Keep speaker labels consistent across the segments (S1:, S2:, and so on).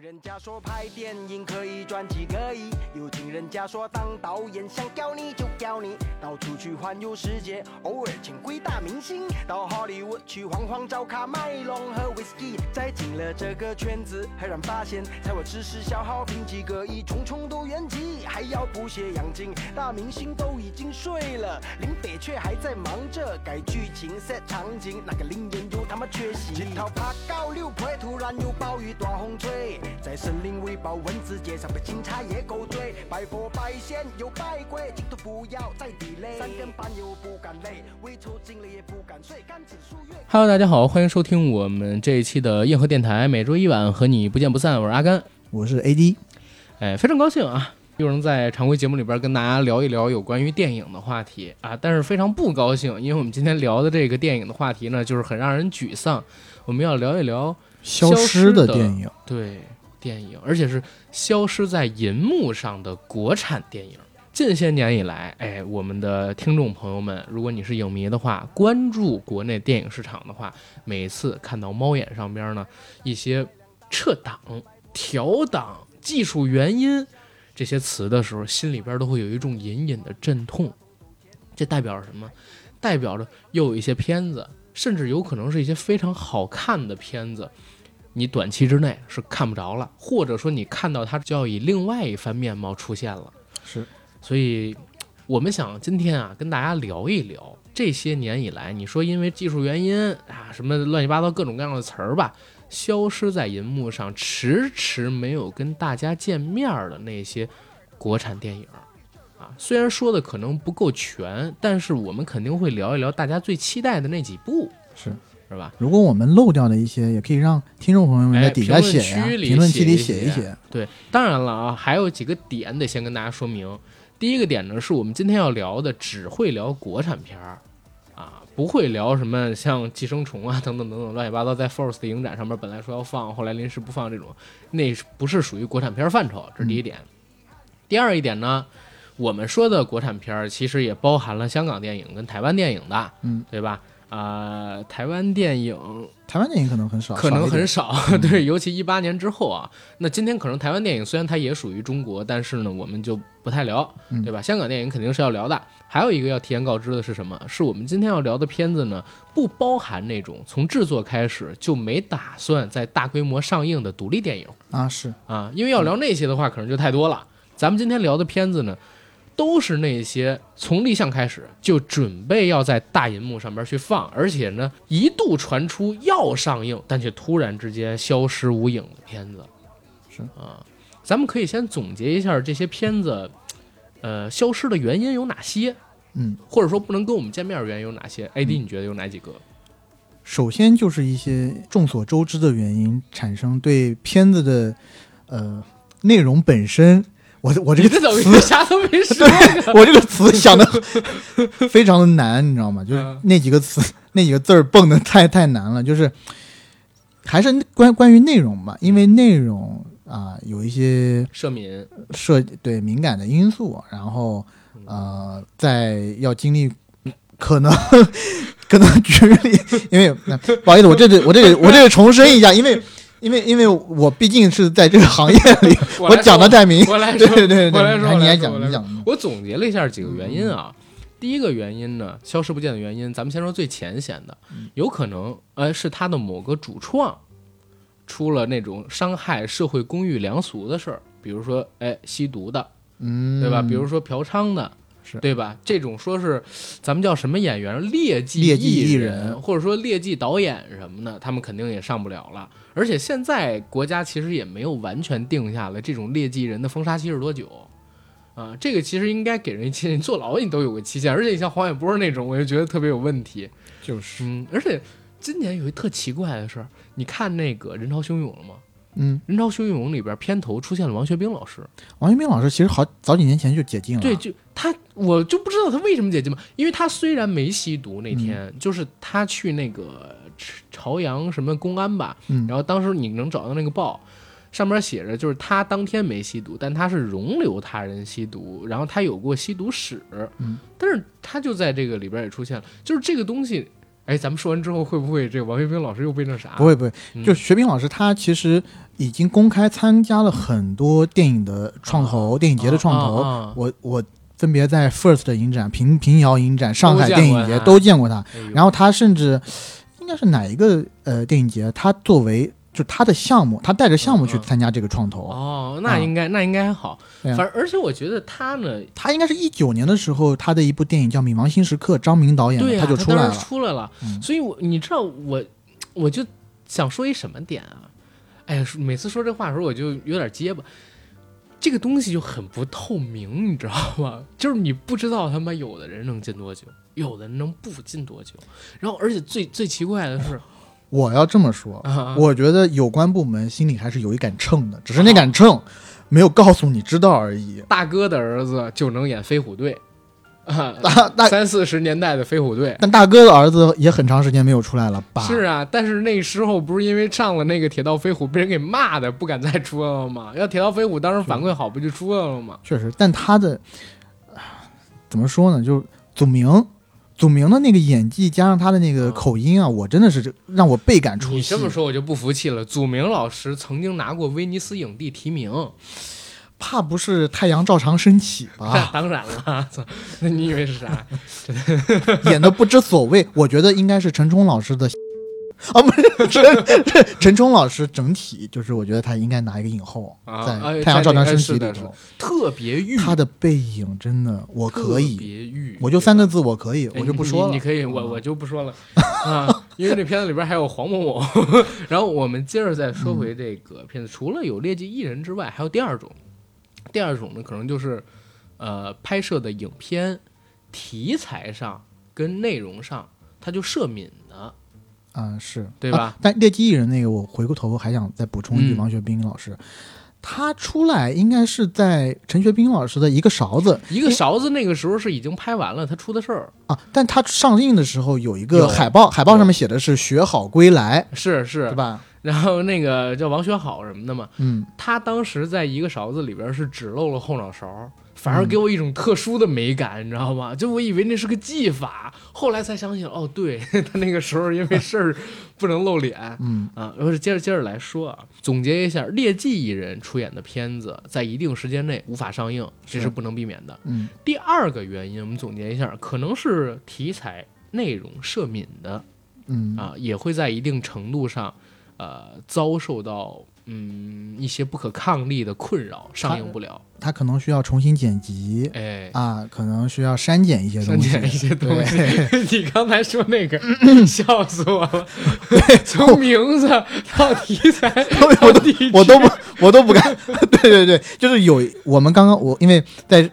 S1: 人家说拍电影可以赚几个亿，又听人家说当导演想屌你就屌你，到处去环游世界，偶尔请贵大明星，到好莱坞去晃晃找卡麦隆和 whisky，在进了这个圈子，赫然发现财我只是消耗品几个亿，重重都元气，还要补血养精，大明星都已经睡了，林北却还在忙着改剧情 set 场景，哪个林演又他妈缺席？一头爬高六陪，突然有暴雨大风吹，在森林喂饱蚊子，街上被警察野狗追，拜佛拜仙又拜鬼，镜头不要再 delay，三更半夜我不敢累，胃抽筋了也不敢睡，肝指数越。
S2: Hello，大家好，欢迎收听我们这一期的硬核电台，每周一晚和你不见不散。我是阿甘，
S3: 我是 AD，
S2: 哎，非常高兴啊，又能在常规节目里边跟大家聊一聊有关于电影的话题啊。但是非常不高兴，因为我们今天聊的这个电影的话题呢，就是很让人沮丧。我们要聊一聊
S3: 消失的电影，
S2: 对电影，而且是消失在银幕上的国产电影。近些年以来，哎，我们的听众朋友们，如果你是影迷的话，关注国内电影市场的话，每次看到猫眼上边呢一些撤档、调档、技术原因这些词的时候，心里边都会有一种隐隐的阵痛。这代表着什么？代表着又有一些片子，甚至有可能是一些非常好看的片子，你短期之内是看不着了，或者说你看到它就要以另外一番面貌出现了。
S3: 是，
S2: 所以我们想今天啊，跟大家聊一聊这些年以来，你说因为技术原因啊，什么乱七八糟各种各样的词儿吧，消失在银幕上，迟迟没有跟大家见面儿的那些国产电影啊，虽然说的可能不够全，但是我们肯定会聊一聊大家最期待的那几部，
S3: 是
S2: 是吧？
S3: 如果我们漏掉的一些，也可以让听众朋友们在底下写
S2: 哎评
S3: 呀、
S2: 论区里
S3: 评论区里
S2: 写
S3: 写
S2: 一
S3: 一
S2: 写
S3: 写。
S2: 对，当然了啊，还有几个点得先跟大家说明。第一个点呢，是我们今天要聊的，只会聊国产片儿啊，不会聊什么像《寄生虫》啊等等等等乱七八糟，在 FORCE 的影展上面本来说要放，后来临时不放这种，那是不是属于国产片儿范畴？这是第一点。第二一点呢，我们说的国产片儿其实也包含了香港电影跟台湾电影的，
S3: 嗯，
S2: 对吧？啊、台湾电影
S3: 台湾电影可能很少，
S2: 可能
S3: 少一点嗯
S2: 很少， 对，尤其一八年之后啊，那今天可能台湾电影虽然它也属于中国，但是呢，我们就不太聊，
S3: 嗯
S2: 对吧？香港电影肯定是要聊的。还有一个要提前告知的是什么？是我们今天要聊的片子呢，不包含那种从制作开始就没打算在大规模上映的独立电影
S3: 啊，是
S2: 啊，因为要聊那些的话，可能就太多了。咱们今天聊的片子呢，都是那些从立项开始就准备要在大银幕上边去放，而且呢一度传出要上映，但却突然之间消失无影的片子。
S3: 是
S2: 啊，咱们可以先总结一下这些片子，呃，消失的原因有哪些，
S3: 嗯，
S2: 或者说不能跟我们见面的原因有哪些？AD 你觉得有哪几个？
S3: 首先就是一些众所周知的原因产生对片子的呃内容本身，我我这
S2: 你
S3: 个
S2: 这怎么
S3: 词
S2: 啥都没说？
S3: 我这个词想的 非常的难，你知道吗？就是
S2: 嗯
S3: 那几个词、 那几个字儿蹦的太太难了，就是还是关关于内容
S2: 嗯
S3: 吧，因为内容啊、有一些
S2: 社民，
S3: 涉对敏感的因素，然后
S2: 嗯
S3: 呃，在要经历可能 可能局里， 因为、那不好意思，我这里我这里我这里重申一下，因为因为因为我毕竟是在这个行业里，
S2: 我
S3: 我
S2: 来
S3: 讲
S2: 说
S3: 的太明，
S2: 我来
S3: 对
S2: 说，
S3: 对对
S2: 我来
S3: 对，
S2: 说，
S3: 你
S2: 我来
S3: 来
S2: 说
S3: 讲
S2: 我
S3: 你
S2: 来说
S3: 讲，
S2: 我总结了一下几个原因啊。第一个原因呢，消失不见的原因，咱们先说最浅显的，有可能呃是他的某个主创出了那种伤害社会公欲良俗的事儿，比如说哎吸毒的，
S3: 嗯，
S2: 对吧？比如说嫖娼的，
S3: 是
S2: 对吧？这种说是咱们叫什么演员劣迹
S3: 劣迹
S2: 艺
S3: 艺
S2: 人，
S3: 人
S2: 或者说劣迹导演什么的，他们肯定也上不了了。而且现在国家其实也没有完全定下来这种劣迹人的封杀期是多久。啊，这个其实应该给人一期限，你坐牢你都有个期限，而且你像黄远波那种，我就觉得特别有问题。
S3: 就是
S2: 嗯，而且今年有一特奇怪的事儿，你看那个《人潮汹涌》了吗？
S3: 嗯
S2: 《人潮汹涌》里边片头出现了王学兵老师，
S3: 王学兵老师其实好早几年前就解禁了，
S2: 对，就他，我就不知道他为什么解禁嘛，因为他虽然没吸毒，那天、
S3: 嗯
S2: 就是他去那个朝朝阳什么公安吧，
S3: 嗯
S2: 然后当时你能找到那个报，上面写着就是他当天没吸毒，但他是容留他人吸毒，然后他有过吸毒史，
S3: 嗯
S2: 但是他就在这个里边也出现了，就是这个东西哎，咱们说完之后，会不会这个王学兵老师又被那啥？
S3: 不会不会，
S2: 嗯，
S3: 就学兵老师他其实已经公开参加了很多电影的创投、电影节的创投，
S2: 啊啊啊
S3: 我我分别在 First 的影展、平平遥影展、上海
S2: 见过
S3: 电影节
S2: 他
S3: 都见过他。
S2: 哎呦
S3: 然后他甚至呃应该是哪一个呃电影节，他作为就他的项目，他带着项目去
S2: 嗯嗯
S3: 参加这个创投。
S2: 哦，那
S3: 啊
S2: 应该、那应该还好，
S3: 对啊
S2: 反正而且我觉得他呢，
S3: 他应该是一九年的时候，他的一部电影叫《冥王星时刻》，张明导演的，
S2: 对呀、
S3: 他就
S2: 他
S3: 出来
S2: 当
S3: 了
S2: 时。出来了。
S3: 嗯
S2: 所以我你知道我，我就想说一什么点啊？哎呀，每次说这话的时候我就有点结巴。这个东西就很不透明，你知道吗？就是你不知道他妈有的人能进多久，有的人能不进多久。然后，而且最最奇怪的 是，
S3: 我要这么说，
S2: 啊，
S3: 我觉得有关部门心里还是有一杆秤的，只是那杆秤没有告诉你知道而已。
S2: 大哥的儿子就能演飞虎队，啊，
S3: 大大，
S2: 三四十年代的飞虎队。
S3: 但大哥的儿子也很长时间没有出来了吧？
S2: 是啊，但是那时候不是因为上了那个铁道飞虎被人给骂的，不敢再出来了 吗？要铁道飞虎当时反馈好，不就出来了吗？
S3: 确实，但他的啊怎么说呢？就是祖明，祖明的那个演技加上他的那个
S2: 嗯
S3: 口音啊，我真的是这让我倍感出戏。
S2: 你这么说，我就不服气了。祖明老师曾经拿过威尼斯影帝提名，？
S3: 怕不是太阳照常升起 吧
S2: 当然了， 操那你以为是啥？
S3: 演的不知所谓，我觉得应该是陈冲老师的。啊，不是陈陈陈冲老师，整体就是我觉得他应该拿一个影后，
S2: 啊
S3: 在
S2: 哎
S3: 《太阳照常升起
S2: 在》那
S3: 里
S2: 个是的
S3: 头，
S2: 特别欲，
S3: 他的背影真的我可
S2: 特
S3: 以，
S2: 别欲，
S3: 我就三个字我可以，我就不
S2: 哎
S3: 说了。嗯
S2: 你你可以，我我就不说了啊，因为这片子里边还有黄某 某。然后我们接着再说回这个片子，除了有劣迹艺人之外，还有第二种，第二种呢可能就是呃拍摄的影片题材上跟内容上，它就涉敏的。
S3: 啊，是
S2: 对吧
S3: 啊但《猎奇艺人》那个，我回过头还想再补充一句，
S2: 嗯
S3: 王学兵老师，他出来应该是在陈学兵老师的一个勺子
S2: 一个勺子那个时候是已经拍完了，他出的事儿
S3: 啊，但他上映的时候有一
S2: 有
S3: 个海报，海报上面写的是“学好归来
S2: 是”，是
S3: 对。吧？
S2: 然后那个叫王学好什么的嘛，
S3: 嗯，
S2: 他当时在一个勺子里边是只露了后脑勺，反而给我一种特殊的美感，你知道吗？就我以为那是个技法，后来才想起来，哦，对 他那个时候因为事儿不能露脸。
S3: 嗯
S2: 啊，然后接着接着来说啊，总结一下，劣迹艺人出演的片子在一定时间内无法上映，这是
S3: 是
S2: 不能避免的。
S3: 嗯，
S2: 第二个原因，我们总结一下，可能是题材、内容涉敏的，
S3: 嗯
S2: 啊，也会在一定程度上，呃，遭受到嗯一些不可抗力的困扰，上映不了，
S3: 他可能需要重新剪辑
S2: 哎，
S3: 啊，可能需要删减一些
S2: 删
S3: 东西，
S2: 减一些东西
S3: 对。。
S2: 你刚才说那个，笑死我了，从名字到题材到地区，
S3: 我都不，我都不敢。 对对对，就是有我们刚刚我因为在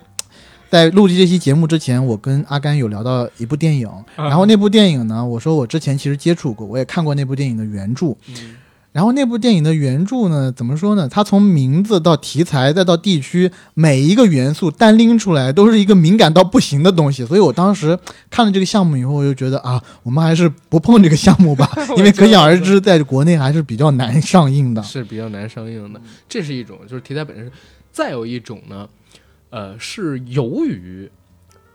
S3: 在录制这期节目之前，我跟阿甘有聊到一部电影，
S2: 嗯
S3: 然后那部电影呢，我说我之前其实接触过，我也看过那部电影的原著。
S2: 嗯
S3: 然后那部电影的原著呢，怎么说呢？它从名字到题材，再到地区，每一个元素单拎出来，都是一个敏感到不行的东西。所以我当时看了这个项目以后，我就觉得啊，我们还是不碰这个项
S2: ，
S3: 目吧
S2: 我
S3: 因为
S2: 知
S3: 可
S2: 道
S3: 想而知，在国内还是比较难上映的。
S2: 是比较难上映的，这是一种，就是题材本身。再有一种呢，呃，是由于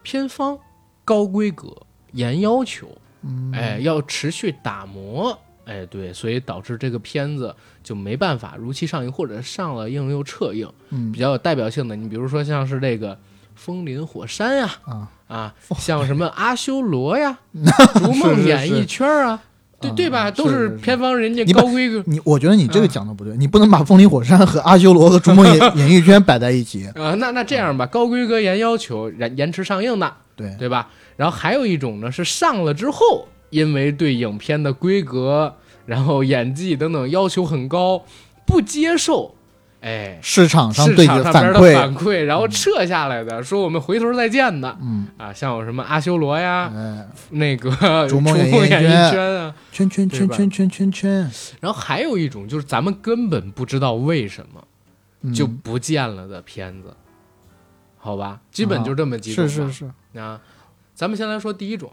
S2: 片方高规格、严要求，
S3: 嗯，
S2: 哎，要持续打磨，哎，对，所以导致这个片子就没办法如期上映，或者上了映又撤映。
S3: 嗯
S2: 比较有代表性的，你比如说像是这个《风林火山》呀，
S3: 啊，
S2: 啊，像什么《阿修罗》 呀，《逐梦演艺圈》啊，对对吧？
S3: 啊
S2: 都
S3: 是
S2: 是
S3: 是是
S2: 片方人家
S3: 你把
S2: 高规格
S3: 你我觉得你这个讲的不对，你不能把风林火山和阿修罗和逐梦演演艺圈摆在一起。
S2: 啊。那那这样吧，高规格严要求延延迟上映的，
S3: 对，
S2: 对吧？然后还有一种呢是上了之后，因为对影片的规格、然后演技等等要求很高，不接受，哎，
S3: 市场上
S2: 市
S3: 对你
S2: 场
S3: 的
S2: 上
S3: 反
S2: 边的
S3: 馈，
S2: 反馈，然后撤下来的，说我们回头再见的
S3: 嗯，
S2: 啊，像有什么阿修罗呀，
S3: 哎，
S2: 那个
S3: 逐梦
S2: 演
S3: 演艺
S2: 艺
S3: 圈
S2: 圈啊，
S3: 圈圈
S2: 对
S3: 圈
S2: 吧
S3: 圈圈圈圈，
S2: 然后还有一种就是咱们根本不知道为什么
S3: 嗯
S2: 就不见了的片子，好吧，基本就这么几种
S3: 啊是
S2: 吧。
S3: 是是，
S2: 啊，咱们先来说第一种，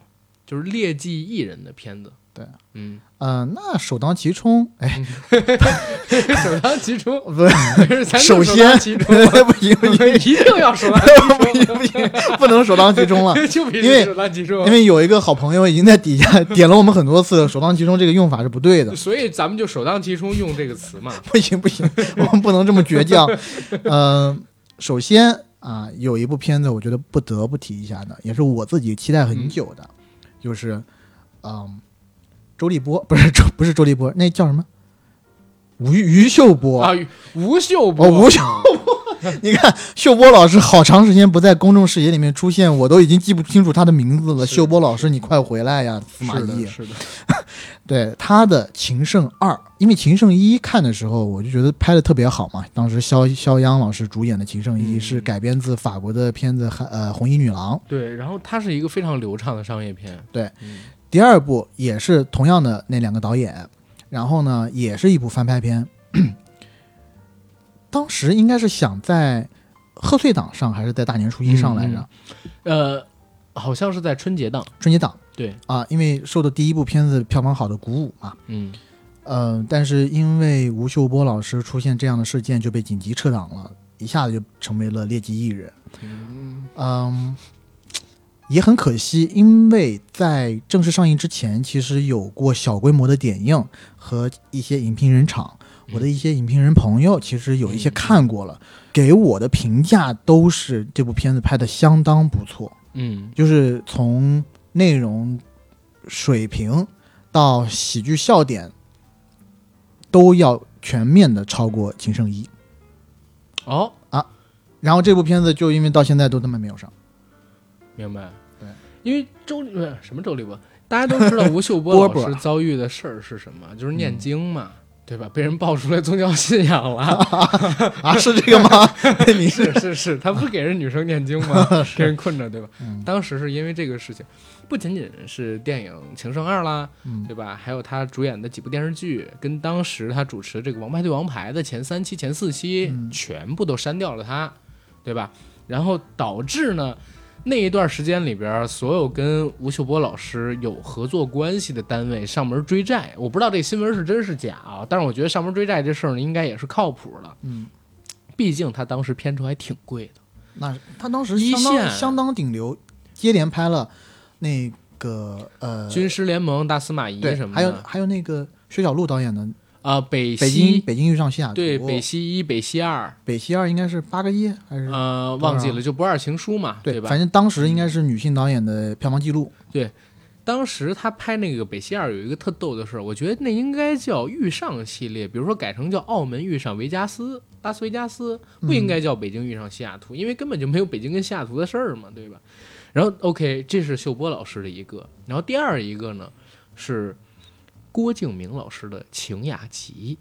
S2: 就是劣迹艺人的片子，
S3: 对，
S2: 嗯，
S3: 呃，那首当其冲，哎，
S2: 首当其冲，
S3: 不是，
S2: 咱就
S3: 哎首
S2: 当
S3: 先
S2: 其
S3: 不
S2: 冲，
S3: 行不
S2: 我
S3: 行
S2: 们一定要首当
S3: 不行不行，不能首当其 冲了。
S2: 其就必
S3: 因为
S2: 须首当其冲
S3: 因。为有一个好朋友已经在底下 点了我们很多次，首当其冲这个用法是不对的，
S2: 啊所以咱们就首当其冲用这个词嘛，
S3: 不行不行， 我们不能这么倔强。呃，首先啊、有一部片子我觉得不得不提一下的，也是我自己期待很久的，就是嗯、周立波不是 周不是周立波，那叫什么？吴于秀波
S2: 啊，吴秀波，
S3: 哦，吴秀波， 你看秀波老师好长时间不在公众视野里面出现，我都已经记不清楚他的名字了。
S2: 是
S3: 秀波老师，你快回来呀，司马
S2: 是的，
S3: 懿。
S2: 是的，
S3: 对他的《情圣二》，因为《情圣一》看的时候，我就觉得拍的特别好嘛。当时肖肖央老师主演的《情圣一》
S2: 嗯
S3: 是改编自法国的片子《韩呃红衣女郎》，
S2: 对。然后它是一个非常流畅的商业片，
S3: 对
S2: 嗯，
S3: 第二部也是同样的那两个导演，然后呢，也是一部翻拍片。 当时应该是想在贺岁档上，还是在大年初一上来着？
S2: 嗯呃，好像是在春节档，
S3: 春节档
S2: 对，
S3: 啊，因为受到第一部片子票房好的鼓舞嘛，
S2: 嗯，
S3: 嗯、但是因为吴秀波老师出现这样的事件，就被紧急撤档了，一下子就成为了劣迹艺人。嗯，也很可惜，因为在正式上映之前，其实有过小规模的点映和一些影评人场。我的一些影评人朋友其实有一些
S2: 嗯
S3: 看过了，给我的评价都是这部片子拍的相当不错。
S2: 嗯，
S3: 就是从内容水平到喜剧笑点，都要全面的超过《情圣一》。
S2: 哦，
S3: 然后这部片子就因为到现在都他妈没有上，
S2: 明白，
S3: 对，
S2: 因为周立不是什么周立波，大家都知道吴秀 波
S3: 波
S2: 老
S3: 波嗯
S2: 师遭遇的事儿是什么，就是念经嘛。对吧？被人爆出来宗教信仰了，
S3: 啊，是这个吗？你是
S2: 是是是，他不给人女生念经吗？ 给人困着，对吧？
S3: 嗯
S2: 当时是因为这个事情，不仅仅是电影《情圣二》啦，
S3: 嗯
S2: 对吧？还有他主演的几部电视剧，跟当时他主持这个《王牌对王牌》的前三期、前四期，
S3: 嗯
S2: 全部都删掉了他，对吧？然后导致呢，那一段时间里边，所有跟吴秀波老师有合作关系的单位上门追债。我不知道这个新闻是真是假啊，但是我觉得上门追债这事儿呢，应该也是靠谱的，
S3: 嗯，
S2: 毕竟他当时片酬还挺贵的。
S3: 那他当时
S2: 一
S3: 相当
S2: 线
S3: 相当顶流，接连拍了那个呃，
S2: 军师联盟、大司马懿
S3: 对
S2: 什，么的，
S3: 还有还有那个薛晓璐导演的《
S2: 啊、北
S3: 北
S2: 西
S3: 京北京遇上西雅图》，
S2: 对北西一、北西二，
S3: 北西二应该是八个亿还是
S2: 呃，
S3: 多少
S2: 忘记了就不二情书嘛，
S3: 嗯对，
S2: 吧嗯
S3: 反？正当时应该是女性导演的票房记录。
S2: 当时他拍那个《北西二》有一个特逗的事儿，我觉得那应该叫遇上系列，比如说改成叫澳门遇上维加斯、拉斯维加斯，不应该叫北京遇上西雅图，因为根本就没有北京跟西雅图的事儿嘛，对吧？然后 OK，这是秀波老师的一个，然后第二一个呢是郭敬明老师的《情雅集》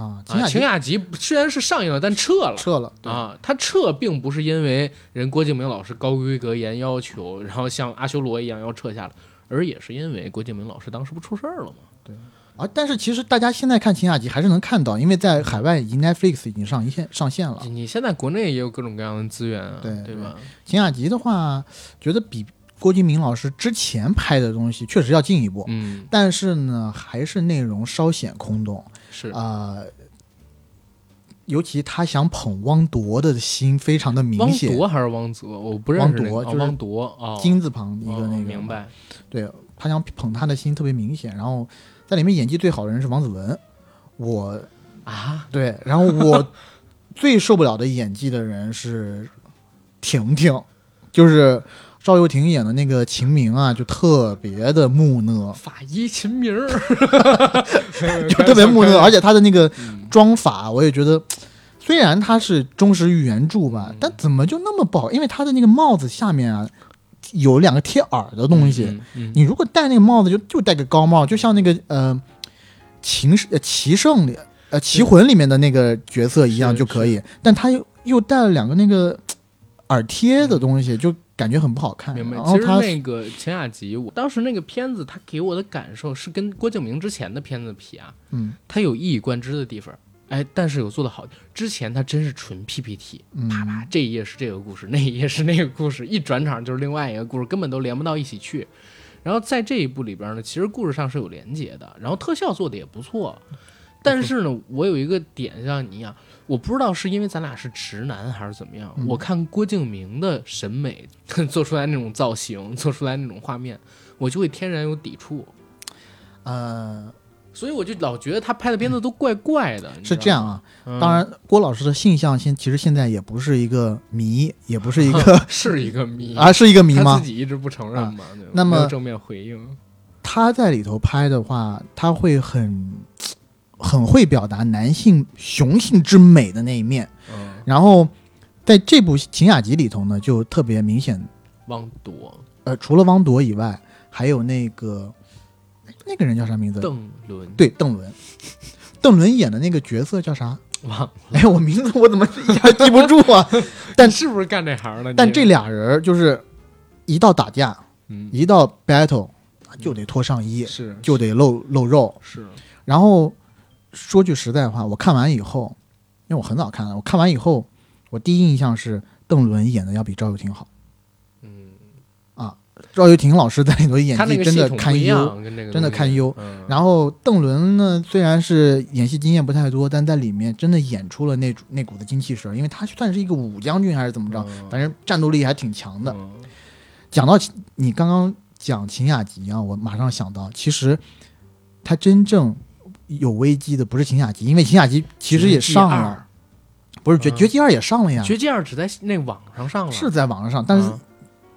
S3: 啊，秦
S2: 啊，《
S3: 雅
S2: 情
S3: 集
S2: 雅集》虽然是上映了，但撤了。
S3: 撤了，对，
S2: 啊，他撤并不是因为人郭敬明老师高规格严要求，然后像阿修罗一样要撤下来，而也是因为郭敬明老师当时不出事儿了嘛。
S3: 啊，但是其实大家现在看秦雅集还是能看到，因为在海外已经 Netflix 已经上一线上线了
S2: 你。你现在国内也有各种各样的资源啊，
S3: 啊对
S2: 吧？
S3: 秦雅集的话，觉得比郭敬明老师之前拍的东西确实要进一步，
S2: 嗯，
S3: 但是呢，还是内容稍显空洞
S2: 是，
S3: 啊、呃尤其他想捧汪铎的心非常的明
S2: 汪
S3: 显，
S2: 铎还是汪泽？我不认识那个哦
S3: 汪铎就是
S2: 汪铎啊，
S3: 金字旁一
S2: 哦
S3: 个那个，
S2: 明白？
S3: 对他想捧他的心特别明显，然后在里面演技最好的人是王子文，我
S2: 啊，
S3: 对，然后我最受不了的演技的人是婷婷，就是赵又廷演的那个秦明啊，就特别的木讷，
S2: 法医秦明儿，
S3: 哦 就特别木讷，而且他的那个
S2: 嗯
S3: 妆法，我也觉得。虽然他是忠实于原著吧，
S2: 嗯
S3: 但怎么就那么不好？因为他的那个帽子下面啊，有两个贴耳的东西，
S2: 嗯嗯
S3: 你如果戴那个帽子就，就戴个高帽，就像那个呃，秦呃骑圣里呃骑魂里面的那个角色一样
S2: 是
S3: 就可以。但他又又戴了两个那个耳贴的东西，就感觉很不好看。
S2: 嗯明白
S3: 然。后
S2: 其实
S3: 他
S2: 那个秦雅集，我当时那个片子，它给我的感受是跟郭敬明之前的片子比啊，
S3: 嗯
S2: 它有一以贯之的地方，哎，但是有做的好。之前它真是纯 PPT，
S3: 嗯
S2: 啪啪，这一 页是这个故事，那一页是那个故事，一转场就是另外一个故事，根本都连不到一起去。然后在这一部里边呢，其实故事上是有连接的，然后特效做的也不错。但是呢，我有一个点像你一样，我不知道是因为咱俩是直男还是怎么样。
S3: 嗯
S2: 我看郭敬明的审美 做出来那种造型，做出来那种画面，我就会天然有抵触。
S3: 呃，
S2: 所以我就老觉得他拍的片子都怪怪的。你知
S3: 是
S2: 道
S3: 这样啊，
S2: 吗，嗯
S3: 当然郭老师的性向现其实现在也不是一个谜，也不是 一个
S2: 嗯是一个谜
S3: 啊，是一个谜
S2: 他
S3: 吗啊
S2: 自？己一直不承认嘛，对吧
S3: 那么
S2: 没有正面回应，
S3: 他在里头拍的话，他会很很会表达男性雄性之美的那一面，
S2: 嗯，
S3: 然后在这部《秦雅集》里头呢，就特别明显
S2: 汪铎、
S3: 呃，除了汪铎以外，还有那个那个人叫啥名字？
S2: 邓伦，，
S3: 对，邓伦。邓伦演的那个角色叫啥？
S2: 忘了，
S3: 哎，我名字我怎么一下记不住 啊？但
S2: 你是不是干这行的？
S3: 但
S2: 你
S3: 这俩人就是一到打架，
S2: 嗯
S3: 一到 battle 就得脱上衣，
S2: 是
S3: 就得露露肉。
S2: 是
S3: 然后说句实在话，我看完以后，因为我很早看了，我看完以后，我第一印象是邓伦演的要比赵又廷好。
S2: 嗯，
S3: 赵又廷老师在里头演
S2: 他那
S3: 技
S2: 个
S3: 真
S2: 系
S3: 的
S2: 统不
S3: 堪
S2: 一
S3: 忧。
S2: 样，跟这个
S3: 真的堪忧
S2: 东西。嗯
S3: 然后邓伦呢，虽然是演戏经验不太多，但在里面真的演出了那种那股子精气神儿，因为他算是一个武将军还是怎么着，
S2: 嗯
S3: 反正战斗力还挺强的。
S2: 嗯
S3: 讲到秦你刚刚讲秦雅集啊，我马上想到，其实他真正有危机的不是秦雅集，因为秦雅集其实也上了，不是绝
S2: 嗯
S3: 绝技二也上了呀，
S2: 《绝技二》只在那网上上了，嗯，
S3: 是在网上上，但是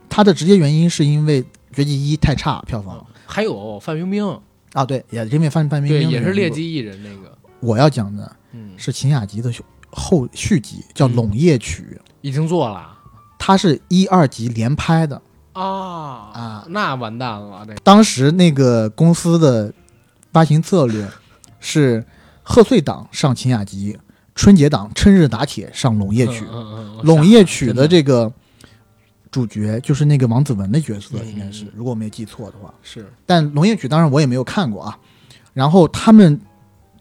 S3: 他的直接原因是因为绝技一太差票房
S2: 嗯还有范冰冰，
S3: 啊，对，也是因为范范冰
S2: 对，
S3: 冰
S2: 也是劣
S3: 迹。
S2: 迹艺人那个，
S3: 我要讲的。
S2: 嗯，
S3: 是秦雅集的续后续集，叫《龙夜曲》，
S2: 已经做了
S3: 它是一二集连拍的。
S2: 啊
S3: 啊
S2: 那完蛋了，这
S3: 当时那个公司的发行策略是贺岁档上秦雅集，春节档趁热打铁上《龙夜曲》
S2: 嗯嗯嗯嗯
S3: 《龙夜曲》的
S2: 真的
S3: 这个主角就是那个王子文的角色，
S2: 嗯
S3: 应该是
S2: 嗯，
S3: 如果我没有记错的话。
S2: 是
S3: 但《龙夜曲》当然我也没有看过啊。然后他们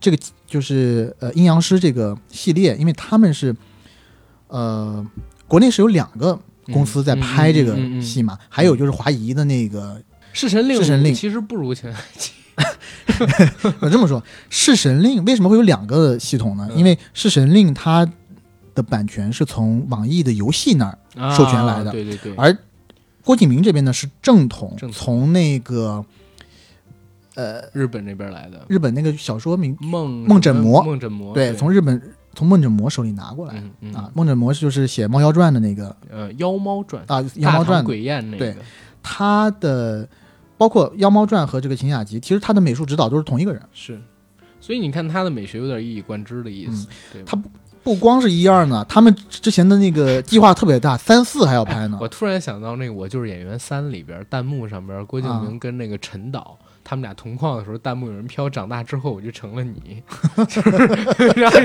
S3: 这个就是呃阴阳师这个系列，因为他们是呃国内是有两个公
S2: 嗯
S3: 司在拍这个戏嘛，还有就是华谊的那个，
S2: 弑神令，
S3: 弑神令
S2: 其实不如前
S3: 我呃这么说，《弑神令》为什么会有两个系统呢？
S2: 嗯
S3: 因为《弑神令》它的版权是从网易的游戏那儿， 授权来的
S2: 啊对对对，
S3: 而郭敬明这边呢是正统
S2: 正统
S3: 从那个呃
S2: 日本那边来的
S3: 日本那个小说名
S2: 梦
S3: 梦枕魔
S2: 梦枕魔，
S3: 对，从日本从梦枕魔手里拿过来的。
S2: 嗯嗯
S3: 啊，，梦枕魔就是写《猫妖传》的那个
S2: 呃，妖猫传，
S3: 啊，《妖猫
S2: 大唐
S3: 传》
S2: 鬼宴那个，
S3: 对他的包括《妖猫传》和这个秦雅集，其实他的美术指导都是同一个人，
S2: 是。所以你看他的美学有点一以贯之的意思，对吧
S3: 嗯他不光是一二呢，他们之前的那个计划特别大，三四还要拍呢
S2: 我。突然想到那个《我就是演员三》里边弹幕上边郭敬
S3: 啊
S2: 明跟那个陈导。他们俩同框的时候，弹幕有人飘“长大之后我就成了 你”，就是 然后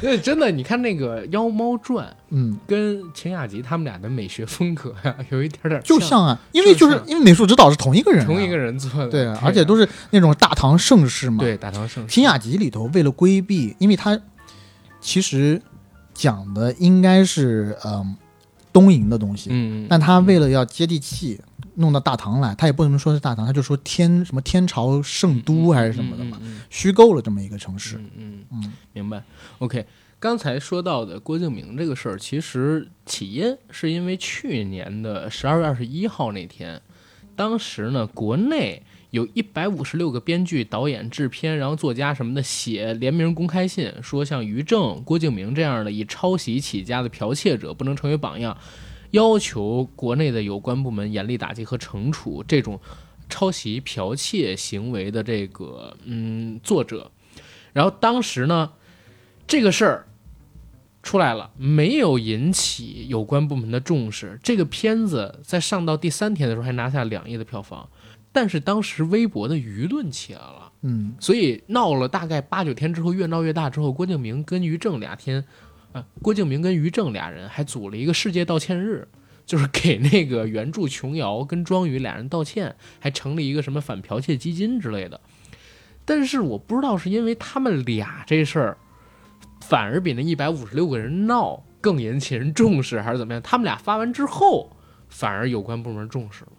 S2: 对真的，你看 那个《妖猫传》
S3: 嗯，
S2: 跟秦雅集他们俩的美学风格呀、 有一点点
S3: 就
S2: 像
S3: 像啊，因为就是
S2: 像
S3: 因为美术指导是同一个人、啊，
S2: 同一个人做的，
S3: 对
S2: 啊
S3: 啊，，而且都是那种大唐盛世嘛。，
S2: 对大唐盛世
S3: 秦雅集里头为了规避，因为他其实讲的应该是嗯、东瀛的东西，
S2: 嗯，嗯
S3: 但他为了要接地气，弄到大唐来，他也不能说是大唐，他就说天什么天朝圣都还是什么的嘛，，
S2: 嗯嗯嗯嗯嗯
S3: 虚构了这么一个城市。
S2: 嗯嗯，
S3: 嗯，
S2: 明白。OK，刚才说到的郭敬明这个事儿，其实起因是因为去年的十二月二十一号那天，当时呢，国内有一百五十六个编剧、导演、制片，然后作家什么的写联名公开信，说像于正、郭敬明这样的以抄袭起家的剽窃者不能成为榜样，要求国内的有关部门严厉打击和惩处这种抄袭剽窃行为的这个嗯作者。然后当时呢，这个事儿出来了，没有引起有关部门的重视。这个片子在上到第三天的时候还拿下两亿的票房，但是当时微博的舆论起来了，
S3: 嗯，
S2: 所以闹了大概八九天之后，越闹越大之后，郭敬明跟于正俩天，呃，郭敬明跟于正俩人还组了一个世界道歉日。就是给那个原著琼瑶跟庄宇俩人道歉，还成立一个什么反剽窃基金之类的。但是我不知道是因为他们俩这事儿，反而比那一百五十六个人闹更引起人重视，还是怎么样？他们俩发完之后，反而有关部门重视了。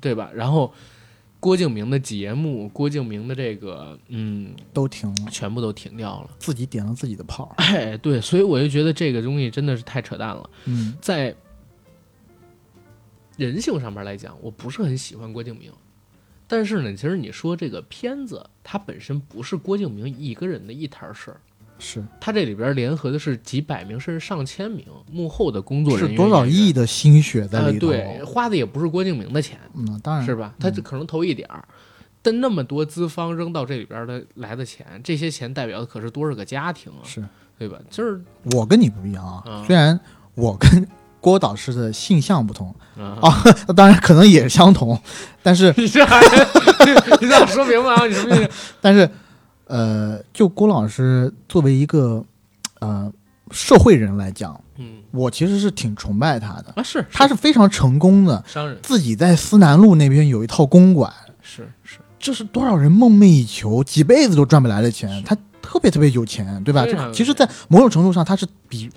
S2: 对吧？然后郭敬明的节目，郭敬明的这个嗯，
S3: 都停了，
S2: 全部都停掉了。
S3: 自己点了自己的炮。
S2: 哎，对，所以我就觉得这个东西真的是太扯淡了。
S3: 嗯
S2: 在人性上面来讲，我不是很喜欢郭敬明。但是呢，其实你说这个片子，它本身不是郭敬明一个人的一摊事儿，
S3: 是
S2: 它这里边联合的是几百名甚至上千名幕后的工作人
S3: 是
S2: 员，
S3: 多少亿
S2: 的
S3: 的心血在
S2: 呃，
S3: 里头？
S2: 对，花的也不是郭敬明的钱，
S3: 嗯，当然
S2: 是吧？他这可能投一点儿，但那么多资方扔到这里边的来的钱，这些钱代表的可是多少个家庭啊，
S3: 是
S2: 对吧？就是
S3: 我跟你不一样啊
S2: 嗯，
S3: 虽然我跟郭导师的性向不同，
S2: 啊，
S3: 哦那当然可能也相同，但是
S2: 你这还 你让我说明白啊？你什么意思？
S3: 但是，呃，就郭老师作为一个呃社会人来讲，
S2: 嗯
S3: 我其实是挺崇拜他的，
S2: 啊，是
S3: 他是非常成功的，
S2: 商人，
S3: 自己在思南路那边有一套公馆，
S2: 是是，
S3: 这是多少人梦寐以求，几辈子都赚不来的钱，他特别特别有钱，对吧？
S2: 非
S3: 这
S2: 常有
S3: 其实，在某种程度上，他是比。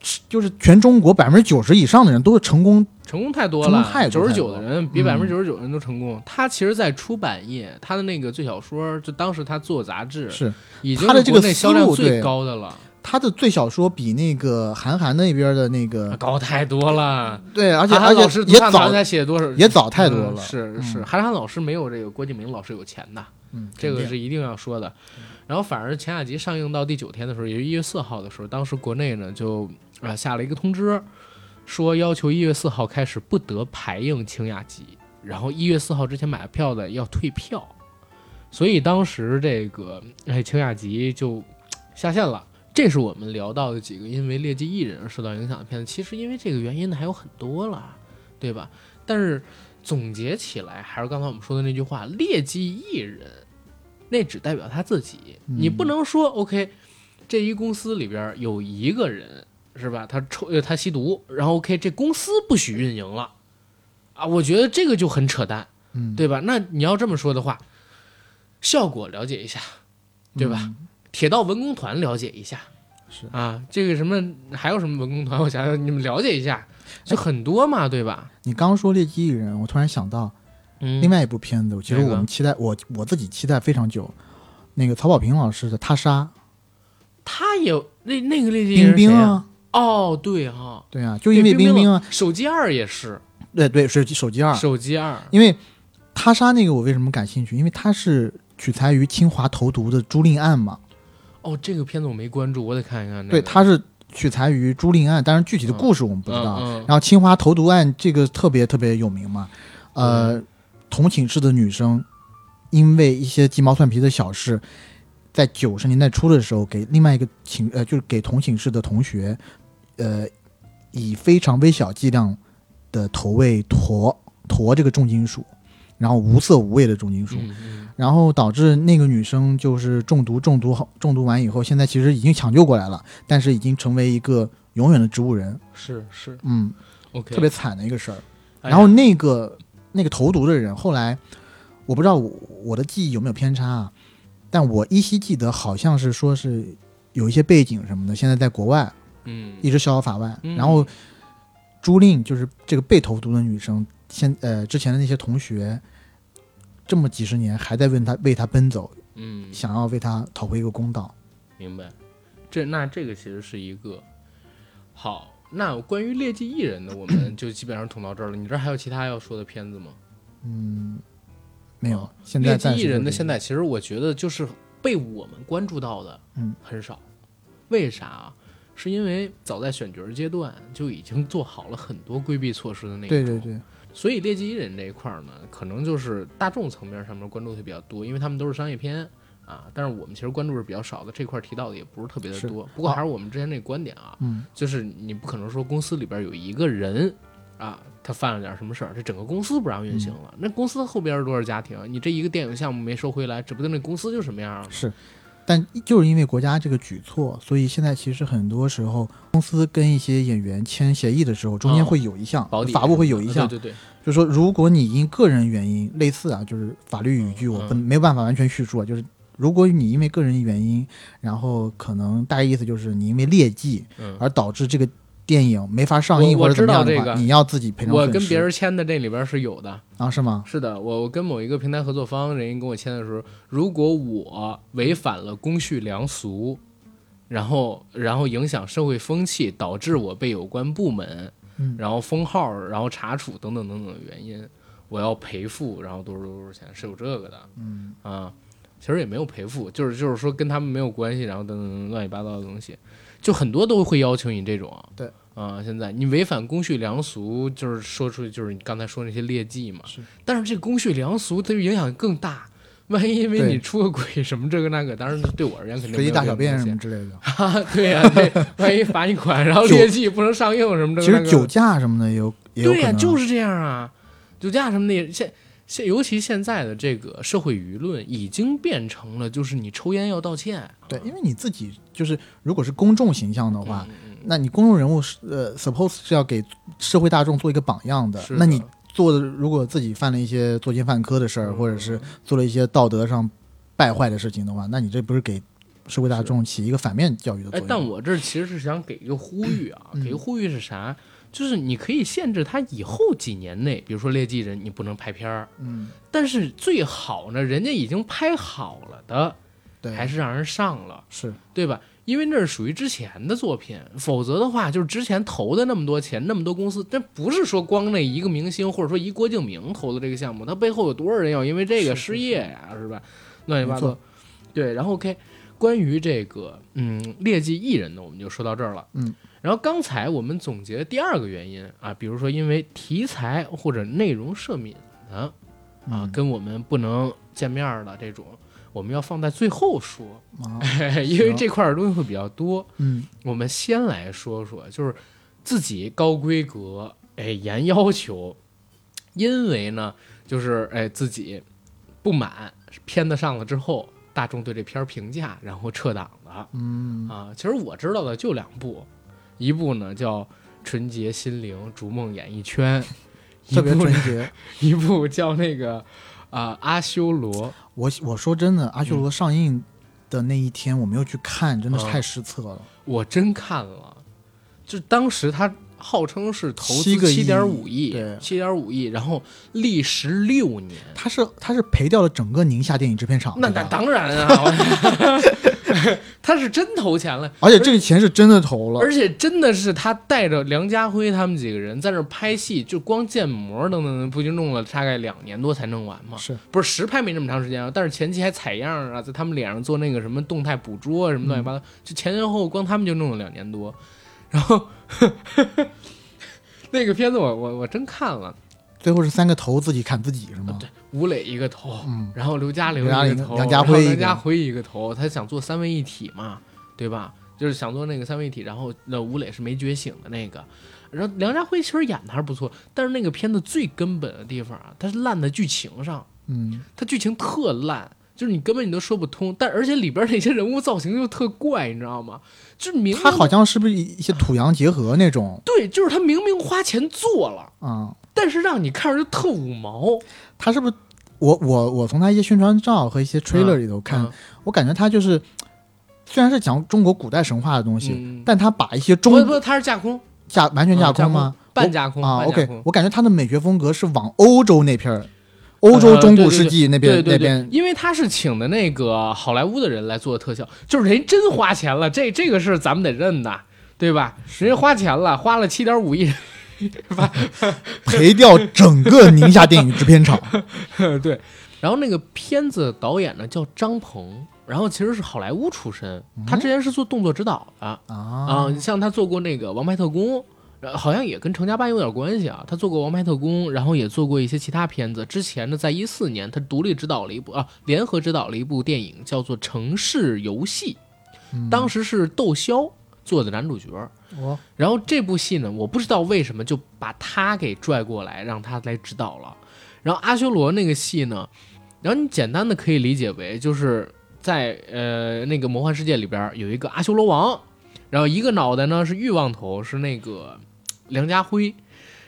S3: 是就是全中国百分之九十以上的人都是成功，
S2: 成功太多
S3: 成功
S2: 了，
S3: 太
S2: 九
S3: 多
S2: 十
S3: 太
S2: 九
S3: 多
S2: 的
S3: 了
S2: 人比百分之
S3: 嗯
S2: 九十九人都成功。他其实，在出版业，他的那个最小说，就当时他做杂志，
S3: 是
S2: 已经
S3: 他的
S2: 是
S3: 这
S2: 国
S3: 个
S2: 内
S3: 思
S2: 销量
S3: 路
S2: 最
S3: 对
S2: 高的了，
S3: 他的最小说比那个韩寒那边的那个
S2: 啊高太多了。
S3: 啊对，嗯而且
S2: 韩寒
S3: 而
S2: 老师
S3: 且也
S2: 他
S3: 早
S2: 才写多少，
S3: 也早太多
S2: 嗯
S3: 了
S2: 是
S3: 嗯
S2: 是，韩寒老师没有这个郭敬明老师有钱呐，
S3: 嗯，
S2: 这
S3: 肯
S2: 个
S3: 定嗯
S2: 是一定要说的。然后反而前两集上映到第九天的时候，也就是一月四号的时候，当时国内呢就啊、呃下了一个通知，说要求一月四号开始不得排映清雅集，然后一月四号之前买票的要退票。所以当时这个哎清雅集就嘖下线了。这是我们聊到的几个因为劣迹艺人而受到影响的片子，其实因为这个原因的还有很多了，对吧？但是总结起来，还是刚才我们说的那句话：劣迹艺人，那只代表他自己，你不能说 OK，这一公司里边有一个人是吧？他抽呃他吸毒，然后 OK，这公司不许运营了啊，我觉得这个就很扯淡，
S3: 嗯
S2: 对吧？那你要这么说的话，效果了解一下，对吧？
S3: 嗯
S2: 铁道文工团了解一下。
S3: 是
S2: 啊，这个什么还有什么文工团？我 想想，你们了解一下，就很多嘛，对吧？
S3: 你刚刚说劣迹艺人，我突然想到
S2: 嗯，
S3: 另外一部片子，其实
S2: 哪个
S3: 我们期待我我自己期待非常久，那个曹保平老师的《他杀
S2: 他有那那个那》，
S3: 冰冰啊，
S2: 哦，对哈、
S3: 对啊，就因为
S2: 对冰
S3: 冰冰
S2: 老
S3: 啊，
S2: 手机二也是
S3: 对对，手机手机二，
S2: 手机二，
S3: 因为《他杀》那个我为什么感兴趣？因为它是取材于清华投毒的朱令案嘛，
S2: 哦，这个片子我没关注，我得看一看、
S3: 对，它是取材于朱令案，当然具体的
S2: 嗯
S3: 故事我们
S2: 不
S3: 不知道，
S2: 嗯
S3: 然后清华投毒案这个特别特别有名嘛，呃，同寝室的女生因为一些鸡毛蒜皮的小事，在九十年代初的时候，给另外一个寝呃，就是给同寝室的同学，呃，以非常微小剂量的投喂铊铊这个重金属，然后无色无味的重金属，
S2: 嗯嗯
S3: 然后导致那个女生就是中毒，中毒好，中毒完以后，现在其实已经抢救过来了，但是已经成为一个永远的植物人，
S2: 是是
S3: 嗯。
S2: ，OK，
S3: 特别惨的一个事儿。
S2: 哎呀，
S3: 然后那个那个投毒的人，后来我不知道我我的记忆有没有偏差啊，但我依稀记得好像是说是有一些背景什么的，现在在国外
S2: 嗯，
S3: 一直逍遥法外。
S2: 嗯
S3: 然后朱令就是这个被投毒的女生，现呃之前的那些同学。这么几十年还在问他为他奔走，
S2: 嗯，
S3: 想要为他讨回一个公道。
S2: 明白。这那这个其实是一个好。那关于劣迹艺人的，我 们就基本上捅到这儿了。你这儿还有其他要说的片子吗？
S3: 嗯，没有
S2: 哦，
S3: 现在
S2: 劣迹
S3: 暂
S2: 艺
S3: 时就
S2: 人的
S3: 这
S2: 现
S3: 个
S2: 在，其实我觉得就是被我们关注到的，
S3: 嗯，
S2: 很少。为啥啊？是因为早在选角阶段就已经做好了很多规避措施的那一
S3: 对
S2: 种
S3: 对对，
S2: 所以劣迹艺人这一块儿呢，可能就是大众层面上面关注的比较多，因为他们都是商业片啊。但是我们其实关注是比较少的，这块儿提到的也不是特别的
S3: 是
S2: 多。不过还是我们之前那个观点啊，
S3: 嗯，
S2: 就是你不可能说公司里边有一个人啊，他犯了点什么事儿，这整个公司不让运行了。那公司后边是多少家庭？你这一个电影项目没收回来，指不定那公司就什么样了。
S3: 是，但就是因为国家这个举措，所以现在其实很多时候公司跟一些演员签协议的时候，中间
S2: 哦
S3: 会有一项、
S2: 保底啊
S3: 法务会有一项，
S2: 对对对，
S3: 就是说如果你因个人原因，类似啊，就是法律语句我不、
S2: 嗯
S3: 没有办法完全叙述啊，就是如果你因为个人原因，然后可能大概意思就是你因为劣迹
S2: 嗯，
S3: 而导致这个。电影没法上映
S2: 我
S3: 或者怎么样的
S2: 我
S3: 话，
S2: 知道这个
S3: 你要自己赔偿
S2: 我
S3: 损失。
S2: 跟别人签的这里边是有的，
S3: 啊，是吗？
S2: 是的，我我跟某一个平台合作方人家跟我签的时候，如果我违反了公序良俗，然后然后影响社会风气，导致我被有关部门，
S3: 嗯
S2: 然后封号，然后查处等等等等的原因，我要赔付，然后多少多少多少钱是有这个的，
S3: 嗯
S2: 啊，其实也没有赔付，就是就是说跟他们没有关系，然后等等等乱七八糟的东西，就很多都会要求你这种。
S3: 对
S2: 啊、现在你违反公序良俗，就是说出就是你刚才说那些劣迹嘛。
S3: 是
S2: 但是这公序良俗它影响更大，万一因为
S3: 对
S2: 你出个轨什么这个那个，当然对我而言肯定
S3: 随
S2: 没
S3: 地
S2: 有
S3: 大
S2: 这
S3: 小
S2: 个
S3: 便
S2: 东
S3: 什
S2: 西
S3: 么之类的。
S2: 啊， 对呀、对，万一罚你款，然后
S3: 酒
S2: 劣迹不能上映什么这
S3: 其
S2: 个那
S3: 实
S2: 个。
S3: 酒驾什么的也有，也有
S2: 对呀、
S3: 可能。
S2: 就是这样啊，酒驾什么的也现现，尤其现在的这个社会舆论已经变成了，就是你抽烟要道歉，
S3: 对，因为你自己就是，如果是公众形象的
S2: 嗯
S3: 话，
S2: 嗯
S3: 那你公众人物是呃，suppose 是要给社会大众做一个榜样的。
S2: 是的
S3: 那你做的，如果自己犯了一些作奸犯科的事儿，
S2: 嗯
S3: 或者是做了一些道德上败坏的事情的话，那你这不是给社会大众起一个反面教育的作
S2: 哎
S3: 用？，
S2: 但我这其实是想给一个呼吁啊，
S3: 嗯
S2: 给一个呼吁是啥？就是你可以限制他以后几年内，比如说劣迹人，你不能拍片儿，
S3: 嗯，
S2: 但是最好呢，人家已经拍好了的，
S3: 对，
S2: 还是让人上了。
S3: 是
S2: 对吧？因为那是属于之前的作品，否则的话，就是之前投的那么多钱，那么多公司，但不是说光那一个明星或者说一郭敬明投的这个项目，他背后有多少人要因为这个失业呀、是吧？乱七八
S3: 没
S2: 糟。对，然后 OK，关于这个嗯劣迹艺人呢，我们就说到这儿了。
S3: 嗯，
S2: 然后刚才我们总结第二个原因啊，比如说因为题材或者内容涉敏啊，啊，
S3: 嗯
S2: 跟我们不能见面儿的这种，我们要放在最后说。
S3: 啊，
S2: 因为这块儿的东西会比较多。
S3: 嗯
S2: 我们先来说说，就是自己高规格，哎，严要求，因为呢，就是哎自己不满，片子上了之后，大众对这片儿评价，然后撤档的
S3: 嗯
S2: 啊。其实我知道的就两部，一部呢叫《纯洁心灵逐梦演艺圈》，一
S3: 特别
S2: 部
S3: 纯
S2: 呢
S3: 洁。
S2: 一部叫那个啊、阿修罗，
S3: 我我说真的，《阿修罗》上映的那一天，我没有去看，真的是
S2: 嗯
S3: 太失策了。
S2: 我真看了，就当时他号称是投资
S3: 7个
S2: 七
S3: 亿
S2: 点五亿
S3: 对，
S2: 七点五亿，然后历时六年。
S3: 他是他是赔掉了整个宁夏电影制片厂，
S2: 那
S3: 对
S2: 那
S3: 吧
S2: 当然 啊， 他是真投钱了，
S3: 而且这个钱是真的投了
S2: 而，且真的是他带着梁家辉他们几个人在那儿拍戏，就光建模等等，不就弄了大概两年多才弄完吗？
S3: 是
S2: 不是实拍没那么长时间啊，但是前期还采样啊，在他们脸上做那个什么动态捕捉啊，什么乱七
S3: 嗯
S2: 八糟，就前前后后光他们就弄了两年多，然后 那个片子我我我真看了，
S3: 最后是三个头自己砍自己是吗？
S2: 对，吴磊一个头，
S3: 嗯
S2: 然后刘嘉玲
S3: 刘嘉
S2: 一
S3: 玲
S2: 个头，
S3: 梁家辉
S2: 然
S3: 一
S2: 后
S3: 个
S2: 梁家辉一个头，他想做三位一体嘛，对吧？就是想做那个三位一体，然后那吴磊是没觉醒的那个，然后梁家辉其实演的还是不错，但是那个片子最根本的地方啊，它是烂在剧情上。
S3: 嗯，
S2: 它剧情特烂，就是你根本你都说不通。但而且里边那些人物造型又特怪，你知道吗？就是明明
S3: 他好像是不是一些土洋结合那种
S2: 对，就是他明明花钱做了，
S3: 啊、
S2: 但是让你看着就特五毛。
S3: 他是不是？我我我从他一些宣传照和一些 trailer 里头看，
S2: 嗯
S3: 我感觉他就是虽然是讲中国古代神话的东西，
S2: 嗯
S3: 但他把一些
S2: 不
S3: 中
S2: 不，他是架空，
S3: 架完全
S2: 嗯
S3: 架空吗？
S2: 半架空
S3: 啊
S2: 半架
S3: ，OK，
S2: 空。
S3: 我感觉他的美学风格是往欧洲那片儿，欧洲中古世纪那边、
S2: 啊 对对对，
S3: 那边。
S2: 因为他是请的那个好莱坞的人来做的特效，就是人真花钱了，这这个是咱们得认的，对吧？人家花钱了，花了七点五亿，
S3: 赔掉整个宁夏电影制片厂，
S2: 对，然后那个片子导演呢叫张鹏，然后其实是好莱坞出身，他之前是做动作指导的啊、
S3: 啊，
S2: 你像他做过那个《王牌特工》。呃好像也跟成家班有点关系啊，他做过《王牌特工》，然后也做过一些其他片子。之前呢，在一四年，他独立执导了一部啊，联合执导了一部电影，叫做《城市游戏》，当时是窦骁做的男主角。
S3: 我
S2: 然后这部戏呢，我不知道为什么就把他给拽过来，让他来指导了。然后阿修罗那个戏呢，然后你简单的可以理解为就是在呃那个魔幻世界里边有一个阿修罗王，然后一个脑袋呢是欲望头，是那个梁家辉，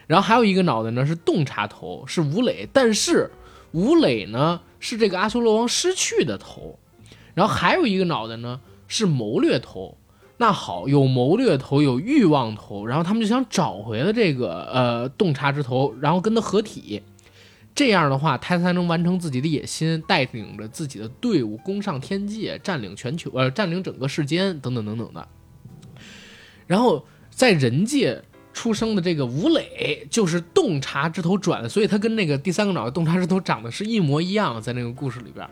S2: 然后还有一个脑袋呢是洞察头，是吴磊，但是吴磊呢是这个阿修罗王失去的头，然后还有一个脑袋呢是谋略头，那好，有谋略头，有欲望头，然后他们就想找回了这个呃洞察之头，然后跟他合体。这样的话，他才能完成自己的野心，带领着自己的队伍攻上天界，占领全球，呃，占领整个世间，等等等等的。然后在人界出生的这个吴磊，就是洞察之头转的，所以他跟那个第三个脑袋洞察之头长得是一模一样，在那个故事里边。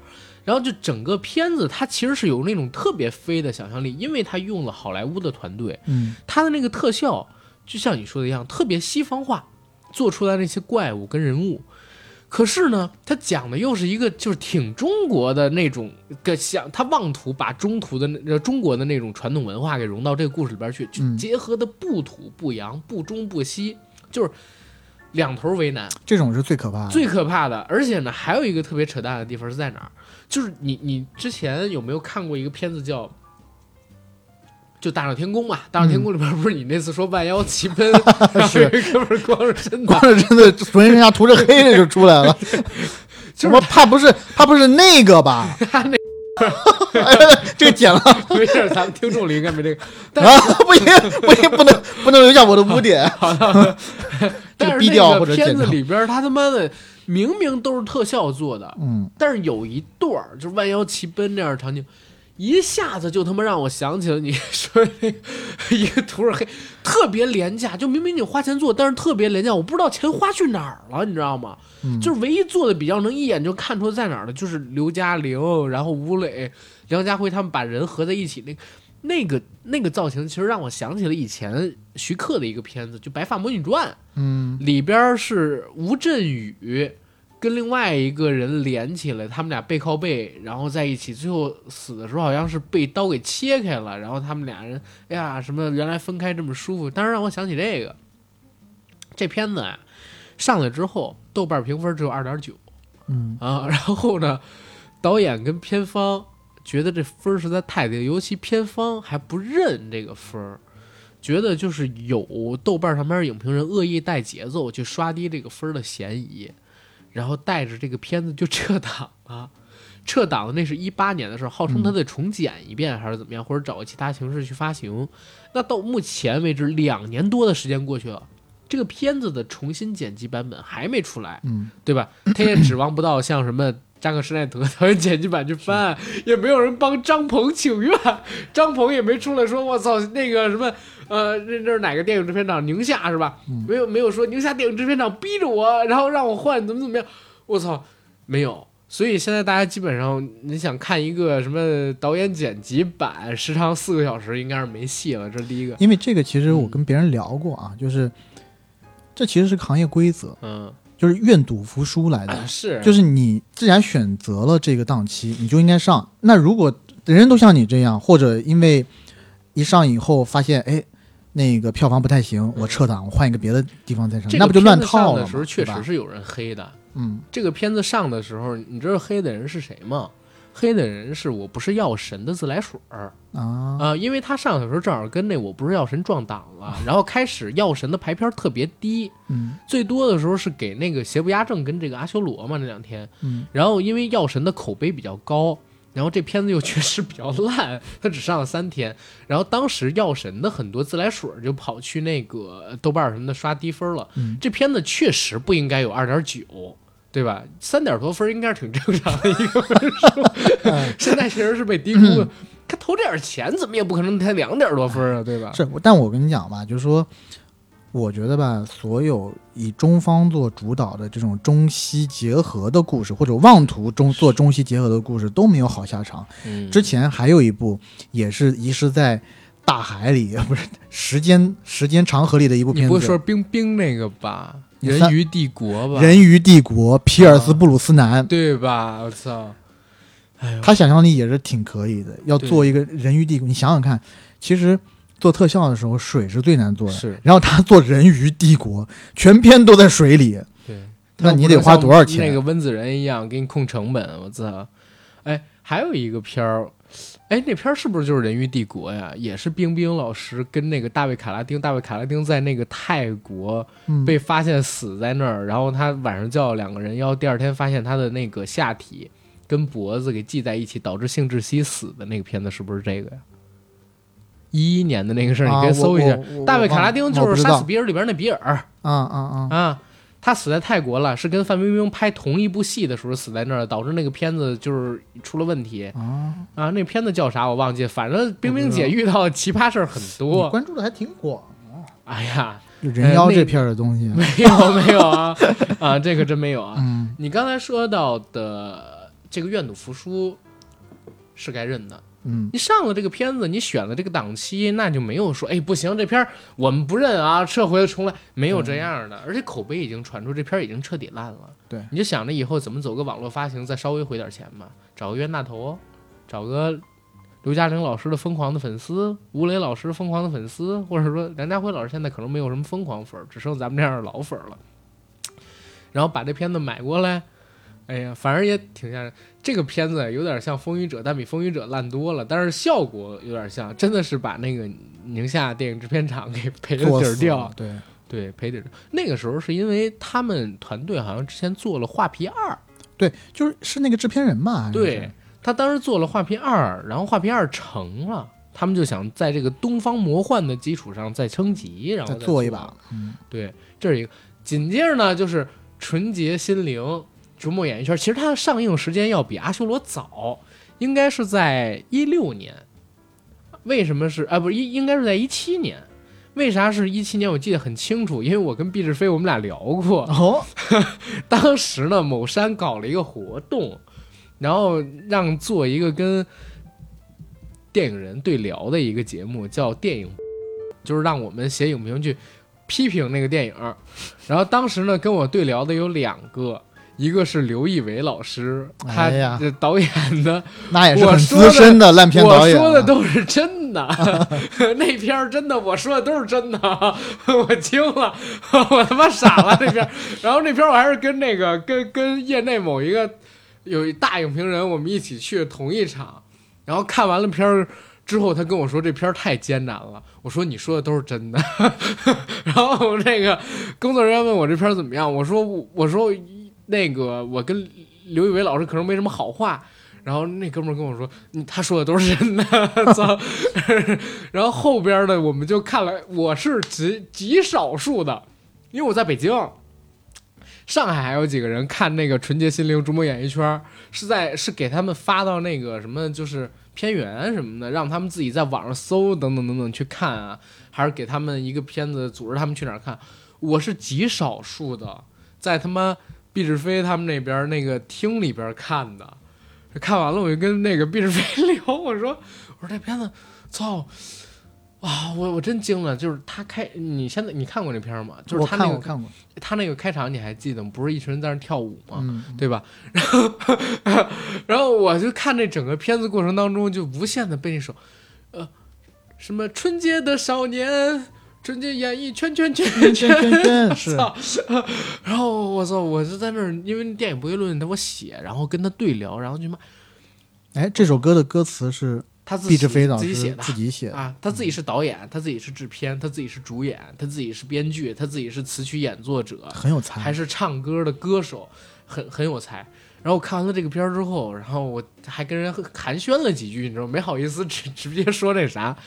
S2: 然后就整个片子，它其实是有那种特别飞的想象力，因为它用了好莱坞的团队，
S3: 嗯
S2: 它的那个特效就像你说的一样，特别西方化，做出来那些怪物跟人物。可是呢，它讲的又是一个就是挺中国的那种个想，他妄图把中途的那呃中国的那种传统文化给融到这个故事里边去，就
S3: 嗯
S2: 结合的不土不洋、不中不西，就是两头为难。
S3: 这种是最可怕的。
S2: 最可怕的，而且呢，还有一个特别扯淡的地方是在哪儿？就是你你之前有没有看过一个片子叫？就大闹天宫嘛，大闹天宫
S3: 嗯
S2: 里边不是你那次说万妖齐奔， 然后有一哥们儿光着身子
S3: 光，着真的 浑身上下涂着黑 的就出来了，
S2: 就
S3: 什
S2: 是
S3: 么怕不是怕不是那个吧？
S2: 他那
S3: 哎这个剪了
S2: 没事儿，咱们听众里应该没 这个，但
S3: 啊！不行不行，不能不能留下我的污点。这
S2: 但
S3: 个
S2: 是
S3: 低调
S2: 那
S3: 或
S2: 个
S3: 者
S2: 片
S3: 剪
S2: 子
S3: 掉。
S2: 里边他他妈的明明都是特效做的，
S3: 嗯，
S2: 但是有一段儿就是弯腰齐奔这样的场景，一下子就他妈让我想起了你说那个一个涂着黑，特别廉价，就明明你花钱做，但是特别廉价，我不知道钱花去哪儿了，你知道吗？
S3: 嗯
S2: 就是唯一做的比较能一眼就看出在哪儿的，就是刘嘉玲，然后吴磊、梁家辉他们把人合在一起那个。那个那个造型其实让我想起了以前徐克的一个片子，就《白发魔女传》。
S3: 嗯
S2: 里边儿是吴镇宇跟另外一个人连起来，他们俩背靠背，然后在一起，最后死的时候好像是被刀给切开了，然后他们俩人，哎呀，什么原来分开这么舒服，当时让我想起这个，这片子啊，上来之后豆瓣评分只有二点九
S3: 嗯
S2: 啊，然后呢，导演跟片方觉得这分儿实在太低，尤其片方还不认这个分儿，觉得就是有豆瓣上面影评人恶意带节奏去刷低这个分儿的嫌疑，然后带着这个片子就 撤档了。撤档的那是一八年的事儿，号称他得重剪一遍还是怎么样，或者找个其他形式去发行。那到目前为止，两年多的时间过去了，这个片子的重新剪辑版本还没出来。
S3: 嗯，
S2: 对吧？他也指望不到像什么扎克施耐德导演剪辑版去翻，也没有人帮张鹏请愿，张鹏也没出来说我操那个什么呃那那是哪个电影制片厂宁夏是吧？
S3: 嗯
S2: 没有没有说宁夏电影制片厂逼着我，然后让我换怎么怎么样，我操没有。所以现在大家基本上，你想看一个什么导演剪辑版，时长四个小时，应该是没戏了。这是第一个，
S3: 因为这个其实我跟别人聊过啊，就是这其实是个行业规则，
S2: 嗯，
S3: 就是愿赌服输来的
S2: 啊。是，
S3: 哎就是你既然选择了这个档期，你就应该上。那如果人人都像你这样，或者因为一上以后发现，哎，那个票房不太行，我撤档，我换一个别的地方再上，
S2: 嗯这
S3: 那
S2: 个
S3: 不就乱
S2: 片子上
S3: 套了
S2: 的
S3: 吗
S2: 时候，确
S3: 对吧
S2: 实是有人黑的，
S3: 嗯
S2: 这个片子上的时候，你知道黑的人是谁吗？黑的人是我不是药神的自来水儿
S3: 啊，
S2: 啊、因为他上的时候正好跟那我不是药神撞档了，然后开始药神的排片特别低，
S3: 嗯
S2: 最多的时候是给那个邪不压正跟这个阿修罗嘛那两天，
S3: 嗯
S2: 然后因为药神的口碑比较高，然后这片子又确实比较烂，它只上了三天。然后当时药神的很多自来水儿就跑去那个豆瓣儿什么的刷低分了。
S3: 嗯
S2: 这片子确实不应该有二点九。对吧？三点多分儿应该是挺正常的一个分 数，现在确实是被低估
S3: 嗯
S2: 了。他投这点钱，怎么也不可能才两点多分儿啊，对吧？
S3: 是。但我跟你讲吧，就是说，我觉得吧，所有以中方做主导的这种中西结合的故事，或者妄图中做中西结合的故事，都没有好下场。
S2: 嗯
S3: 之前还有一部也是遗失在大海里， 不是时间时间长河里的一部
S2: 你
S3: 片
S2: 不会
S3: 子，
S2: 说冰冰那个吧？
S3: 你
S2: 人
S3: 三
S2: 鱼帝国吧？
S3: 《人鱼帝国》，皮尔斯
S2: 啊
S3: ·布鲁斯南，
S2: 对吧？我操！哎呦，
S3: 他想象力也是挺可以的。要
S2: 对
S3: 做一个人鱼帝国，你想想看，其实做特效的时候水是最难做的，
S2: 是
S3: 然后他做人鱼帝国，全篇都在水里，
S2: 对，
S3: 那
S2: 他
S3: 你
S2: 不
S3: 得
S2: 能
S3: 花
S2: 像
S3: 多少钱啊
S2: 那个温子仁一样给你控成本，我操！哎，还有一个片儿，哎，那片儿是不是就是《人鱼帝国》呀？也是冰冰老师跟那个大卫·卡拉丁，大卫·卡拉丁在那个泰国
S3: 嗯，
S2: 被发现死在那儿，然后他晚上叫两个人要，第二天发现他的那个下体跟脖子给系在一起，导致性窒息死的那个片子，是不是这个呀？一一年的那个事儿，你
S3: 啊
S2: 可以搜一下
S3: 我我。我
S2: 大卫·卡拉丁
S3: 我
S2: 就
S3: 不
S2: 是
S3: 知
S2: 《杀
S3: 道
S2: 死比尔》里边那比尔
S3: 啊啊啊！
S2: 啊，他死在泰国了，是跟范冰冰拍同一部戏的时候死在那儿，导致那个片子就是出了问题
S3: 啊，
S2: 啊。那片子叫啥我忘记，反正冰冰
S3: 我不知
S2: 姐
S3: 道
S2: 遇到奇葩事儿很
S3: 你
S2: 多。
S3: 关注的还挺广，
S2: 哎呀，
S3: 就人妖
S2: 呃那
S3: 这片儿的东西。
S2: 没有没有啊啊，这个真没有啊。
S3: 嗯，
S2: 你刚才说到的这个愿赌服输是该认的。
S3: 嗯，
S2: 你上了这个片子，你选了这个档期，那就没有说，哎，不行，这片儿我们不认啊，撤回重来，没有这样的。而且口碑已经传出，这片儿已经彻底烂了。
S3: 对
S2: 你就想着以后怎么走个网络发行，再稍微回点钱吧，找个冤大头，找个刘嘉玲老师的疯狂的粉丝，吴磊老师疯狂的粉丝，或者说梁家辉老师现在可能没有什么疯狂粉儿，只剩咱们这样的老粉儿了。然后把这片子买过来，哎呀，反正也挺吓人。这个片子有点像《风雨者》，但比《风雨者》烂多了，但是效果有点像，真的是把那个宁夏电影制片厂给赔了
S3: 作
S2: 底儿
S3: 死
S2: 掉
S3: 了。。对，
S2: 对，赔底儿。那个时候是因为他们团队好像之前做了《画皮二》，
S3: 对，就是是那个制片人吧？还是
S2: 对，他当时做了《画皮二》，然后《画皮二》成了，他们就想在这个东方魔幻的基础上再升级，然后
S3: 再
S2: 再
S3: 做一把。。嗯，
S2: 对，这是一个。紧接着呢，就是《纯洁心灵》《逐梦演艺圈》，其实它的上映时间要比《阿修罗》早，应该是在一六年。为什么是啊？不是一，应该是在一七年。为啥是一七年？我记得很清楚，因为我跟毕志飞我们俩聊过，
S3: 哦，
S2: 当时呢，某山搞了一个活动，然后让做一个跟电影人对聊的一个节目，叫电影，就是让我们写影评去批评那个电影。然后当时呢，跟我对聊的有两个。一个是刘亦伟老师，他
S3: 哎呀
S2: 这导演的，
S3: 那也是
S2: 我
S3: 很
S2: 说
S3: 资
S2: 的
S3: 深的烂片
S2: 我
S3: 导演啊
S2: 说的
S3: 了。
S2: 都是真 的，那片儿真的，我说的都是真的，我惊了，我他妈傻了那片儿。然后那片儿我还是跟那个跟跟业内某一个有一大影评人，我们一起去同一场，然后看完了片儿。之后他跟我说这片儿太艰难了，我说你说的都是真的。 然后那个工作人员问我这片儿怎么样，我说我我说那个我跟刘仪伟老师可能没什么好话。然后那哥们儿跟我说，你他说的都是真的， 操！然后后边的我们就看了，我是极极少数的，因为我在北京、上海还有几个人看那个《纯洁心灵》《逐梦演艺圈》，是在是给他们发到那个什么就是片源什么的，让他们自己在网上搜等等等等去看啊，还是给他们一个片子组织他们去哪儿看。我是极少数的，在他妈毕志飞他们那边那个厅里边看的。看完了，我就跟那个毕志飞聊，我说：“我说这片子，操，哇，我我真惊了！就是他开，你现在你看过这片儿吗？就是
S3: 我
S2: 他
S3: 看
S2: 那
S3: 过
S2: 个
S3: 看过，
S2: 他那个开场你还记得吗？不是一群人在那儿跳舞吗？
S3: 嗯，
S2: 对吧？然后，然后我就看这整个片子过程当中，就无限的被那首，呃，什么春节的少年，春节演艺圈圈圈
S3: 圈圈圈 是
S2: 操！ 然后我操，我就在那儿，因为电影博弈论得我写，然后跟他对聊，然后就骂
S3: 哎，这首歌的歌词是
S2: 他自己
S3: 毕志飞老
S2: 自己
S3: 师
S2: 写的
S3: 自己写的，
S2: 啊，他自己是导演，他自己是制片，他自己是主演，他自己是编剧，他自己是词曲演作者，
S3: 很有才。
S2: 还是唱歌的歌手，很很有才。然后我看完了这个片儿之后，然后我还跟人寒暄了几句，你知道吗，没好意思直 直接说那啥。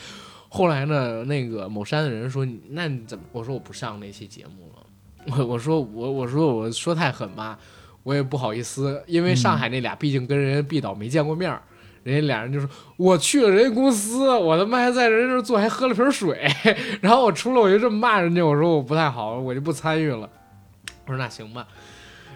S2: 后来呢，那个某山的人说：“你那你怎么？”我说：“我不上那期节目了。我”我说：“我我说我说太狠吧，我也不好意思，因为上
S3: 嗯
S2: 海那俩毕竟跟人家毕导没见过面儿，人家俩人就说我去了人家公司，我他妈还在人家那儿坐，还喝了瓶水， 然后我出来我就这么骂人家，我说我不太好，我就不参与了。我说那行吧，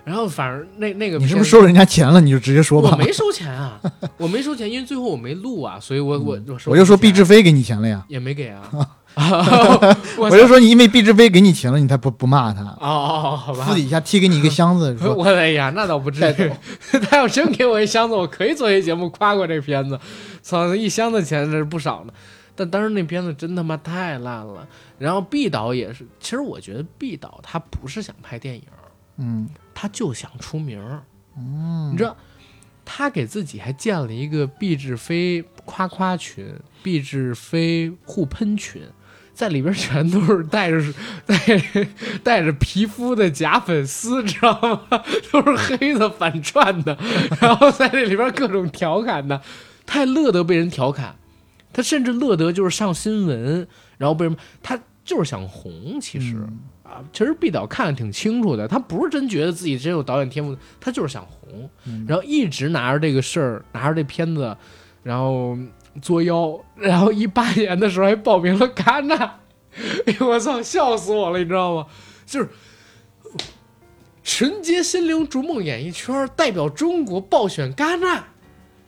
S2: 然后反正那那个
S3: 你是
S2: 片
S3: 不
S2: 子
S3: 是收人家钱了？你就直接说
S2: 我
S3: 吧。
S2: 没收钱啊，我没收钱，因为最后我没录啊，所以我我我收
S3: 嗯我就说毕
S2: 钱
S3: 志飞给你钱了呀，
S2: 也没给啊，我
S3: 我就说你因为毕志飞给你钱了，你才不不骂他，
S2: 哦哦，好 吧
S3: 私。底下贴给你一个箱子，说
S2: 我哎呀，那倒不至
S3: 带
S2: 于。 他要真给我一箱子，我可以做一节目夸过这片子。操，一箱子钱这是不少呢。但当时那片子真他妈太烂了。然后毕导也是，其实我觉得毕导他不是想拍电影，
S3: 嗯，
S2: 他就想出名。嗯，你知道，他给自己还建了一个毕志飞夸夸群、毕志飞互喷群，在里边全都是 带着带带着皮肤的假粉丝，知道吗？都是黑的反串的，然后在这里边各种调侃的，太乐得被人调侃。他甚至乐得就是上新闻，然后被人他就是想红，其实、
S3: 嗯
S2: 啊，其实毕导看得挺清楚的，他不是真觉得自己真有导演天赋，他就是想红，
S3: 嗯
S2: 然后一直拿着这个事儿，拿着这片子，然后作妖， 然后一八年的时候还报名了戛纳， 哎呦我操，笑死我了，你知道吗？就是。纯洁心灵逐梦演艺圈代表中国报选戛纳，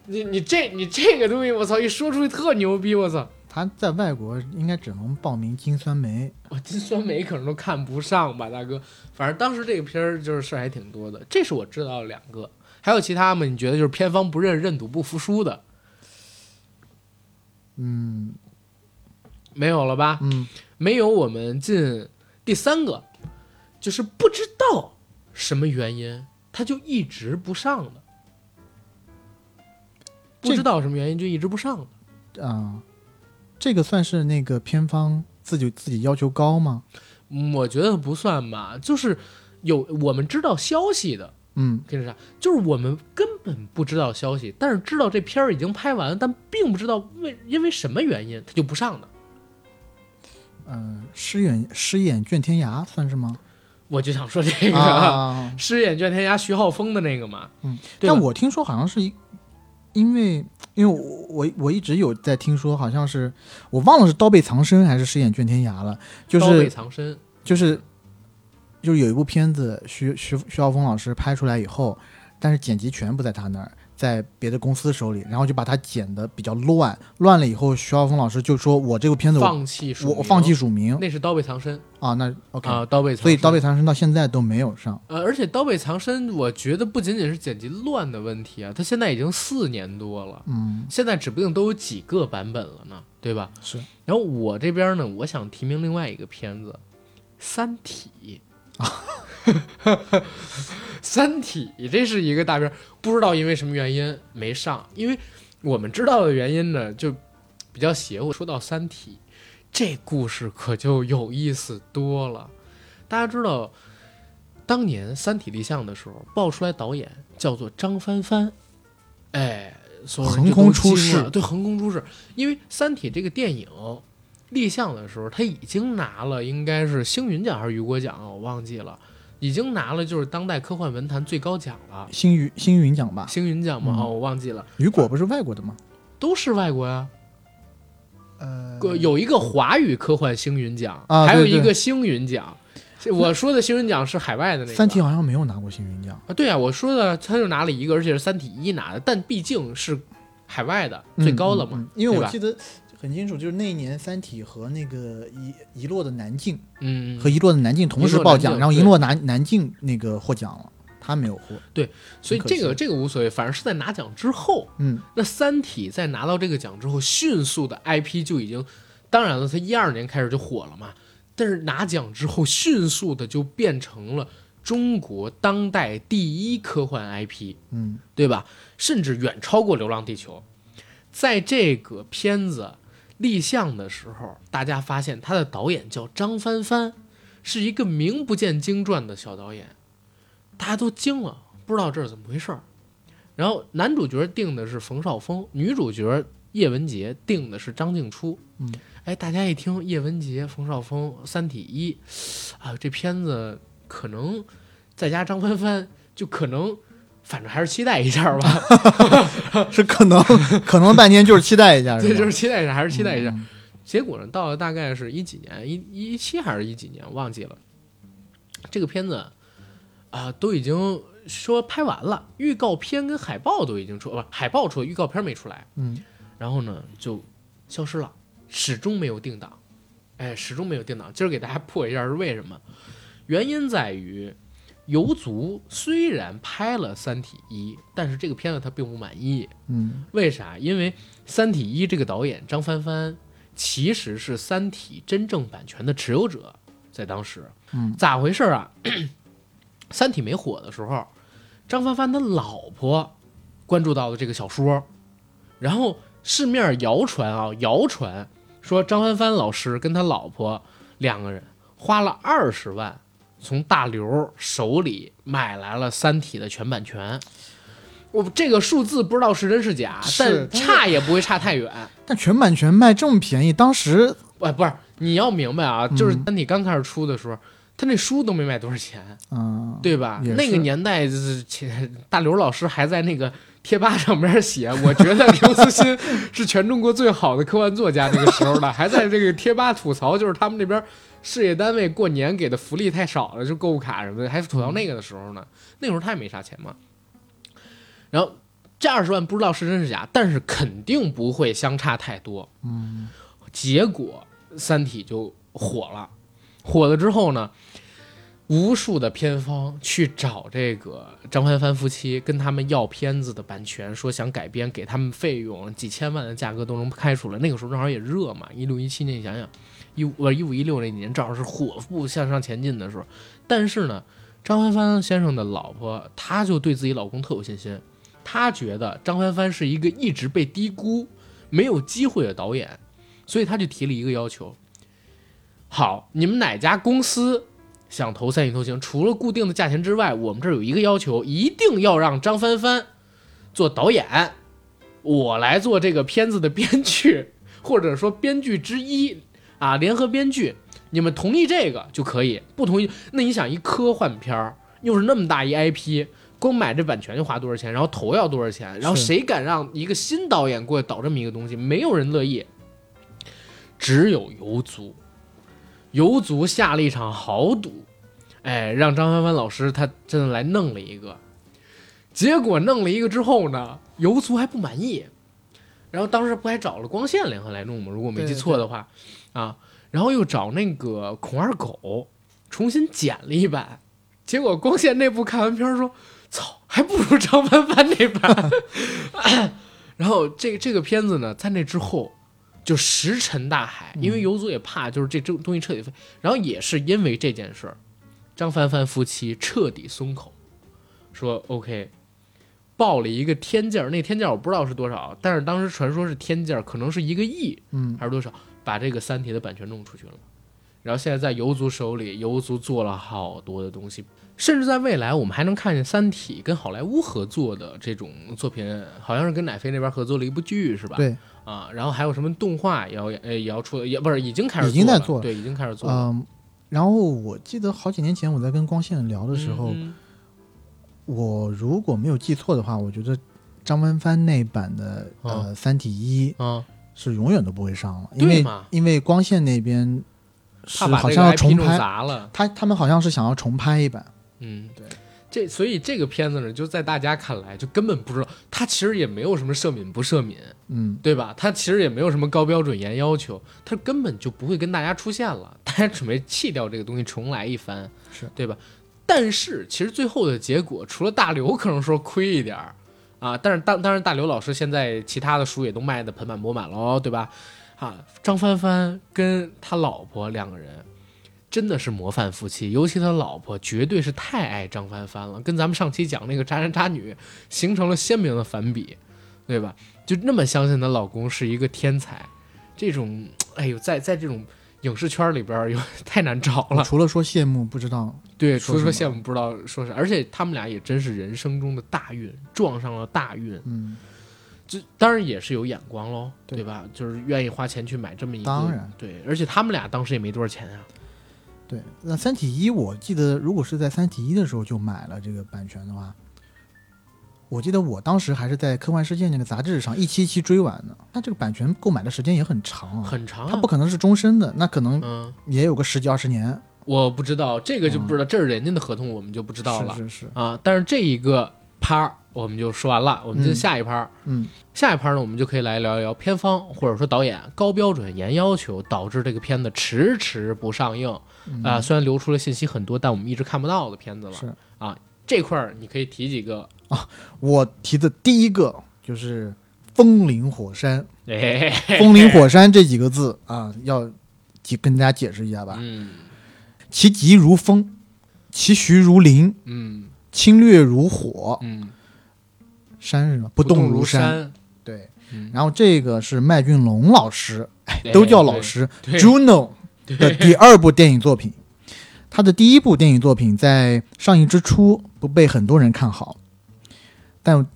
S2: 你你这你这个东西，我操！一说出去特牛逼，我操！
S3: 他在外国应该只能报名金酸梅，
S2: 我金酸梅可能都看不上吧，大哥。反正当时这个片儿就是事儿还挺多的，这是我知道的两个，还有其他吗？你觉得就是偏方不认，认赌不服输的
S3: 嗯
S2: 没有了吧？
S3: 嗯，
S2: 没有，我们进第三个，就是不知道什么原因，他就一直不上了。
S3: 这
S2: 不知道什么原因就一直不上了。
S3: 啊、这个算是那个片方自己自己要求高吗？
S2: 嗯我觉得不算吧，就是有我们知道消息的，
S3: 嗯
S2: 跟着啥？就是我们根本不知道消息，但是知道这片儿已经拍完了，但并不知道为因为什么原因它就不上了。
S3: 嗯，诗眼诗眼卷天涯算 是吗？
S2: 我就想说这个
S3: 啊，
S2: 饰演卷天涯徐浩峰的那个嘛，
S3: 嗯，
S2: 对吧
S3: 但我听说好像是一因为因为我我我一直有在听说，好像是我忘了是刀背藏身还是诗眼卷天涯了，就
S2: 刀背
S3: 是
S2: 藏身，
S3: 就是就是有一部片子徐徐徐浩峰老师拍出来以后，但是剪辑权不在他那儿，在别的公司手里，然后就把它剪得比较乱，乱了以后，徐浩峰老师就说我这个片子我
S2: 放弃署
S3: 我
S2: 名
S3: 我放弃，署名
S2: 那是刀背藏身
S3: 啊，那 OK，、
S2: 啊，刀背藏身，
S3: 所以刀背藏身到现在都没有上。
S2: 呃，而且刀背藏身，我觉得不仅仅是剪辑乱的问题啊，它现在已经四年多了，
S3: 嗯，
S2: 现在指不定都有几个版本了呢，对吧？
S3: 是
S2: 然后我这边呢，我想提名另外一个片子，《三体》 啊，《三体》这是一个大片儿，不知道因为什么原因没上，因为我们知道的原因呢，就比较邪乎。说到《三体》，这故事可就有意思多了。大家知道，当年《三体》立项的时候，爆出来导演叫做张帆帆，哎，所有人
S3: 横
S2: 就都
S3: 空出
S2: 惊了
S3: 世
S2: 对，横空出世。因为《三体》这个电影立项的时候，他已经拿了应该是星云奖还是雨果奖啊，我忘记了，已经拿了就是当代科幻文坛最高奖了，
S3: 星云星云奖吧，
S2: 星云奖嘛，
S3: 嗯
S2: 哦，我忘记了，
S3: 雨果不是外国的吗？
S2: 都是外国呀、
S3: 呃
S2: 个有一个华语科幻星云奖，
S3: 啊
S2: 还有
S3: 对对
S2: 一个星云奖。我说的星云奖是海外的那个。
S3: 三体好像没有拿过星云奖。
S2: 啊，对啊，我说的他就拿了一个，而且是《三体一》拿的，但毕竟是海外的、最高了嘛。
S3: 嗯嗯嗯因为
S2: 对
S3: 我
S2: 吧
S3: 记得很清楚，就是那一年《三体》和那个遗遗落的南境
S2: 嗯，
S3: 和遗落的南境同时
S2: 遗落
S3: 报
S2: 南境
S3: 奖，然后
S2: 对
S3: 遗落南南境那个获奖了，他没有获。
S2: 所以
S3: 很可
S2: 这个
S3: 惜
S2: 这个无所谓，反正是在拿奖之后，
S3: 嗯
S2: 那《三体》在拿到这个奖之后，迅速的 IP 就已经，当然了，它一二年开始就火了嘛。但是拿奖之后，迅速的就变成了中国当代第一科幻 IP，
S3: 嗯，
S2: 对吧？甚至远超过《流浪地球》。在这个片子立项的时候，大家发现他的导演叫张帆帆，是一个名不见经传的小导演，大家都惊了，不知道这是怎么回事儿。然后男主角定的是冯绍峰，女主角叶文洁定的是张静初。
S3: 嗯，
S2: 哎，大家一听叶文洁、冯绍峰《三体一》，啊，这片子可能再加张帆帆，就可能，反正还是期待一下吧。
S3: 是可 能可能半啊天就是期待一下，
S2: 对，就是是期待一下，还是
S3: 吧
S2: 期待一下。。
S3: 嗯
S2: 结果呢，到了大概是一几年，一一七还是一几年，忘记了。这个片子啊、都已经说拍完了，预告片跟海报都已经出，不、海报出了，预告片没出来。
S3: 嗯，
S2: 然后呢，就消失了，始终没有定档。哎，始终没有定档。今儿给大家破一下是为什么？原因在于，游族虽然拍了《三体一》，但是这个片子他并不满意。
S3: 嗯
S2: 为啥？因为《三体一》这个导演张帆帆其实是《三体》真正版权的持有者，在当时，
S3: 嗯，
S2: 咋回事啊？ 咳《三体》没火的时候，张帆帆的老婆关注到了这个小说，然后市面谣传啊，谣传说张帆帆老师跟他老婆两个人花了二十万。从大刘手里买来了《三体》的全版权，我这个数字不知道是真是假，
S3: 是
S2: 但
S3: 但是
S2: 差也不会差太远。
S3: 但全版权卖这么便宜，当时
S2: 哎，不是，你要明白啊，就是《
S3: 嗯
S2: 三体》刚开始出的时候，他那书都没卖多少钱，
S3: 嗯，
S2: 对吧？
S3: 也
S2: 那个
S3: 是
S2: 年代，就是前大刘老师还在那个贴吧上边写， 我觉得刘慈欣是全中国最好的科幻作家。那个时候呢， 还在这个贴吧吐槽，就是他们那边事业单位过年给的福利太少了，就购物卡什么的，还吐槽那个的时候呢，那时候他也没啥钱嘛。然后这二十万不知道是真是假，但是肯定不会相差太多。
S3: 嗯，
S2: 结果《三体》就火了，火了之后呢，无数的片方去找这个张帆帆夫妻，跟他们要片子的版权，说想改编，给他们费用几千万的价格都能拍出来。那个时候正好也热嘛，一六一七年，你想想，一五呃一五一六那年正好是火步向上前进的时候。但是呢，张帆帆先生的老婆，她就对自己老公特有信心，她觉得张帆帆是一个一直被低估、没有机会的导演。所以他就提了一个要求：好，你们哪家公司想投《三体通行》，除了固定的价钱之外，我们这儿有一个要求，一定要让张帆帆做导演，我来做这个片子的编剧，或者说编剧之一啊，联合编剧。你们同意这个就可以，不同意那你想一科幻片儿，又是那么大一 IP，光买这版权就花多少钱，然后投要多少钱，然后
S3: 是
S2: 谁敢让一个新导演过来导这么一个东西？没有人乐意，只有游族。游族下了一场豪赌，哎，让张帆帆老师他真的来弄了一个，结果弄了一个之后呢，游族还不满意，然后当时不还找了光线联合来弄吗？如果我没
S3: 对
S2: 记
S3: 对
S2: 错的话，啊，然后又找那个孔二狗重新剪了一版，结果光线那部看完片儿说，操，还不如张帆帆那 版。然后这这个片子呢，在那之后就石沉大海，因为
S3: 嗯
S2: 游族也怕就是这这东西彻底废，然后也是因为这件事儿，张帆帆夫妻彻底松口，说 OK。报了一个天价儿，那天价儿我不知道是多少，但是当时传说是天价儿，可能是一个亿，
S3: 嗯，
S2: 还是多少，把这个《三体》的版权弄出去了。然后现在在游族手里，游族做了好多的东西，甚至在未来我们还能看见《三体》跟好莱坞合作的这种作品，好像是跟奶飞那边合作了一部剧，是吧？
S3: 对，
S2: 啊，然后还有什么动画也要呃也要出，也不是已经开始
S3: 已经在
S2: 做
S3: 做
S2: 了，
S3: 了
S2: 对，已经开始做了。
S3: 嗯，然后我记得好几年前我在跟光线聊的时候，
S2: 嗯
S3: 我如果没有记错的话，我觉得张帆帆那版的呃《三体一》
S2: 嗯
S3: 是永远都不会上了，因
S2: 哦对
S3: 为
S2: 嘛
S3: 因为光线那边是
S2: 怕把
S3: 好
S2: 这
S3: 像
S2: 个
S3: 要
S2: IP
S3: 重
S2: 弄
S3: 拍，
S2: 砸了。
S3: 他他们好像是想要重拍一版，
S2: 嗯，
S3: 对。
S2: 这所以这个片子呢，就在大家看来就根本不知道，它其实也没有什么赦敏不赦敏，
S3: 嗯，
S2: 对吧？它其实也没有什么高标准严要求，它根本就不会跟大家出现了。大家准备弃掉这个东西，重来一番，
S3: 是
S2: 对吧？但是其实最后的结果，除了大刘可能说亏一点儿啊，但是当当然大刘老师现在其他的书也都卖的盆满钵满喽，对吧？啊，张帆帆跟他老婆两个人真的是模范夫妻，尤其他老婆绝对是太爱张帆帆了，跟咱们上期讲那个渣男渣女形成了鲜明的反比，对吧？就那么相信她老公是一个天才，这种哎呦，在在这种影视圈里边儿有 太难找
S3: 我
S2: 了。
S3: 除了说谢幕，不知道
S2: 对，除
S3: 说
S2: 了说
S3: 什
S2: 羡
S3: 么
S2: 慕不知道说啥，而且他们俩也真是人生中的大运，撞上了大运，
S3: 嗯，
S2: 这当然也是有眼光喽，
S3: 对
S2: 对吧？就是愿意花钱去买这么一个，
S3: 当然
S2: 对，而且他们俩当时也没多少钱啊，
S3: 对。那《三体一》，我记得如果是在《三体一》的时候就买了这个版权的话，我记得我当时还是在《科幻世界》那个杂志上一期一期追完的。它这个版权购买的时间也很长啊，
S2: 很长、啊，
S3: 它不可能是终身的，那可能
S2: 嗯，
S3: 也有个十几二十年。
S2: 我不知道这个就不知道，这是人家的合同，我们就不知道了
S3: 嗯是是是，
S2: 啊。但是这一个趴儿我们就说完了，我们进
S3: 嗯
S2: 下一趴儿。
S3: 嗯
S2: 下一盘呢，我们就可以来聊一聊片方或者说导演高标准、严要求，导致这个片子迟迟不上映。啊、
S3: 嗯
S2: 虽然流出了信息很多，但我们一直看不到的片子了。
S3: 是
S2: 这块儿你可以提几个？
S3: 我提的第一个就是《风林火山
S2: 哎，》，
S3: 《风林火山》这几个字啊，要解跟大家解释一下吧。
S2: 嗯
S3: 其疾如风，其徐如林，
S2: 嗯
S3: 侵略如火，
S2: 嗯，
S3: 山是什么？
S2: 不
S3: 不动
S2: 如
S3: 如山。
S2: 山，
S3: 对
S2: 嗯，
S3: 然后这个是麦浚龙老师，哎都叫老师
S2: 对。对
S3: ，Juno 的第二部电影作品。他的第一部电影作品在上映之初不被很多人看好，但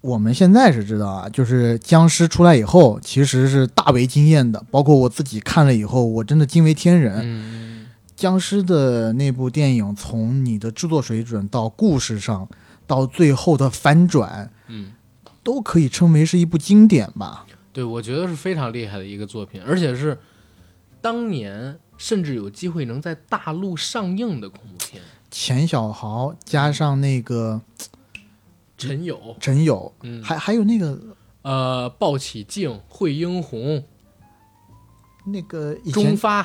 S3: 我们现在是知道啊，就是僵尸出来以后，其实是大为惊艳的，包括我自己看了以后，我真的惊为天人。
S2: 嗯，
S3: 僵尸的那部电影，从你的制作水准到故事上，到最后的反转，
S2: 嗯，
S3: 都可以称为是一部经典吧。
S2: 对，我觉得是非常厉害的一个作品，而且是当年甚至有机会能在大陆上映的恐怖片。
S3: 钱小豪加上那个
S2: 陈友，
S3: 陈友，
S2: 嗯，
S3: 还还有那个
S2: 呃，鲍起静、惠英红、
S3: 那个以
S2: 中
S3: 前
S2: 发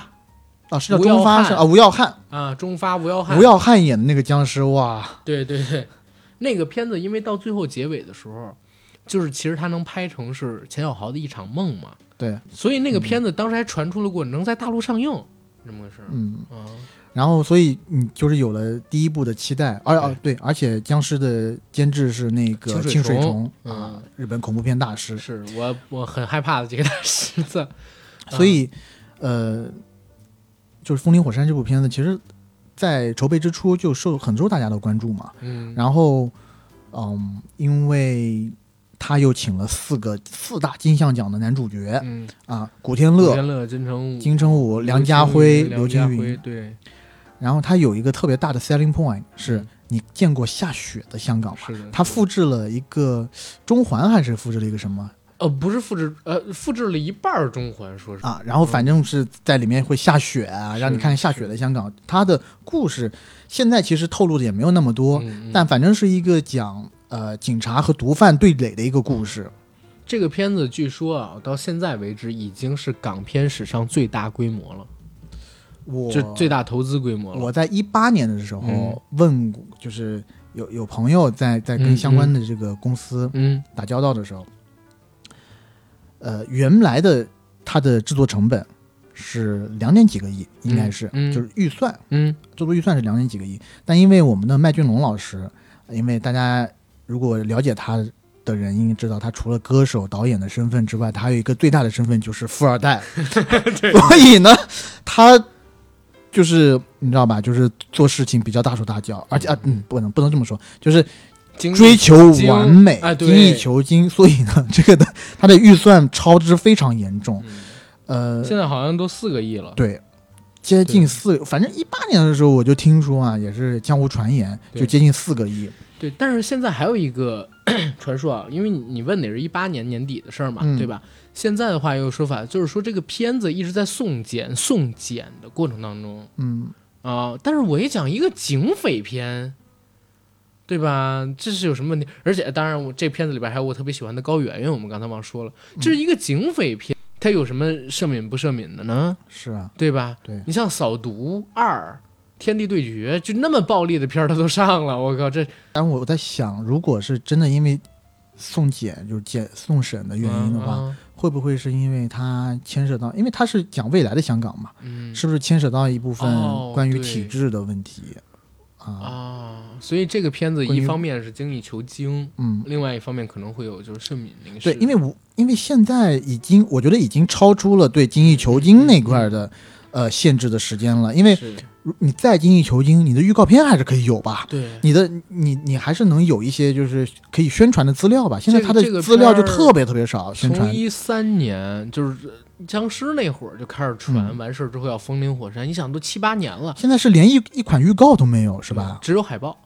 S3: 啊是叫
S2: 吴耀
S3: 中发
S2: 汉
S3: 是啊吴耀汉，
S2: 啊，中发吴耀汉，
S3: 吴耀汉演的那个僵尸哇，
S2: 对对对，那个片子因为到最后结尾的时候，就是其实他能拍成是钱小豪的一场梦嘛，
S3: 对，
S2: 所以那个
S3: 嗯
S2: 片子当时还传出了过能在大陆上映，这么回事儿。
S3: 嗯，
S2: 嗯
S3: 然后所以你就是有了第一部的期待，而啊对，而且僵尸的监制是那个
S2: 清水
S3: 清水
S2: 崇
S3: 崇啊
S2: 嗯，
S3: 日本恐怖片大师，
S2: 是我我很害怕的这个大 狮子，
S3: 所以
S2: 嗯
S3: 呃，就是《风林火山》这部片子，其实，在筹备之初就受很受大家的关注嘛，
S2: 嗯，
S3: 然后，嗯，因为他又请了四个四大金像奖的男主角
S2: 嗯，
S3: 啊，古天
S2: 古
S3: 乐、
S2: 天乐、金城武、
S3: 金城武、
S2: 刘
S3: 梁
S2: 青
S3: 家
S2: 云
S3: 辉、
S2: 梁
S3: 刘
S2: 家
S3: 青
S2: 辉，
S3: 云。
S2: 对，
S3: 然后他有一个特别大的 selling point，是
S2: 嗯
S3: 你见过下雪的香港吗？
S2: 是的，
S3: 他复制了一个中环，还是复制了一个什么
S2: 呃不是复制呃复制了一半儿中环，说是
S3: 啊？然后反正是在里面会下雪啊，让你
S2: 嗯是
S3: 看下雪的香港。他的故事现在其实透露的也没有那么多，
S2: 嗯嗯
S3: 但反正是一个讲呃警察和毒贩对垒的一个
S2: 嗯
S3: 故事。
S2: 这个片子据说啊，到现在为止已经是港片史上最大规模了，
S3: 我
S2: 就最大投资规模了。
S3: 我在一八年的时
S2: 嗯
S3: 候问过，就是有有朋友在在跟相关的这个公司
S2: 嗯
S3: 打交道的时候，呃，原来的它的制作成本是两点几个亿，应该是、
S2: 嗯嗯
S3: 就是预算
S2: 嗯
S3: 制作预算是两点几个亿，但因为我们的麦浚龙老师，因为大家如果了解他。的人应该知道，他除了歌手、导演的身份之外，他还有一个最大的身份就是富 二代。所以呢，他就是你知道吧，就是做事情比较大手大脚，而且啊，嗯，不能不能这么说，就是
S2: 经
S3: 追求完美，
S2: 精啊对
S3: 精益求精。所以呢，这个的他的预算超支非常严重，呃，
S2: 嗯现在好像都四个亿了。
S3: 对，接近
S2: 对
S3: 四，反正一八年的时候我就听说啊，也是江湖传言，
S2: 对
S3: 就接近四个亿。
S2: 对，但是现在还有一个 传说啊，因为你你问的是一八年年底的事儿嘛，
S3: 嗯
S2: 对吧？现在的话有个说法，就是说这个片子一直在送检送检的过程当中
S3: 嗯，
S2: 啊、但是我一讲一个警匪片。对吧？这是有什么问题？而且当然，我这片子里边还有我特别喜欢的高圆圆，我们刚才忘说了，
S3: 嗯
S2: 这是一个警匪片，它有什么赦免不赦免的呢？
S3: 是啊，
S2: 对吧？
S3: 对
S2: 你像《扫毒二》《天地对决》，就那么暴力的片儿，它都上了，我靠，这
S3: 但我在想，如果是真的因为送检就是检送审的原因的话，
S2: 嗯
S3: 会不会是因为它牵涉到，因为它是讲未来的香港嘛，
S2: 嗯
S3: 是不是牵涉到一部分
S2: 哦
S3: 关于
S2: 对
S3: 体制的问题、啊？
S2: 啊，所以这个片子
S3: 关
S2: 一
S3: 于
S2: 方面是精益求精，
S3: 嗯，
S2: 另外一方面可能会有就是赦免那个事
S3: 对，
S2: 情
S3: 因为我因为现在已经，我觉得已经超出了对精益求
S2: 嗯
S3: 精那块儿的呃限制的时间了。因为
S2: 是
S3: 如你再精益求精，你的预告片还是可以有吧？
S2: 对
S3: 你的你你还是能有一些就是可以宣传的资料吧？现在
S2: 这个
S3: 它的
S2: 这个
S3: 资料就
S2: 片儿
S3: 特别特别少，宣
S2: 从
S3: 传
S2: 一三年就是僵尸那会儿就开始传，
S3: 嗯
S2: 完事儿之后要风林火山，你想都七八年了，
S3: 现在是连一一款预告都没有，
S2: 嗯
S3: 是吧？
S2: 只有海报，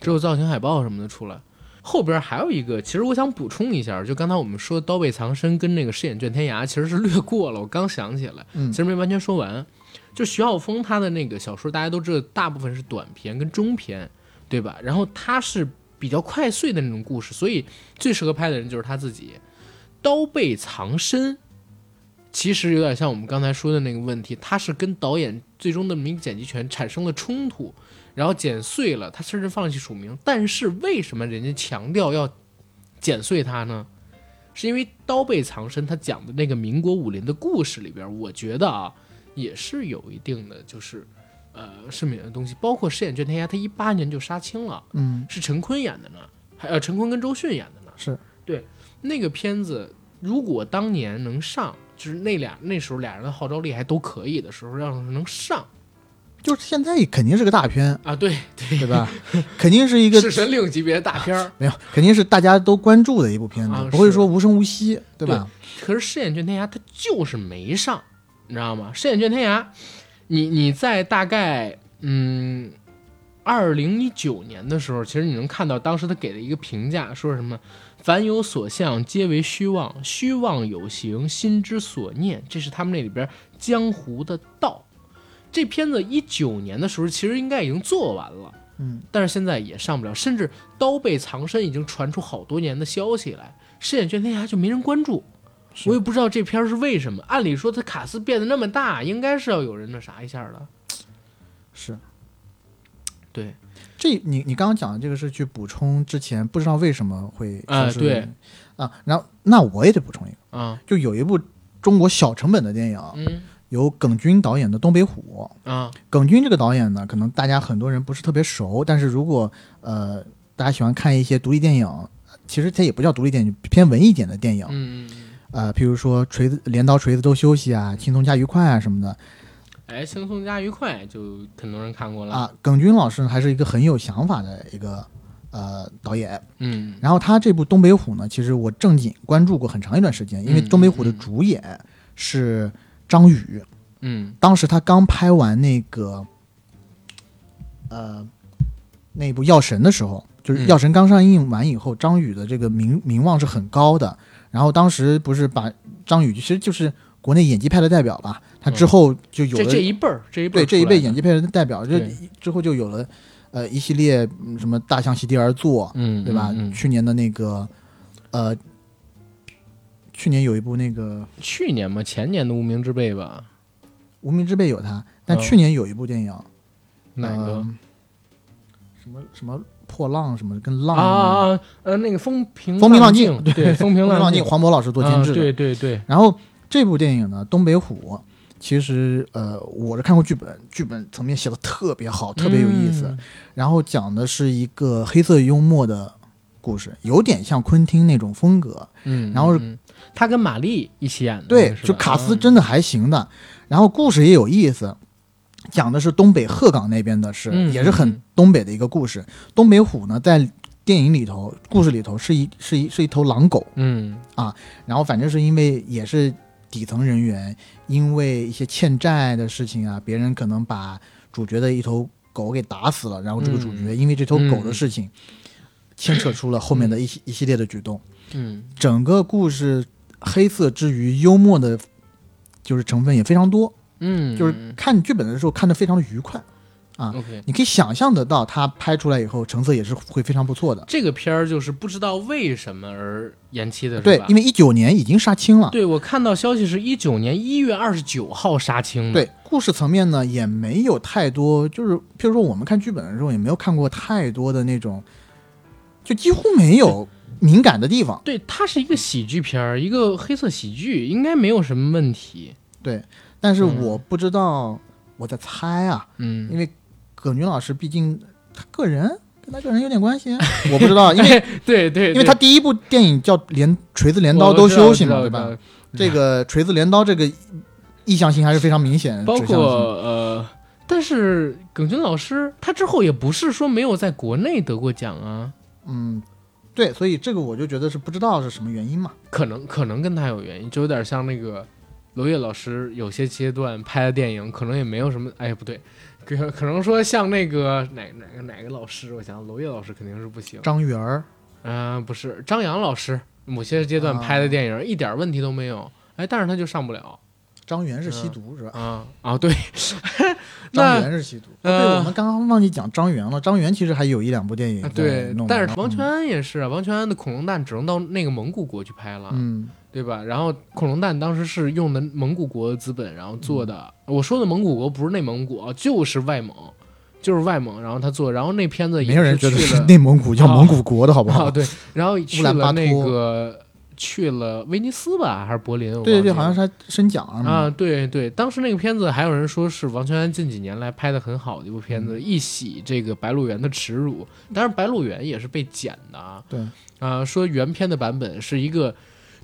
S2: 只有造型海报什么的出来。后边还有一个，其实我想补充一下，就刚才我们说《刀背藏身》跟那个《饰演卷天涯》，其实是略过了，我刚想起来，
S3: 嗯
S2: 其实没完全说完。就徐浩峰他的那个小说，大家都知道，大部分是短篇跟中篇，对吧？然后他是比较快碎的那种故事，所以最适合拍的人就是他自己。刀背藏身，其实有点像我们刚才说的那个问题，它是跟导演最终的名剪辑权产生了冲突，然后剪碎了，他甚至放弃署名。但是为什么人家强调要剪碎它呢？是因为《刀背藏身》他讲的那个民国武林的故事里边，我觉得啊，也是有一定的就是，呃，市民的东西，包括饰演卷天涯，他一八年就杀青了，
S3: 嗯，
S2: 是陈坤演的呢，还呃陈坤跟周迅演的呢。
S3: 是
S2: 对那个片子，如果当年能上，就是那俩那时候俩人的号召力还都可以的时候，要是能上，
S3: 就是现在肯定是个 大片，
S2: 啊，对
S3: 对吧？肯定是一
S2: 《
S3: 个
S2: 弑神令》级别的大片儿。
S3: 没有，肯定是大家都关注的一部片子，
S2: 啊
S3: 不会
S2: 是
S3: 说无声无息，对吧？
S2: 可是《饰演卷天涯》它就是没上，你知道吗？《饰演卷天涯》，你你在大概嗯，二零一九年的时候，其实你能看到当时他给的一个评价，说什么“凡有所向，皆为虚妄；虚妄有形，心之所念”，这是他们那里边江湖的道。这片子一九年的时候，其实应该已经做完了。
S3: 嗯，
S2: 但是现在也上不了，甚至《刀背藏身》已经传出好多年的消息来，《饰演卷天涯》就没人关注。我也不知道这片儿是为什么。按理说他卡斯变得那么大，应该是要有人那啥一下的。
S3: 是。
S2: 对，
S3: 这你你刚刚讲的这个是去补充之前不知道为什么会
S2: 哎
S3: 消失的
S2: 对
S3: 原因啊，然后那我也得补充一个，
S2: 啊，
S3: 就有一部中国小成本的电影，
S2: 嗯
S3: 由耿军导演的《东北虎》。
S2: 啊，
S3: 耿军这个导演呢，可能大家很多人不是特别熟，但是如果呃大家喜欢看一些独立电影，其实它也不叫独立电影，偏文艺一点的电影，
S2: 嗯，嗯嗯
S3: 呃，譬如说锤子镰刀锤子都休息啊，轻松加愉快啊什么的
S2: 哎，轻松加愉快就很多人看过了。
S3: 啊。耿军老师还是一个很有想法的一个呃导演。
S2: 嗯
S3: 然后他这部《东北虎》呢，其实我正经关注过很长一段时间，因为
S2: 嗯
S3: 《东北虎》的
S2: 嗯嗯
S3: 主演是张宇，
S2: 嗯
S3: 当时他刚拍完那个，呃，那部《药神》的时候，就
S2: 嗯
S3: 是《药神》刚上映完以后，张宇的这个名名望是很高的。然后当时不是把张宇其实就是国内演技派的代表吧，他
S2: 嗯
S3: 之后就有
S2: 这
S3: 了、
S2: 这一辈儿，这一辈儿
S3: 对这一辈演
S2: 技，
S3: 技派的代表，这
S2: 对
S3: 之后就有了呃一系列嗯什么大象席地而坐，
S2: 嗯，
S3: 对吧？
S2: 嗯嗯
S3: 去年的那个呃，去年有一部那个
S2: 去年嘛，前年的无名之辈吧，
S3: 无名之辈有他，但
S2: 嗯
S3: 去年有一部电影。
S2: 哪个？啊
S3: 嗯什么什么破浪什么跟
S2: 啊
S3: 浪
S2: 啊啊！呃，那个风平
S3: 风平浪
S2: 静，
S3: 静
S2: 对，风
S3: 风
S2: 平
S3: 平浪
S2: 静，
S3: 黄渤老师做监制
S2: 啊
S3: 的。
S2: 对对对，
S3: 然后这部电影呢，《东北虎》，其实呃，我是看过剧本，剧本层面写的特别好，特别有意思。
S2: 嗯
S3: 然后讲的是一个黑色幽默的故事，有点像昆汀那种风格。
S2: 嗯，
S3: 然后
S2: 嗯他跟玛丽一起演的，
S3: 对，
S2: 是吧
S3: 就卡斯
S2: 嗯
S3: 真的还行的。然后故事也有意思，讲的是东北鹤岗那边的事，
S2: 嗯
S3: 也是很东北的一个故事。东北虎呢，在电影里头、故事里头是一是一是一头狼狗，
S2: 嗯
S3: 然后反正是因为也是底层人员，因为一些欠债的事情啊，别人可能把主角的一头狗给打死了，然后这个主
S2: 嗯
S3: 角因为这头狗的事情，牵扯出了后面的一系一系列的举动。
S2: 嗯
S3: 整个故事黑色之余，幽默的，就是成分也非常多。
S2: 嗯，
S3: 就是看剧本的时候看得非常的愉快，啊
S2: OK。
S3: 你可以想象得到它拍出来以后成色也是会非常不错的。
S2: 这个片儿就是不知道为什么而延期的，是
S3: 对
S2: 吧，
S3: 因为一九年已经杀青了。
S2: 对我看到消息是一九年一月二十九号杀青的，
S3: 对，故事层面呢也没有太多，就是譬如说我们看剧本的时候也没有看过太多的那种，就几乎没有敏感的地方。
S2: 对它是一个喜剧片儿，一个黑色喜剧，应该没有什么问题。
S3: 对，但是
S2: 嗯
S3: 我不知道，我在猜啊，因
S2: 嗯，
S3: 为葛军老师毕竟他个人跟他个人有点 关系，啊我不知道，因为
S2: 对对，
S3: 因为他第一部电影叫《镰锤子
S2: 对
S3: 镰刀都休息》嘛，
S2: 我
S3: 对
S2: 知道我知
S3: 吧？
S2: 道
S3: 这个锤子镰刀这个意向性还是非常明显的，
S2: 包
S3: 指向
S2: 括
S3: 性
S2: 呃，但是耿军老师他之后也不是说没有在国内得过奖啊，
S3: 嗯，对，所以这个我就觉得是不知道是什么原因嘛。
S2: 可能可能跟他有原因，就有点像那个娄烨老师有些阶段拍的电影，可能也没有什么，哎，不对，可可能说像那个哪哪个哪个老师，我想娄烨老师肯定是不行，
S3: 张元儿，
S2: 嗯、不是张扬老师，某些阶段拍的电影、一点问题都没有，哎，但是他就上不了
S3: 张元是吸毒、是吧？
S2: 啊啊，对，
S3: 张
S2: 那
S3: 元是吸毒。
S2: 呃
S3: 对，我们刚刚忘记讲张元了。张元其实还有一两部电影
S2: 啊
S3: 在
S2: 对
S3: 弄，的嗯
S2: 但是王全安也是，啊，王全安的恐龙蛋只能到那个蒙古国去拍了，
S3: 嗯，
S2: 对吧？然后恐龙蛋当时是用的蒙古国资本，然后做的。我说的蒙古国不是内蒙古啊，就是外蒙，就是外蒙。然后他做，然后那片子
S3: 嗯
S2: 也
S3: 没有人觉得
S2: 去
S3: 是
S2: 了
S3: 内蒙古叫
S2: 啊
S3: 蒙古国的好不好？
S2: 啊，对，然后去
S3: 乌兰
S2: 了
S3: 巴托
S2: 那个去了威尼斯吧，还是柏林？我忘
S3: 对对
S2: 记
S3: 对，
S2: 了
S3: 好像是还申奖了嘛。
S2: 啊，对对，当时那个片子还有人说是王全安近几年来拍的很好的一部片
S3: 嗯
S2: 子，一洗这个《白鹿原》的耻辱。当然，《白鹿原》也是被剪的啊。
S3: 对
S2: 啊、说原片的版本是一个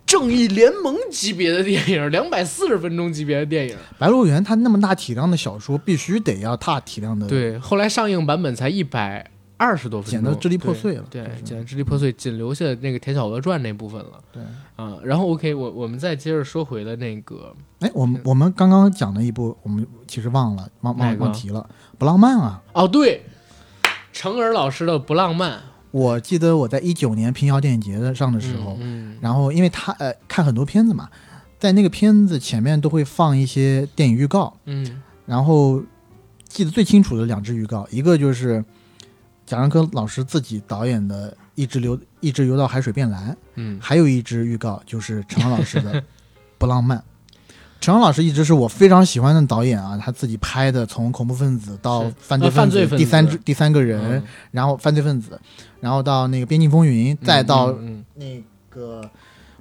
S2: 正义联盟级别的电影，两百四十分钟级别的电影。
S3: 白鹿原》它那么大体量的小说，必须得要大体量的，，
S2: 对，后来上映版本才一百二十多分钟，
S3: 剪得支离破碎了
S2: 对，
S3: 就
S2: 对
S3: 是
S2: 剪得支离破碎，仅留下那个《田小娥传》那部分了。
S3: 对
S2: 啊，然后 OK，我我们再接着说回了那个
S3: 哎，我们我们刚刚讲的一部，我们其实忘了，忘
S2: 哪
S3: 忘
S2: 个
S3: 忘提了，不浪漫啊！
S2: 哦，对，成尔老师的《不浪漫》
S3: 我记得我在一九年平遥电影节的上的时候，
S2: 嗯，嗯
S3: 然后因为他呃看很多片子嘛，在那个片子前面都会放一些电影预告，
S2: 嗯
S3: 然后记得最清楚的两支预告，一个就是贾樟柯老师自己导演的《一直流一直游到海水变蓝》，
S2: 嗯，
S3: 还有一支预告就是陈昂老师的《不浪漫》。陈昂老师一直是我非常喜欢的导演啊，他自己拍的从恐怖分子到
S2: 是
S3: 犯罪
S2: 呃犯
S3: 分子、
S2: 罪分
S3: 第三
S2: 子
S3: 支第三个人，
S2: 嗯
S3: 然后犯罪分子，然后到那个《边境风云》，再到
S2: 嗯，
S3: 那个《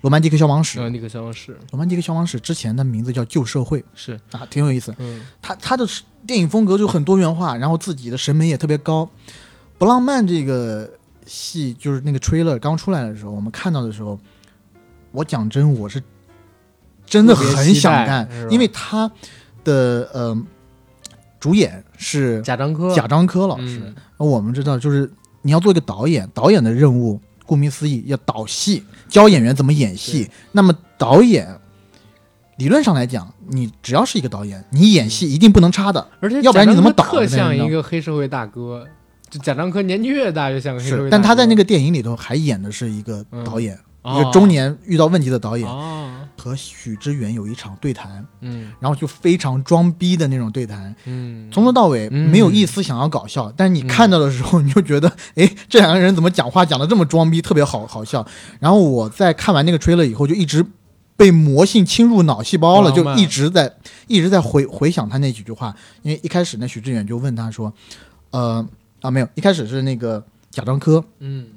S3: 罗曼蒂克消亡史》
S2: 然后那个消防室
S3: 罗曼蒂克消亡史》之前的名字叫《旧社会》
S2: 是，
S3: 啊，挺有意思。
S2: 嗯
S3: 他他的电影风格就很多元化，然后自己的审美也特别高。不浪漫这个戏就是那个 trailer 刚出来的时候，我们看到的时候，我讲真，我是真的很想看
S2: 特别期待是，吧
S3: 因为他的呃主演是
S2: 贾樟柯，
S3: 贾樟柯老师。
S2: 嗯
S3: 我们知道，就是你要做一个导演，导演的任务顾名思义要导戏，教演员怎么演戏。那么导演理论上来讲，你只要是一个导演，你演戏一定不能差的。
S2: 而且
S3: 要不然
S2: 贾樟
S3: 你怎么
S2: 柯
S3: 倒
S2: 特
S3: 的那
S2: 像
S3: 人
S2: 一
S3: 呢
S2: 个黑社会大哥，就贾樟柯年纪越大越像个黑社会大哥，
S3: 但他在那个电影里头还演的是一个导演，
S2: 哦
S3: 一个中年遇到问题的导演，
S2: 哦，
S3: 和许知远有一场对谈，
S2: 嗯
S3: 然后就非常装逼的那种对谈。
S2: 嗯，
S3: 从头到尾
S2: 嗯
S3: 没有一丝想要搞笑，但是你
S2: 嗯
S3: 看到的时候，你就觉得，哎，这两个人怎么讲话讲的这么装逼，特别好好笑。然后我在看完那个 trailer 以后，就一直被魔性侵入脑细胞了，
S2: 不浪
S3: 就
S2: 漫
S3: 一直在一直在回回想他那几句话。因为一开始那许志远就问他说，呃啊没有，一开始是那个贾樟柯
S2: 嗯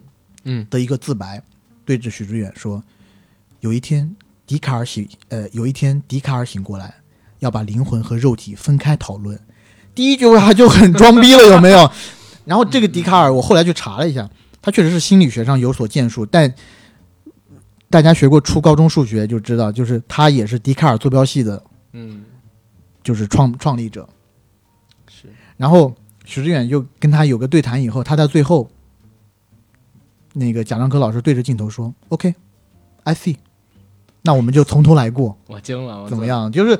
S2: 嗯
S3: 的一个自白，对着许志远说，有一天笛卡尔醒，呃，有一天笛卡尔醒过来，要把灵魂和肉体分开讨论。第一句话就很装逼了，有没有？然后这个笛卡尔，我后来去查了一下，他确实是心理学上有所建树，但大家学过初高中数学就知道，就是他也是笛卡尔坐标系的，
S2: 嗯
S3: 就是创创立者。
S2: 是，
S3: 然后许志远又跟他有个对谈以后，他在最后，那个贾樟柯老师对着镜头说：“OK，I、see。”那我们就从头来过，
S2: 我惊了，我
S3: 怎么
S2: 操？
S3: 样？就是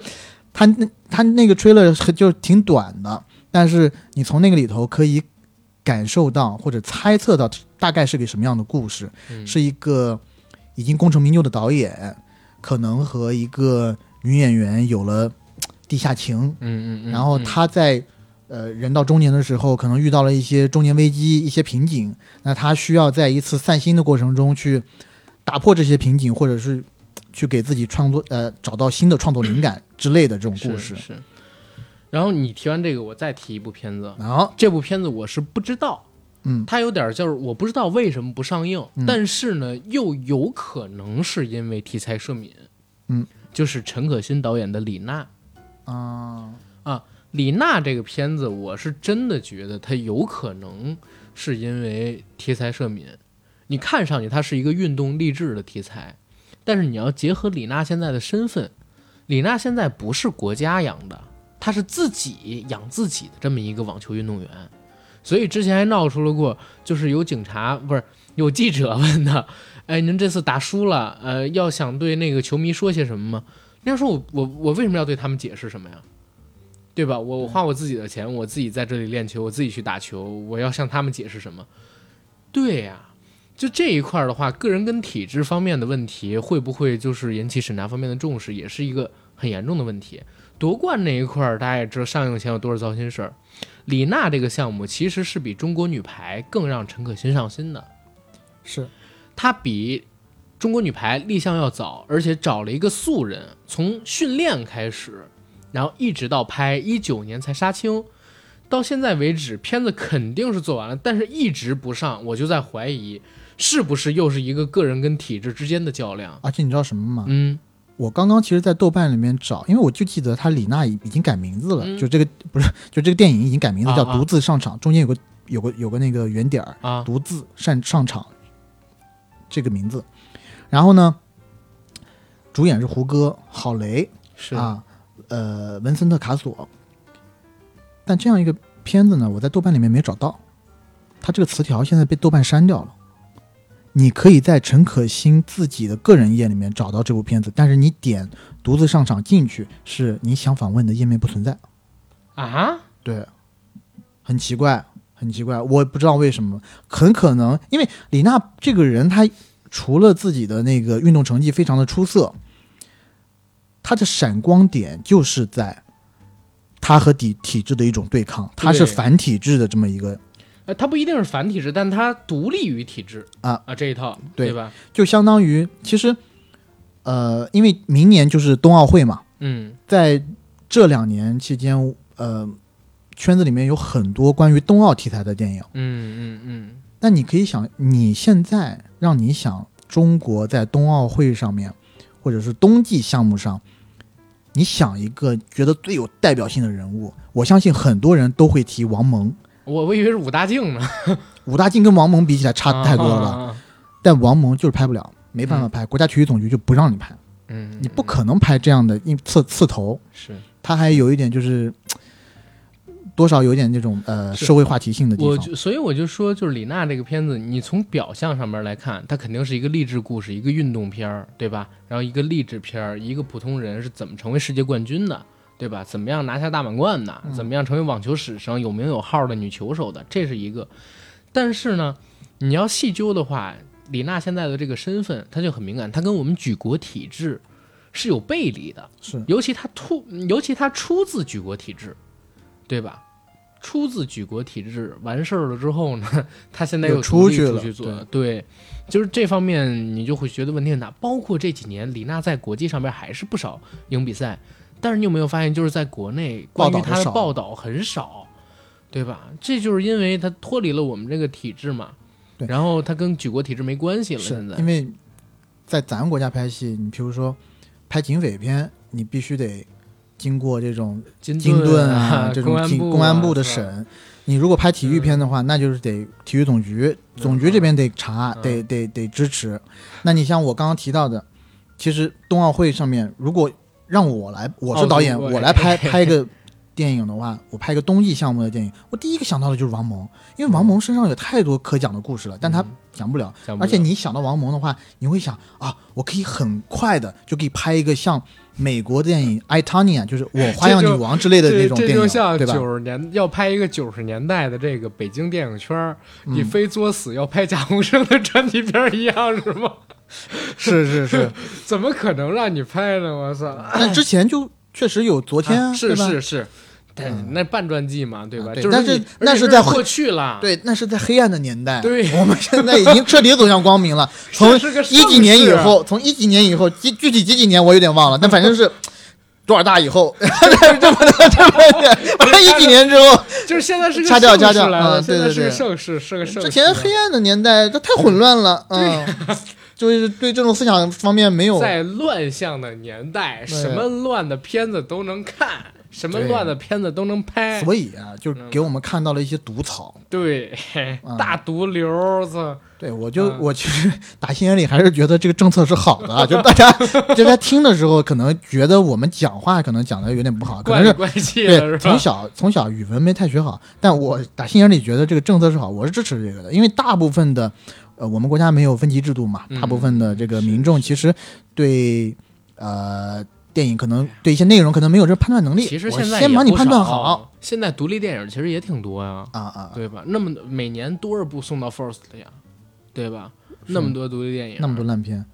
S3: 他那他那个 trailer 很就挺短的，但是你从那个里头可以感受到或者猜测到大概是个什么样的故事，
S2: 嗯
S3: 是一个已经功成名就的导演，可能和一个女演员有了地下情，
S2: 嗯嗯，嗯
S3: 然后
S2: 嗯
S3: 他在呃人到中年的时候，可能遇到了一些中年危机、一些瓶颈，那他需要在一次散心的过程中去打破这些瓶颈，或者是去给自己创作呃找到新的创作灵感之类的这种故
S2: 是
S3: 事。
S2: 是。然后你提完这个，我再提一部片子，
S3: 然后，
S2: 这部片子我是不知道，
S3: 嗯，
S2: 它有点就是我不知道为什么不上映，
S3: 嗯
S2: 但是呢，又有可能是因为题材涉敏，
S3: 嗯，
S2: 就是陈可辛导演的《李娜》。
S3: 啊、
S2: 李娜这个片子，我是真的觉得它有可能是因为题材涉敏。你看上去它是一个运动励志的题材，但是你要结合李娜现在的身份，李娜现在不是国家养的，她是自己养自己的这么一个网球运动员，所以之前还闹出了过，就是有警察不是有记者 问他，哎，您这次打输了，呃，要想对那个球迷说些什么吗？人家说我我我为什么要对他们解释什么呀？对吧？我我花我自己的钱，我自己在这里练球，我自己去打球，我要向他们解释什么？对呀、就这一块儿的话，个人跟体制方面的问题，会不会就是引起审查方面的重视，也是一个很严重的问题。夺冠那一块儿，大家也知道上映前有多少糟心事儿。李娜这个项目其实是比中国女排更让陈可辛上心的，
S3: 是
S2: 她比中国女排立项要早，而且找了一个素人，从训练开始，然后一直到拍，一九年才杀青，到现在为止，片子肯定是做完了，但是一直不上，我就在怀疑是不是又是一个个人跟体制之间的较量。
S3: 而且啊你知道什么吗？
S2: 嗯
S3: 我刚刚其实，在豆瓣里面找，因为我就记得他李娜已已经改名字了，
S2: 嗯
S3: 就这个不是，就这个电影已经改名字
S2: 啊
S3: 叫
S2: 啊
S3: 《独自上场》，中间有个有个有个那个圆点儿，
S2: 啊，
S3: 独自上上场这个名字。然后呢，主演是胡歌、郝蕾
S2: 是，
S3: 啊，呃，文森特·卡索。但这样一个片子呢，我在豆瓣里面没找到，它这个词条现在被豆瓣删掉了。你可以在陈可辛自己的个人页里面找到这部片子，但是你点独自上场进去，是你想访问的页面不存在。
S2: 啊，
S3: 对，很奇怪，很奇怪，我不知道为什么，很可能因为李娜这个人，她除了自己的那个运动成绩非常的出色，她的闪光点就是在她和体体制的一种对抗，她是
S2: 对
S3: 反体制的这么一个，
S2: 呃，它不一定是反体制，但它独立于体制
S3: 啊
S2: 啊这一套，
S3: 对
S2: 对吧？
S3: 就相当于其实，呃，因为明年就是冬奥会嘛，
S2: 嗯，
S3: 在这两年期间，呃，圈子里面有很多关于冬奥题材的电影。
S2: 嗯嗯嗯，
S3: 那你可以想，你现在让你想中国在冬奥会上面，或者是冬季项目上，你想一个觉得最有代表性的人物，我相信很多人都会提王蒙。
S2: 我我以为是武大靖呢，
S3: 武大靖跟王蒙比起来差 太多了，
S2: 啊啊啊
S3: 但王蒙就是拍不了，没办法拍，国家体育总局就不让你拍，
S2: 嗯，
S3: 你不可能拍这样的一刺刺头。
S2: 是。
S3: 他还有一点就是，多少有点那种呃
S2: 是
S3: 社会话题性的地
S2: 我
S3: 方。
S2: 就所以我就说，就是李娜这个片子，你从表象上面来看，它肯定是一个励志故事，一个运动片儿，对吧？然后一个励志片儿，一个普通人是怎么成为世界冠军的，对吧？怎么样拿下大满贯的？
S3: 嗯
S2: 怎么样成为网球史上有名有号的女球手的？这是一个。但是呢，你要细究的话，李娜现在的这个身份，她就很敏感，她跟我们举国体制是有背离的。
S3: 是
S2: 尤其他突，尤其他出自举国体制，对吧？出自举国体制，完事儿了之后呢， 他现在
S3: 又
S2: 又
S3: 出
S2: 独立
S3: 去
S2: 出
S3: 了
S2: 去做，对，就是这方面你就会觉得问题很大。包括这几年李娜在国际上面还是不少赢比赛，但是你有没有发现，就是在国内关
S3: 报
S2: 于
S3: 道很
S2: 她的
S3: 少
S2: 报道很少，对吧？这就是因为她脱离了我们这个体制嘛，
S3: 对
S2: 然后她跟举国体制没关系了，
S3: 是
S2: 现在
S3: 因为在咱国家拍戏，你比如说拍警匪片，你必须得经过这种
S2: 金
S3: 金盾
S2: 盾
S3: 啊、这种警
S2: 部
S3: 公安部
S2: 啊
S3: 的
S2: 是吧
S3: 审。你如果拍体育片的话，那就是得体育总局，总局这边得查，
S2: 嗯
S3: 得得得支持。那你像我刚刚提到的，其实冬奥会上面，如果让我来，我
S2: 奥
S3: 是
S2: 组
S3: 导演，
S2: 委
S3: 我来拍拍个电影的话，我拍个冬季项目的电影，我第一个想到的就是王蒙，因为王蒙身上有太多可讲的故事了，但他
S2: 嗯
S3: 讲不了。
S2: 想不
S3: 而且
S2: 到
S3: 你想到王蒙的话，你会想啊，我可以很快的就可以拍一个像美国电影《爱塔尼亚》， 就是我花样女王之类的那
S2: 这
S3: 种
S2: 这
S3: 电
S2: 就
S3: 影，
S2: 像
S3: 对吧？
S2: 九十年要拍一个九十年代的这个北京电影圈儿，
S3: 嗯
S2: 你非作死要拍贾宏声的专题片儿一样是吗？
S3: 是是是。
S2: 怎么可能让你拍呢？我操！
S3: 但之前就确实有昨天啊，
S2: 啊
S3: 对
S2: 是
S3: 吧嗯
S2: 是是，但那半传记嘛，对吧？
S3: 啊对
S2: 就是
S3: 但是
S2: 你
S3: 那
S2: 而且
S3: 是
S2: 是
S3: 在
S2: 过
S3: 回
S2: 去了，
S3: 对，那是在黑暗的年代。
S2: 对
S3: 我们现在已经彻底走向光明 了。从
S2: 是个
S3: 一几
S2: 盛
S3: 年以
S2: 世啊
S3: 后，从一几年以后，具具体几几年我有点忘了，但反正是多少大以后， 这么的这么的，反正一几年之后，
S2: 就是现在是个
S3: 掐掉
S2: 盛
S3: 掐
S2: 世
S3: 掉
S2: 来了
S3: 嗯
S2: 现
S3: 对
S2: 在
S3: 对
S2: 是个
S3: 对
S2: 盛世，是个盛世。
S3: 之前黑暗的年代，这太混乱了，嗯，就是对这种思想方面没有，
S2: 在乱象的年代，
S3: 对
S2: 什么乱的片子都能看，什么
S3: 对
S2: 乱的片子都能拍，
S3: 所以啊，就给我们看到了一些毒草。
S2: 对，
S3: 嗯
S2: 大毒瘤子，
S3: 对我就
S2: 嗯
S3: 我其实 打心眼里还是觉得这个政策是好的啊，就大家 就在听的时候，可能觉得我们讲话可能讲的有点不好，可能
S2: 怪里
S3: 是。
S2: 怪气的是吧
S3: 对，从？小从小语文没太学好，但我打心眼里觉得这个政策是好，我是支持这个的，因为大部分的，呃，我们国家没有分级制度嘛，
S2: 嗯
S3: 大部分的这个
S2: 是
S3: 民众其实对，呃，电影可能对一些内容可能没有这判断能力，
S2: 其实
S3: 我
S2: 现在
S3: 先
S2: 也
S3: 把你
S2: 不
S3: 判断
S2: 少
S3: 好，
S2: 现在独立电影其实也挺多呀，
S3: 啊啊，
S2: 对吧？那么每年多少部送到 First 的呀，对吧？那么多独立电影，
S3: 那么多烂片，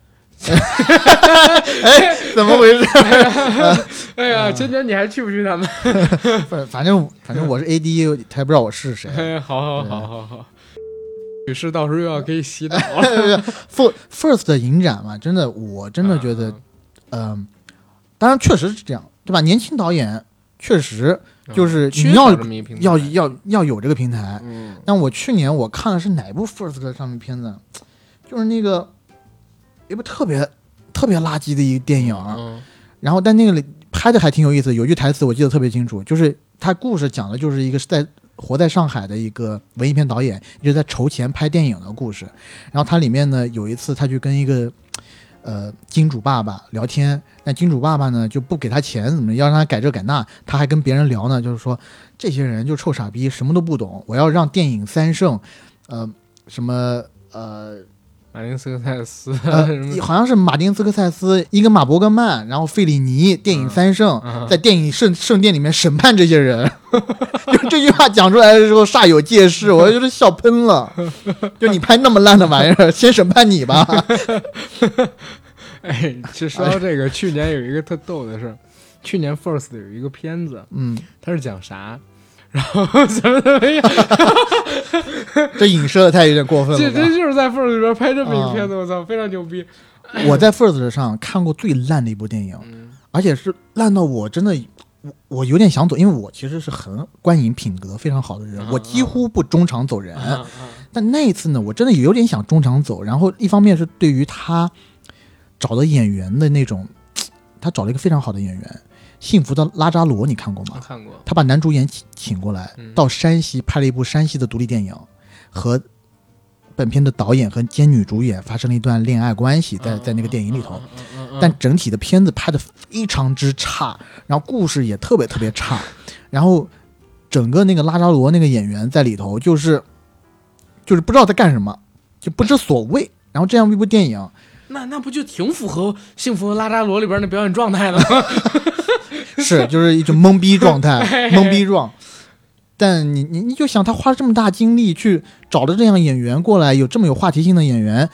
S3: 哎，怎 么回事？
S2: 哎呀，
S3: 嗯
S2: 今年你还去不去 他们？
S3: 反反正反正我是 AD，他也不知道我是谁。
S2: 哎，好好好好好，女士到时候又要给你洗脑了，
S3: First First 的影展嘛，真的，我 真的觉得，嗯、当然确实是这样，对吧？年轻导演确实
S2: 嗯
S3: 就是
S2: 缺
S3: 你要
S2: 少这么一平台
S3: 要要要有这个平台。
S2: 嗯
S3: 但我去年我看的是哪部 First 的上面片子，就是那个一部特别特别垃圾的一个电影，
S2: 嗯
S3: 然后但那个里拍的还挺有意思，有句台词我记得特别清楚，就是他故事讲的就是一个在活在上海的一个文艺片导演一直在筹钱拍电影的故事。然后它里面呢有一次他去跟一个呃金主爸爸聊天，但金主爸爸呢就不给他钱，怎么要让他改这改那，他还跟别人聊呢，就是说这些人就臭傻逼，什么都不懂，我要让电影三圣，呃什么呃
S2: 马丁斯科塞斯，
S3: 呃
S2: 什么，
S3: 好像是马丁斯科塞斯、伊根马伯格曼，然后费里尼电影三圣，
S2: 嗯
S3: 在电影圣圣殿里面审判这 些人，就这句话讲出来的时候煞有 介事，我就是笑喷了。就你拍那么烂的玩意儿，先审判你吧。
S2: 哎，就说到这个，去年有一个特逗的事儿，去年 First 有一个片子，
S3: 嗯，
S2: 它是讲啥？然后 怎么怎么样？
S3: 这影射的太有点过分
S2: 这
S3: 了吧
S2: 这。就是在 First 里边拍这么一个片子，我操，非常牛逼。
S3: 我在 First 上看过最烂的一部电影，
S2: 嗯
S3: 而且是烂到我真的。我我有点想走，因为我其实是很观影品格非常好的人
S2: 嗯，
S3: 我几乎不中场走人。
S2: 啊
S3: 但那一次呢，我真的有点想中场走。然后一方面是对于他找的演员的那种，他找了一个非常好的演员，《幸福的拉扎罗》，你看过
S2: 啊，
S3: 吗？
S2: 看过。
S3: 他把男主演请请过来
S2: 嗯，
S3: 到山西拍了一部山西的独立电影，和本片的导演和兼女主演发生了一段恋爱关系，在在那个电影里头。
S2: 嗯，嗯嗯嗯
S3: 但整体的片子拍的非常之差，然后故事也特别特别差，然后整个那个拉扎罗那个演员在里头就是就是不知道在干什么，就不知所谓。然后这样一部电影
S2: 那那不就挺符合《幸福拉扎罗》里边那表演状态的吗？
S3: 是就是一种懵逼状态，
S2: 哎
S3: 懵逼状。但你你你就想，他花了这么大精力去找了这样演员过来，有这么有话题性的演员，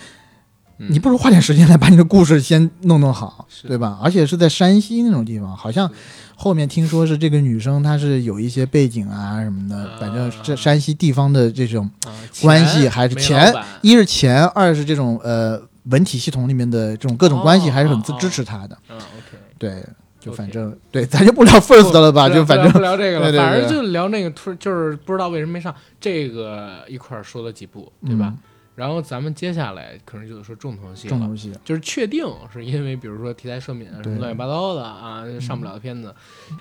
S3: 你不如花点时间来把你的故事先弄弄好，
S2: 嗯是
S3: 对吧？而且是在山西那种地方，好像
S2: 是
S3: 后面听说是这个女生她是有一些背景啊什么的
S2: 啊，
S3: 反正这山西地方的这种，
S2: 啊
S3: 关系还是
S2: 没
S3: 钱
S2: 老板啊
S3: 一是钱，二是这种呃文体系统里面的这种各种关系
S2: 哦
S3: 还是很
S2: 哦
S3: 支持她的，
S2: 嗯，OK，
S3: 对，就
S2: OK
S3: 反正对，咱就不聊 first 了 吧，
S2: 不聊
S3: 就反
S2: 不
S3: 正
S2: 聊这个了，
S3: 对对
S2: 反正
S3: 对
S2: 就聊那个突，就是不知道为什么没上这个一块儿说了几部，
S3: 嗯
S2: 对吧？然后咱们接下来可能就是说重头戏
S3: 重
S2: 了
S3: 头，戏，
S2: 就是确定是因为比如说题材赦免啊什
S3: 对
S2: 么乱七八糟的啊，上不了的片子。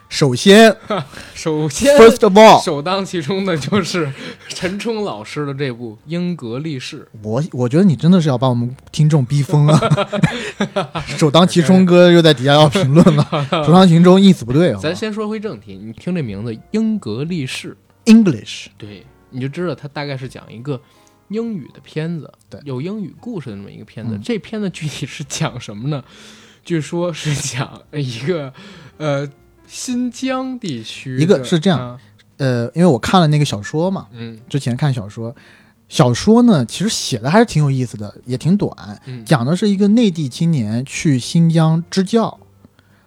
S3: 首先
S2: 嗯首先，
S3: first of all，
S2: 首当其冲的就是陈冲老师的这部《英格力士》。
S3: 我我觉得你真的是要把我们听众逼疯了，首当其冲哥又在底下要评论了，首当其冲意思不对哦
S2: 咱先说回正题，你听这名字《英格力士》，
S3: ，English
S2: 对，你就知道它大概是讲一个英语的片子，
S3: 对
S2: 有英语故事的那么一个片子。
S3: 嗯
S2: 这片子具体是讲什么呢？据说是讲一个呃新疆地区的，
S3: 一个是这样
S2: 啊
S3: 呃，因为我看了那个小说嘛，
S2: 嗯
S3: 之前看小说，小说呢其实写的还是挺有意思的，也挺短，
S2: 嗯，
S3: 讲的是一个内地青年去新疆支教，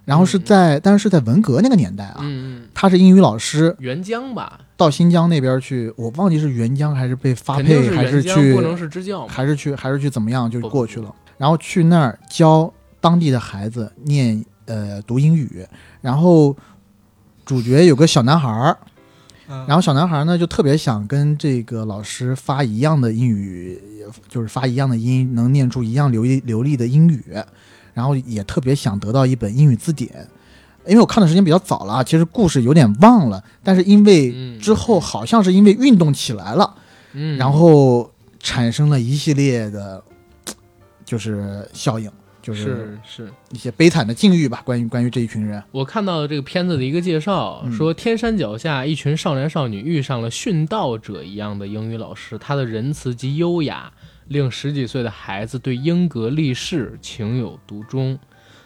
S3: 然后是在，但是是在文革那个年代啊，
S2: 嗯嗯嗯，
S3: 他是英语老师，
S2: 援疆吧，
S3: 到新疆那边去，我忘记是援疆还是被发
S2: 肯定
S3: 配
S2: 是
S3: 还是
S2: 援疆，
S3: 去
S2: 不能是支教嘛，
S3: 还是去还是去怎么样，就
S2: 不
S3: 过去了。然后去那儿教当地的孩子念呃读英语，然后主角有个小男孩儿，
S2: 然
S3: 然后小男孩儿呢就特别想跟这个老师发一样的英语，就是发一样的音，能念出一样流利流利的英语，然后也特别想得到一本英语字典。因为我看的时间比较早了啊，其实故事有点忘了，但是因为
S2: 嗯
S3: 之后好像是因为运动起来了，
S2: 嗯，
S3: 然后产生了一系列的，就是效应，就是
S2: 是是，
S3: 一些悲惨的境遇吧。关于关于这一群人，
S2: 我看到这个片子的一个介绍，
S3: 嗯
S2: 说天山脚下一群少男少女遇上了殉道者一样的英语老师，他的仁慈及优雅令十几岁的孩子对英格力士情有独钟。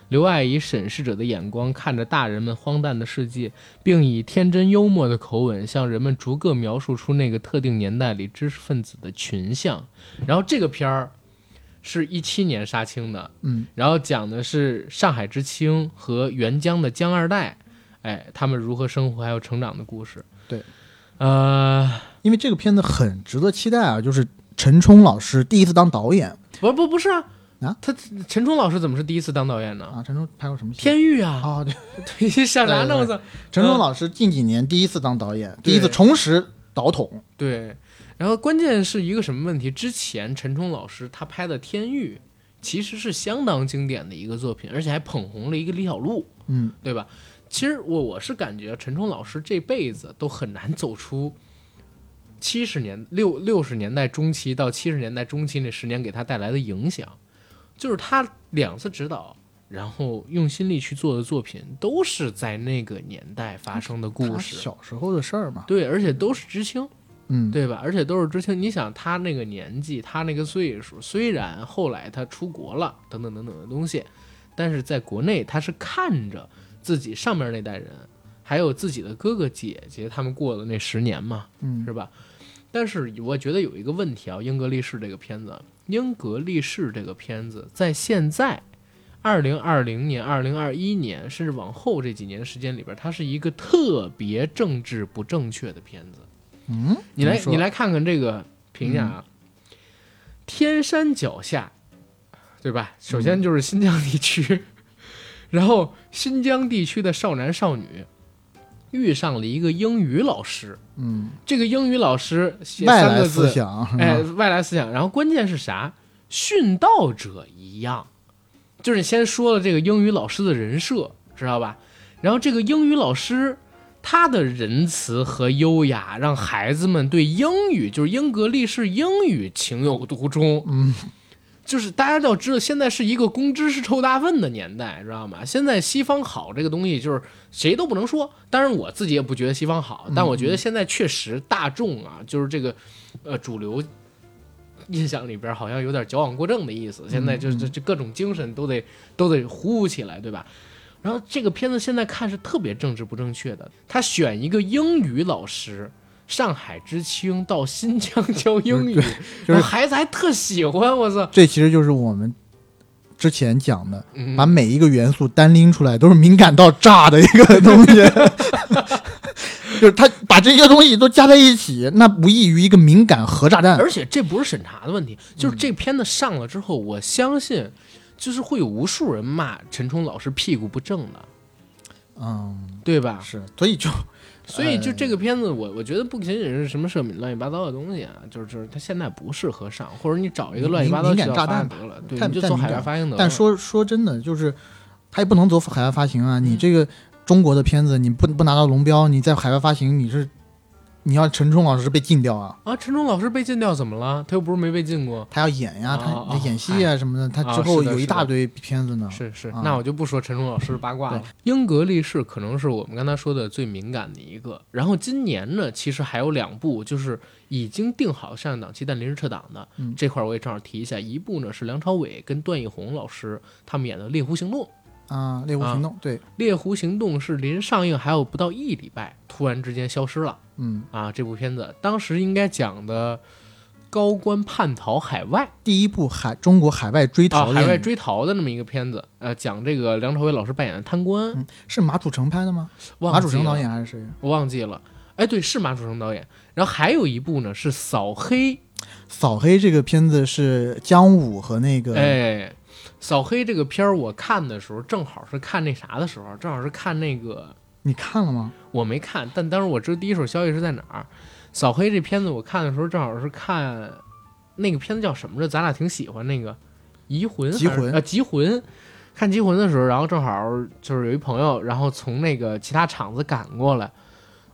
S2: 刘爱以审视者的眼光看着大人们荒诞的世界，并以天真幽默的口吻向人们逐个描述出那个特定年代里知识分子的群像。然后这个片儿是一七年杀青的，
S3: 嗯，
S2: 然后讲的是上海知青和援疆的江二代，哎，他们如何生活还有成长的故事。
S3: 对，
S2: 呃，
S3: 因为这个片子很值得期待啊，就是陈冲老师第一次当导演
S2: 不不不是啊，
S3: 啊
S2: 他陈冲老师怎么是第一次当导演呢？
S3: 啊，陈冲拍过什么戏？
S2: 天域啊，
S3: 啊，对，
S2: 对，想啥呢？我操，
S3: 陈冲老师近几年第一次当导演，第一次
S2: 呃对
S3: 重拾导筒，
S2: 对。然后关键是一个什么问题？之前陈冲老师他拍的《天域》其实是相当经典的一个作品，而且还捧红了一个李小璐。
S3: 嗯，
S2: 对吧？其实我我是感觉陈冲老师这辈子都很难走出七十年六六十年代中期到七十年代中期那十年给他带来的影响。就是他两次指导，然后用心力去做的作品，都是在那个年代发生的故
S3: 他
S2: 事。
S3: 小时候的事儿嘛，
S2: 对，而且都是知青，
S3: 嗯，
S2: 对吧？而且都是知青。你想他那个年纪，他那个岁数，虽然后来他出国了，等等等等的东西，但是在国内他是看着自己上面那代人，还有自己的哥哥姐姐他们过的那十年嘛，
S3: 嗯
S2: 是吧？但是我觉得有一个问题啊，《英格力士》这个片子，《英格力士》这个片子在现在二零二零年、二零二一年，甚至往后这几年时间里边，它是一个特别政治不正确的片子。
S3: 嗯，
S2: 你来，
S3: 怎么说嗯
S2: 你，来看看这个评价啊。天山脚下，对吧？首
S3: 嗯
S2: 先就是新疆地区，然后新疆地区的少男少女遇上了一个英语老师，
S3: 嗯，
S2: 这个英语老师写
S3: 外
S2: 三
S3: 来
S2: 个
S3: 思
S2: 字，
S3: 想，是吧
S2: 哎，外来思想。然后关键是啥？殉道者一样，就是先说了这个英语老师的人设，知道吧？然后这个英语老师他的仁慈和优雅，让孩子们对英语，就是英格力士英语情有独钟。
S3: 嗯，
S2: 就是大家要知道，现在是一个公知是臭大粪的年代，知道吗？现在西方好这个东西，就是谁都不能说。当然，我自己也不觉得西方好，但我觉
S3: 嗯
S2: 得现在确实大众啊，就是这个，呃，主流印象里边好像有点矫枉过正的意思。现
S3: 嗯
S2: 在就这这各种精神都得都得呼呼起来，对吧？然后这个片子现在看是特别政治不正确的，他选一个英语老师。上海知青到新疆教英语，
S3: 就是
S2: 我孩子还特喜欢，我操！
S3: 这其实就是我们之前讲的，
S2: 嗯
S3: 把每一个元素单拎出来，都是敏感到炸的一个东 西。就是他把这些东西都加在一起，那无异于一个敏感核炸弹。
S2: 而且这不是审查的问题，
S3: 嗯
S2: 就是这片子上了之后，我相信就是会有无数人骂陈冲老师屁股不正的，
S3: 嗯，
S2: 对吧？
S3: 是，所以 就呃
S2: 所以就
S3: 嗯
S2: 这个片子，我我觉得不仅仅是什么社民乱七八糟的东西啊，就是就是它现在不适合上，或者你找一个乱七八糟
S3: 敏
S2: 渠
S3: 感
S2: 道
S3: 炸
S2: 发
S3: 弹
S2: 行得了，对，
S3: 太
S2: 你就
S3: 太
S2: 从
S3: 敏
S2: 海外
S3: 感
S2: 发行得了。
S3: 但说说真的，就是他也不能走海外发行啊。
S2: 嗯
S3: 你这个中国的片子，你不不拿到龙标，你在海外发行，你是你要陈冲老师被禁掉啊，
S2: 啊，陈冲老师被禁掉怎么了？他又不是没被禁过。
S3: 他要演呀、
S2: 哦
S3: 他
S2: 哦
S3: 演戏啊什么的，他
S2: 啊
S3: 之后
S2: 是的
S3: 有一
S2: 是的
S3: 大堆片子呢。
S2: 是是
S3: 啊，
S2: 那我就不说陈冲老师八卦了
S3: 对。
S2: 英格力士可能是我们刚才说的最敏感的一个。然后今年呢，其实还有两部就是已经定好上映档期但临时撤档的，
S3: 嗯
S2: 这块儿我也正好提一下。一部呢是梁朝伟跟段奕宏老师他们演的《猎狐行动》，
S3: 啊，猎狐行动，对，
S2: 《猎狐行动》是临上映还有不到一礼拜，突然之间消失了
S3: 嗯，
S2: 啊！这部片子当时应该讲的高官叛逃海外。
S3: 第一部海中国海外追逃
S2: 啊，
S3: 的、
S2: 海外追逃的那么一个片子，呃，讲这个梁朝伟老师扮演的贪官，
S3: 嗯是马楚成拍的吗？
S2: 忘
S3: 马楚
S2: 记
S3: 成
S2: 了
S3: 导演还是谁？啊
S2: 我忘记了。哎，对，是马楚成导演。然后还有一部呢是《扫黑》，
S3: 扫黑这个片子是姜武和那个、
S2: 哎，《扫黑》这个片儿我看的时候，正好是看那啥的时候，正好是看那个
S3: 你看了吗？
S2: 我没看，但当时我知道第一手消息是在哪儿。《扫黑》这片子我看的时候，正好是看那个片子叫什么着，咱俩挺喜欢那个《移魂》还是
S3: 集魂
S2: 啊，《集魂》。看《集魂》的时候，然后正好就是有一朋友，然后从那个其他厂子赶过来。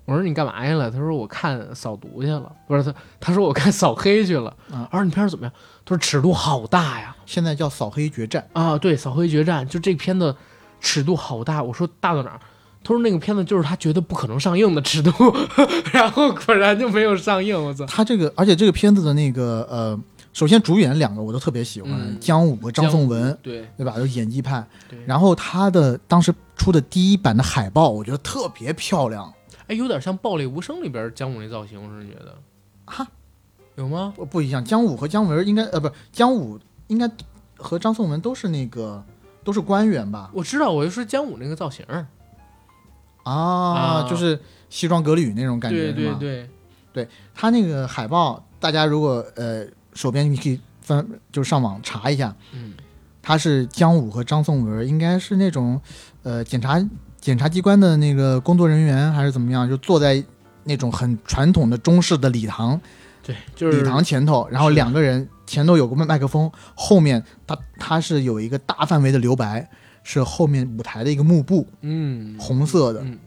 S2: 我说你干嘛去了？他说我看扫毒去了，不是他，他说我看扫黑去了。
S3: 啊
S2: 我说你片儿怎么样？他说尺度好大呀。
S3: 现在叫扫黑决战，
S2: 啊，对，《扫黑决战》就这片子尺度好大，我说大到哪儿？他说那个片子就是他觉得不可能上映的尺度， 然后果然就没有上映。我操！
S3: 他这个而且这个片子的那个呃，首先主演两个我都特别喜欢，
S2: 嗯
S3: 姜武和张颂文，
S2: 对
S3: 对吧？都演技派。
S2: 对，
S3: 然后他的当时出的第一版的海报，我觉得特别漂亮。
S2: 哎，有点像《暴力无声》里边姜武那造型，我是觉得
S3: 哈，
S2: 有吗？
S3: 不不一样，姜武和姜文应该呃不是姜武应该和张颂文都是那个都是官员吧？
S2: 我知道，我就说姜武那个造型，
S3: 啊，
S2: 啊
S3: 就是西装革履那种感觉
S2: 对
S3: 是
S2: 对
S3: 吗？
S2: 对，
S3: 他那个海报，大家如果呃手边你可以翻，就上网查一下，
S2: 嗯，
S3: 他是姜武和张颂文，应该是那种呃检察检察机关的那个工作人员还是怎么样，就坐在那种很传统的中式的礼堂
S2: 对，就是
S3: 礼堂前头，然后
S2: 是
S3: 两个人前头有个麦麦克风，后面他他是有一个大范围的留白，是后面舞台的一个幕布，
S2: 嗯，
S3: 红色的
S2: 嗯。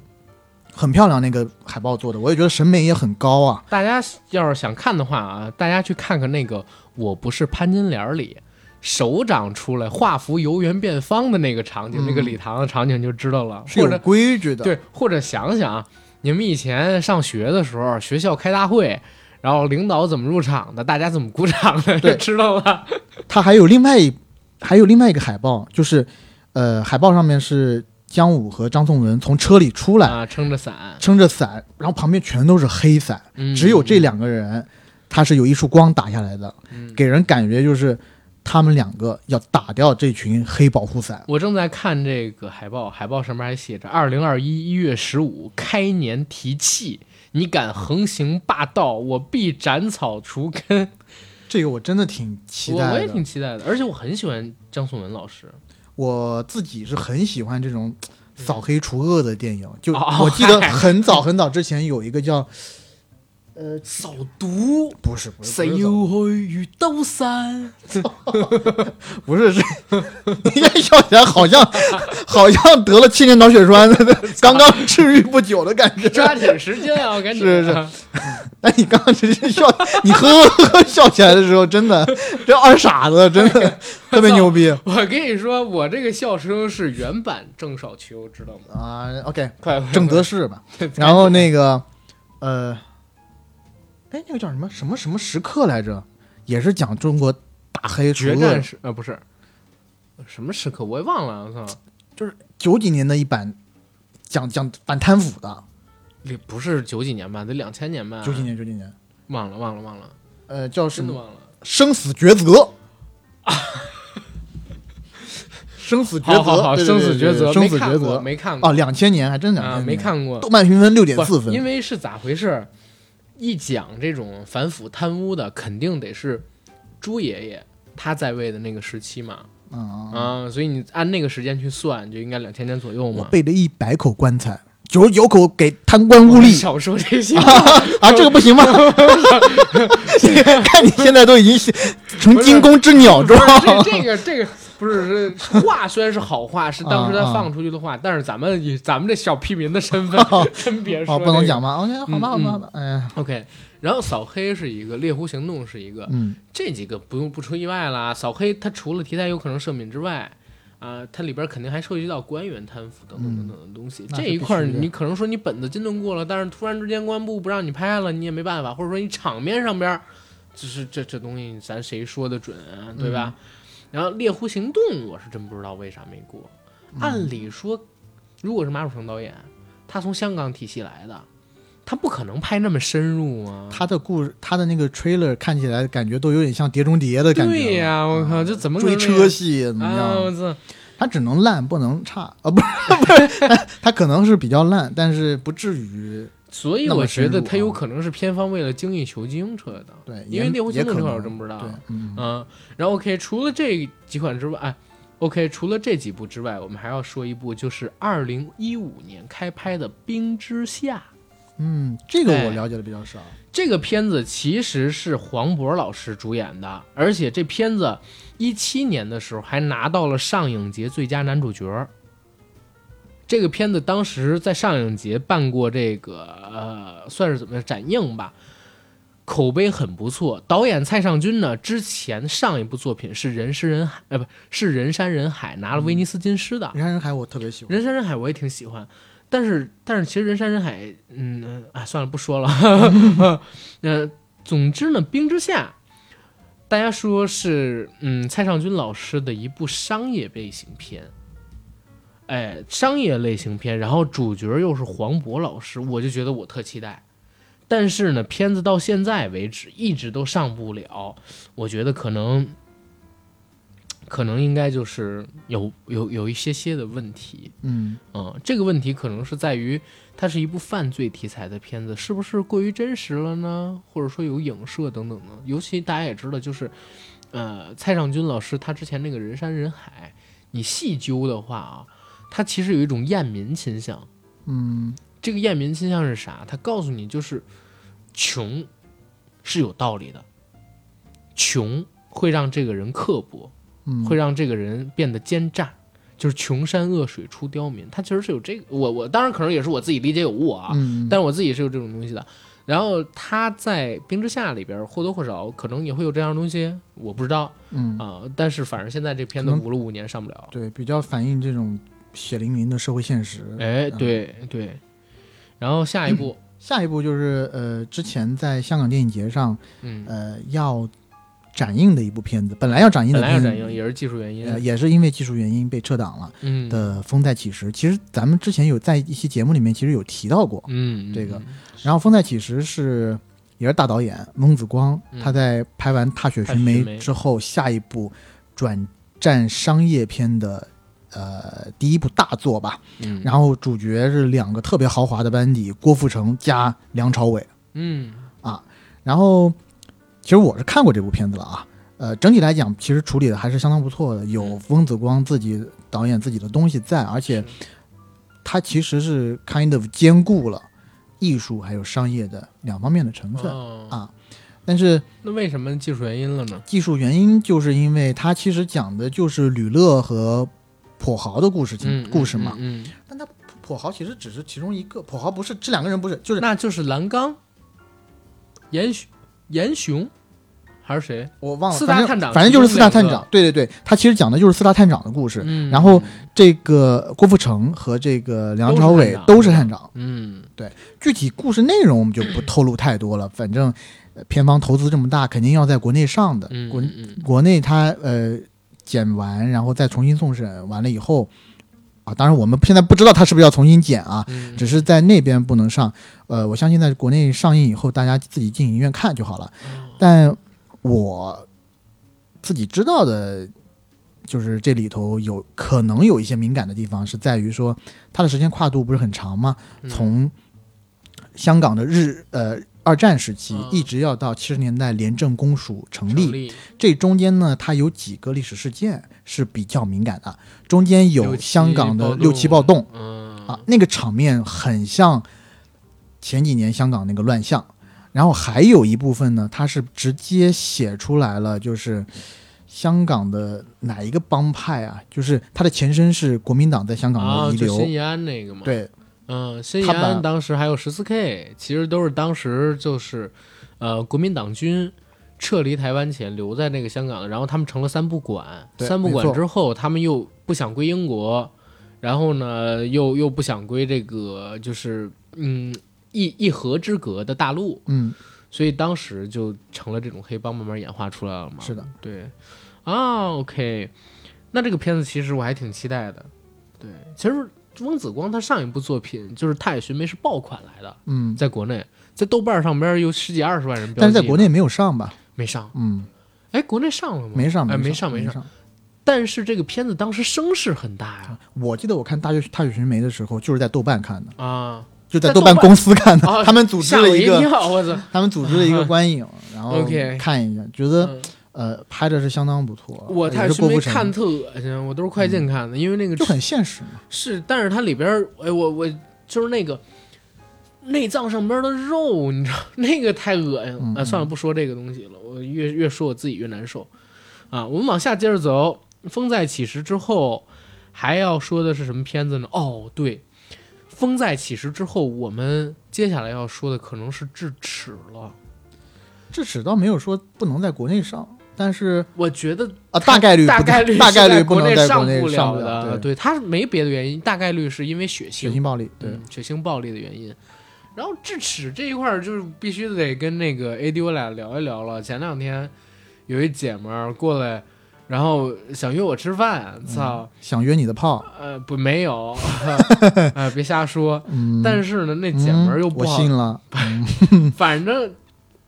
S3: 很漂亮，那个海报做的，我也觉得审美也很高啊。
S2: 大家要是想看的话啊，大家去看看那个《我不是潘金莲》里，首长出来画符由圆变方的那个场景，
S3: 嗯
S2: 那个礼堂的场景就知道了。
S3: 是
S2: 或
S3: 有
S2: 者
S3: 规矩的。，
S2: 对，或者想想啊你们以前上学的时候，学校开大会。然后领导怎么入场的，大家怎么鼓掌的，
S3: 对
S2: 知道吧？
S3: 它还有另外一还有另外一个海报，就是呃，海报上面是姜武和张颂文从车里出来，
S2: 啊，撑着伞，
S3: 撑着伞，然后旁边全都是黑伞，
S2: 嗯
S3: 只有这两个人，他是有一束光打下来的，
S2: 嗯
S3: 给人感觉就是他们两个要打掉这群黑保护伞。
S2: 我正在看这个海报，海报上面还写着“二零二一一月十五开年提气，你敢横行霸道，我必斩草除根。
S3: 这个我真的挺期
S2: 我”我
S3: 待
S2: 也
S3: 的
S2: 挺，期待的，而且我很喜欢张颂文老师。
S3: 我自己是很喜欢这种扫黑除恶的电影。就
S2: 嗯哦
S3: 我记得
S2: 嗨
S3: 很早很早之前有一个叫
S2: 扫毒，
S3: 不是不是
S2: 谁又会遇到山？
S3: 不是，是 你这笑起来好像好像得了七年脑血栓， 刚刚治愈不久的感 觉。
S2: 抓紧时间啊，赶紧啊！
S3: 是但你刚刚直接笑，你呵呵呵笑起来的时候，真的这二傻子真 的特别牛逼
S2: 我跟你说，我这个笑声是原版郑少秋，知道吗？
S3: 啊。OK，
S2: 快
S3: 郑则仕吧，然后那个呃，哎，那个叫什么什么什么时刻来着？也是讲中国大黑除
S2: 决
S3: 恶
S2: 战
S3: 的，
S2: 时呃不是呃什么时刻，我也忘了，啊我操！
S3: 九几年的一版，讲讲反贪腐的，
S2: 啊也不是九几年吧，得两千年吧，
S3: 九几年九几年，
S2: 忘了忘了忘了，
S3: 呃，叫什
S2: 真的
S3: 么？
S2: 忘了。
S3: 生死抉择。 生死抉择，
S2: 好好好，
S3: 对
S2: 生死
S3: 对
S2: 抉
S3: 对
S2: 择，
S3: 对生
S2: 没
S3: 死
S2: 看
S3: 抉
S2: 过，
S3: 择
S2: 没看过
S3: 哦，两千年还真两
S2: 啊，
S3: 千年，
S2: 没看过。
S3: 豆瓣评分六点
S2: 不
S3: 四分，
S2: 因为是咋回事？一讲这种反腐贪污的，肯定得是朱爷爷他在位的那个时期嘛，
S3: 嗯嗯，
S2: 啊，所以你按那个时间去算，就应该两千年左右
S3: 我
S2: 嘛。
S3: 背了一百口棺材，九十九口给贪官污
S2: 我
S3: 吏
S2: 少说这些，
S3: 啊，这个不行吗？看你现在都已经成惊弓之鸟
S2: 不
S3: 状
S2: 是，这这个这个不是是话，虽然是好话，是当时他
S3: 啊啊
S2: 放出去的话，但是咱们以咱们这小屁民的身份， 真别说
S3: 哦，不
S2: 这
S3: 能
S2: 个
S3: 讲吗？OK，好吧，好
S2: 嗯
S3: 吧，好吧，哎呀，
S2: OK，然后扫黑是一个，猎狐行动是一个，
S3: 嗯，
S2: 这几个不用不出意外啦。扫黑它除了题材有可能涉敏之外，啊、它里边肯定还涉及到官员贪腐等等等等的东西。
S3: 嗯那是
S2: 这一块儿
S3: 必须的
S2: 你可能说你本子真正过了，但是突然之间公安部不让你拍了，你也没办法，或者说你场面上边儿，就是这这东西咱谁说的准啊，对吧？
S3: 嗯
S2: 然后猎狐行动我是真不知道为啥没过，
S3: 嗯
S2: 按理说，如果是马楚成导演，他从香港体系来的。他不可能拍那么深入啊！
S3: 他的故事，他的那个 trailer 看起来感觉都有点像《碟中谍》的感觉了，嗯
S2: 对呀、我靠，这怎么可
S3: 追
S2: 能
S3: 车戏怎么
S2: 啊！
S3: 样？
S2: 我操，
S3: 它只能烂不能差啊，不是不是，它可能是比较烂，但是不至于
S2: 所以
S3: 那么
S2: 我觉
S3: 深入
S2: 得
S3: 啊
S2: 他有可能是偏方为了精益求精出来的。
S3: 对，
S2: 因为
S3: 也
S2: 猎狐
S3: 也
S2: 行
S3: 可
S2: 动这块
S3: 能
S2: 我真不知道。
S3: 对，嗯，
S2: 嗯，然后 OK，除了这几款之外，哎，OK，除了这几部之外，我们还要说一部，就是二零一五年开拍的《冰之下》。
S3: 嗯，这个
S2: 哎
S3: 我了解的比较少。
S2: 这个片子其实是黄渤老师主演的，而且这片子一七年的时候还拿到了上影节最佳男主角儿。这个片子当时在上影节办过这个呃，算是怎么展映吧，口碑很不错。导演蔡尚君呢，之前上一部作品是《人山人海》，呃，不是《人山人海》，拿了威尼斯金狮的。
S3: 人山人海我特别喜欢，
S2: 人山人海我也挺喜欢，但是但是其实人山人海，嗯，啊，算了，不说了。 呃，总之呢，冰之下，大家说是嗯蔡尚君老师的一部商业类型片，哎，商业类型片，然后主角又是黄渤老师，我就觉得我特期待。但是呢，片子到现在为止一直都上不了，我觉得可能，可能应该就是有有有一些些的问题，
S3: 嗯，
S2: 嗯，这个问题可能是在于它是一部犯罪题材的片子，是不是过于真实了呢？或者说有影射等等呢？尤其大家也知道，就是呃，蔡尚君老师他之前那个人山人海，你细究的话啊，他其实有一种厌民倾向。
S3: 嗯，
S2: 这个厌民倾向是啥？他告诉你就是穷是有道理的，穷会让这个人刻薄，
S3: 嗯
S2: 会让这个人变得奸诈，就是穷山恶水出刁民。他其实是有这个，我我当然可能也是我自己理解有误啊，
S3: 嗯，
S2: 但是我自己是有这种东西的。然后他在《冰之下》里边或多或少可能也会有这样的东西，我不知道
S3: 嗯，
S2: 啊、但是反正现在这片子
S3: 可能
S2: 捂了五年上不了。
S3: 对，比较反映这种血淋淋的社会现实。
S2: 哎，
S3: 嗯
S2: 对对。然后下一步，
S3: 下一步就是呃，之前在香港电影节上
S2: 嗯，
S3: 呃要展映的一部片子，本来要展映的
S2: 本来要
S3: 片子，
S2: 展映也是技术原因，
S3: 呃，也是因为技术原因被撤档了
S2: 嗯
S3: 的《风再起时》，其实咱们之前有在一期节目里面其实有提到过。
S2: 嗯
S3: 这个
S2: 嗯
S3: 然后《风再起时》是也是大导演翁子光，
S2: 嗯
S3: 他在拍完《踏雪寻
S2: 踏雪
S3: 梅
S2: 寻梅》
S3: 之后，下一部转战商业片的呃第一部大作吧。
S2: 嗯，
S3: 然后主角是两个特别豪华的班底，郭富城加梁朝伟。
S2: 嗯
S3: 然后其实我是看过这部片子了啊，呃，整体来讲其实处理的还是相当不错的，有
S2: 嗯
S3: 翁子光自己导演自己的东西在，而且他其实是 kind of 兼顾了艺术还有商业的两方面的成分。
S2: 哦
S3: 啊但是
S2: 那为什么技术原因了呢？
S3: 技术原因就是因为它其实讲的就是吕乐和跛豪的故事情、
S2: 嗯
S3: 故事嘛，
S2: 嗯，嗯
S3: 但他跛豪其实只是其中一个，跛豪不是这两个人不是就
S2: 嗯
S3: 是
S2: 那就是蓝刚、严雄、严雄还是谁？
S3: 我忘了，
S2: 四大
S3: 反正
S2: 探长
S3: 反正就是
S2: 其
S3: 四
S2: 中两
S3: 大
S2: 个
S3: 探长，对对对，他其实讲的就是四大探长的故事。
S2: 嗯，
S3: 然后这个郭富城和这个梁朝伟
S2: 都
S3: 都
S2: 是
S3: 是
S2: 探
S3: 探长，
S2: 嗯
S3: 具体故事内容我们就不透露太多了。反正呃片方投资这么大，肯定要在国内上的。
S2: 嗯
S3: 国
S2: 嗯
S3: 国内他呃剪完，然后再重新送审完了以后啊，当然我们现在不知道他是不是要重新剪啊，
S2: 嗯，
S3: 只是在那边不能上。呃，我相信在国内上映以后，大家自己进影院看就好了。但我自己知道的，就是这里头有可能有一些敏感的地方，是在于说它的时间跨度不是很长吗？
S2: 嗯
S3: 从香港的日呃二战时期
S2: 嗯，
S3: 一直要到七十年代廉政公署成立，
S2: 立
S3: 这中间呢，它有几个历史事件是比较敏感的，中间有香港的六七暴动。
S2: 嗯
S3: 啊，那个场面很像前几年香港那个乱象。然后还有一部分呢，它是直接写出来了，就是香港的哪一个帮派啊，就是它的前身是国民党在香港
S2: 啊，
S3: 的遗
S2: 就
S3: 留，
S2: 新义安那个嘛，，
S3: 对
S2: 嗯，新义
S3: 他把
S2: 安当时还有十四 K，其实都是当时就是呃国民党军。撤离台湾前留在那个香港的，然后他们成了三不管。
S3: 对
S2: 三不管
S3: 没错
S2: 之后，他们又不想归英国，然后呢，又又不想归这个就是嗯一一河之隔的大陆，
S3: 嗯，
S2: 所以当时就成了这种黑帮慢慢演化出来了嘛。
S3: 是的，
S2: 对，啊，OK，那这个片子其实我还挺期待的。对，其实翁子光他上一部作品就是《踏雪寻梅》是爆款来的，
S3: 嗯，
S2: 在国内，在豆瓣上边有十几二十万人标记
S3: 但
S2: 呢，
S3: 是在国内没有上吧？
S2: 没上。
S3: 嗯，
S2: 哎，国内上了吗？
S3: 没上，
S2: 哎，没
S3: 没
S2: 上，
S3: 没
S2: 上。。但是这个片子当时声势很大呀，
S3: 我记得我看《大学踏雪寻梅》的时候，就是在豆瓣看的，
S2: 啊，
S3: 就在
S2: 在豆
S3: 豆瓣
S2: 瓣
S3: 公司看的。
S2: 啊
S3: 他们组织
S2: 吓
S3: 了
S2: 我一
S3: 一个，
S2: 跳，我操！
S3: 他们组织了 一个观影，然后
S2: OK
S3: 看一下，觉得
S2: 嗯
S3: 呃，拍的是相当不错。呃
S2: 我
S3: 也
S2: 太
S3: 是
S2: 寻
S3: 郭
S2: 梅
S3: 富城
S2: 看特恶心，我都是快进看的，因为那个
S3: 嗯就很现实嘛。
S2: 是，但是它里边儿，哎，我我就是那个内脏上边儿的肉，你知道， 那个太恶心了。
S3: 嗯
S2: 啊，算了，不说这个东西了，我越越说我自己越难受。啊，我们往下接着走，《风再起时》之后还要说的是什么片子呢？哦，对，《风再起时》之后，我们接下来要说的可能是《智齿》了。
S3: 智齿倒没有说不能在国内上，但是
S2: 我觉得
S3: 啊，大概率
S2: 大
S3: 不
S2: 概率
S3: 大
S2: 是
S3: 概
S2: 在
S3: 率不能在
S2: 上
S3: 国内
S2: 不
S3: 上
S2: 了的，
S3: 对，
S2: 对，它是没别的原因，大概率是因为血
S3: 血
S2: 腥。
S3: 腥暴力，对
S2: 嗯，血腥暴力的原因。然后智齿这一块儿就是必须得跟那个 AD 我俩聊一聊了。前两天有一姐们儿过来，然后想约我吃饭，
S3: 嗯
S2: 操，
S3: 想约你的炮，
S2: 呃，不没 有，呃，别瞎说。
S3: 嗯，
S2: 但
S3: 是
S2: 是呢，那姐们儿又不
S3: 我
S2: 好，
S3: 信了，
S2: 反正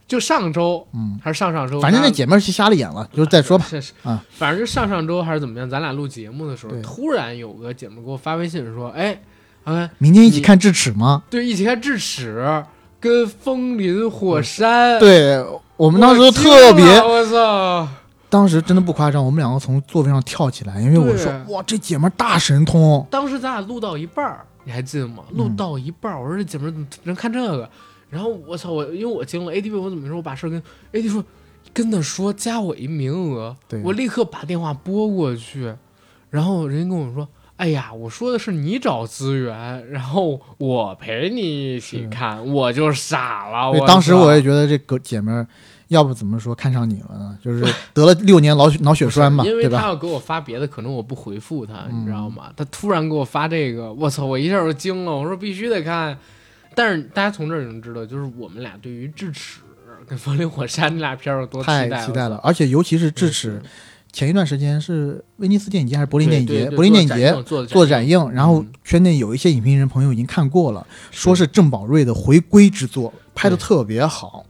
S2: 就上周
S3: 嗯，
S2: 还是上上周，
S3: 反正那
S2: 她
S3: 姐妹儿是瞎了眼了，就再说吧，
S2: 是是
S3: 啊，
S2: 反正就上上周还是怎么样，咱俩录节目的时候，
S3: 对
S2: 突然有个姐们儿给我发微信说，哎，哎，
S3: 明天一起看智齿吗？
S2: 对，一起看智齿跟风林火山。
S3: 对我
S2: 嗯我
S3: 们当时
S2: 惊了
S3: 特别，
S2: 我操！
S3: 当时真的不夸张，我们两个从座位上跳起来，因为我
S2: 对
S3: 说哇，这姐们儿大神通，
S2: 当时咱俩录到一半儿，你还记得吗？录到一半儿，我说这姐们儿怎么能看这个？然后我操，我因为我惊了，AD 问我怎么说，我把事儿跟 AD 说，跟他说加我一名额
S3: 对，
S2: 我立刻把电话拨过去，然后人家跟我说，哎呀，我说的是你找资源，然后我陪你一起看，我就傻了。
S3: 对，
S2: 我
S3: 当时
S2: 操
S3: 我也觉得这个姐们儿，要不怎么说看上你了呢？就是得了六年脑血脑血栓嘛，
S2: 因为
S3: 对
S2: 他
S3: 吧？
S2: 要给我发别的，可能我不回复他，
S3: 嗯
S2: 你知道吗？他突然给我发这个，我操！我一下就惊了，我说必须得看。但是大家从这儿就能知道，就是我们俩对于《智齿》跟《风林火山》这俩片儿有多期
S3: 太
S2: 待了。
S3: 期待了，而且尤其是智齿
S2: 是，
S3: 前一段时间是威尼斯电影节还是柏林电影
S2: 对
S3: 节？
S2: 对
S3: 柏林电影节
S2: 做的
S3: 做
S2: 展
S3: 展映，然后
S2: 嗯
S3: 圈内有一些影评人朋友已经看过了，说是郑宝瑞的回归之作，拍的
S2: 对
S3: 特别好。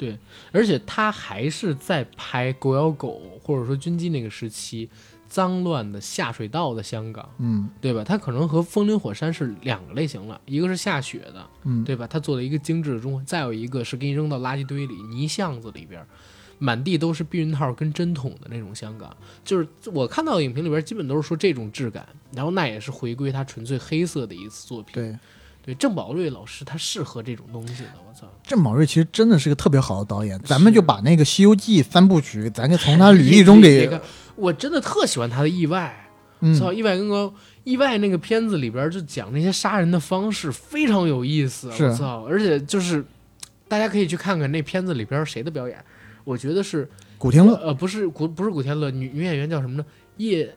S2: 而且他还是在拍《狗咬狗》或者说军机那个时期脏乱的下水道的香港，
S3: 嗯
S2: 对吧？他可能和《风林火山》是两个类型了，一个是下雪的，
S3: 嗯，
S2: 对吧？他做了一个精致的中环，再有一个是给你扔到垃圾堆里、泥巷子里边儿，满地都是避孕套跟针筒的那种香港，就是我看到的影评里边儿基本都是说这种质感，然后那也是回归他纯粹黑色的一次作品。
S3: 对，
S2: 对，郑宝瑞老师他适合这种东西的，我操！
S3: 郑宝瑞其实真的是个特别好的导演，咱们
S2: 是
S3: 就把那个《西游记》三部曲，咱就从他履历中
S2: 你
S3: 给
S2: 看，我真的特喜欢他的意外，
S3: 嗯
S2: 操、意外跟个意外那个片子里边儿就讲那些杀人的方式非常有意思，
S3: 是
S2: 我操！而且就是大家可以去看看那片子里边儿谁的表演，我觉得是。
S3: 古天乐，
S2: 呃，不是古不是古天乐，女女演员叫什么呢？叶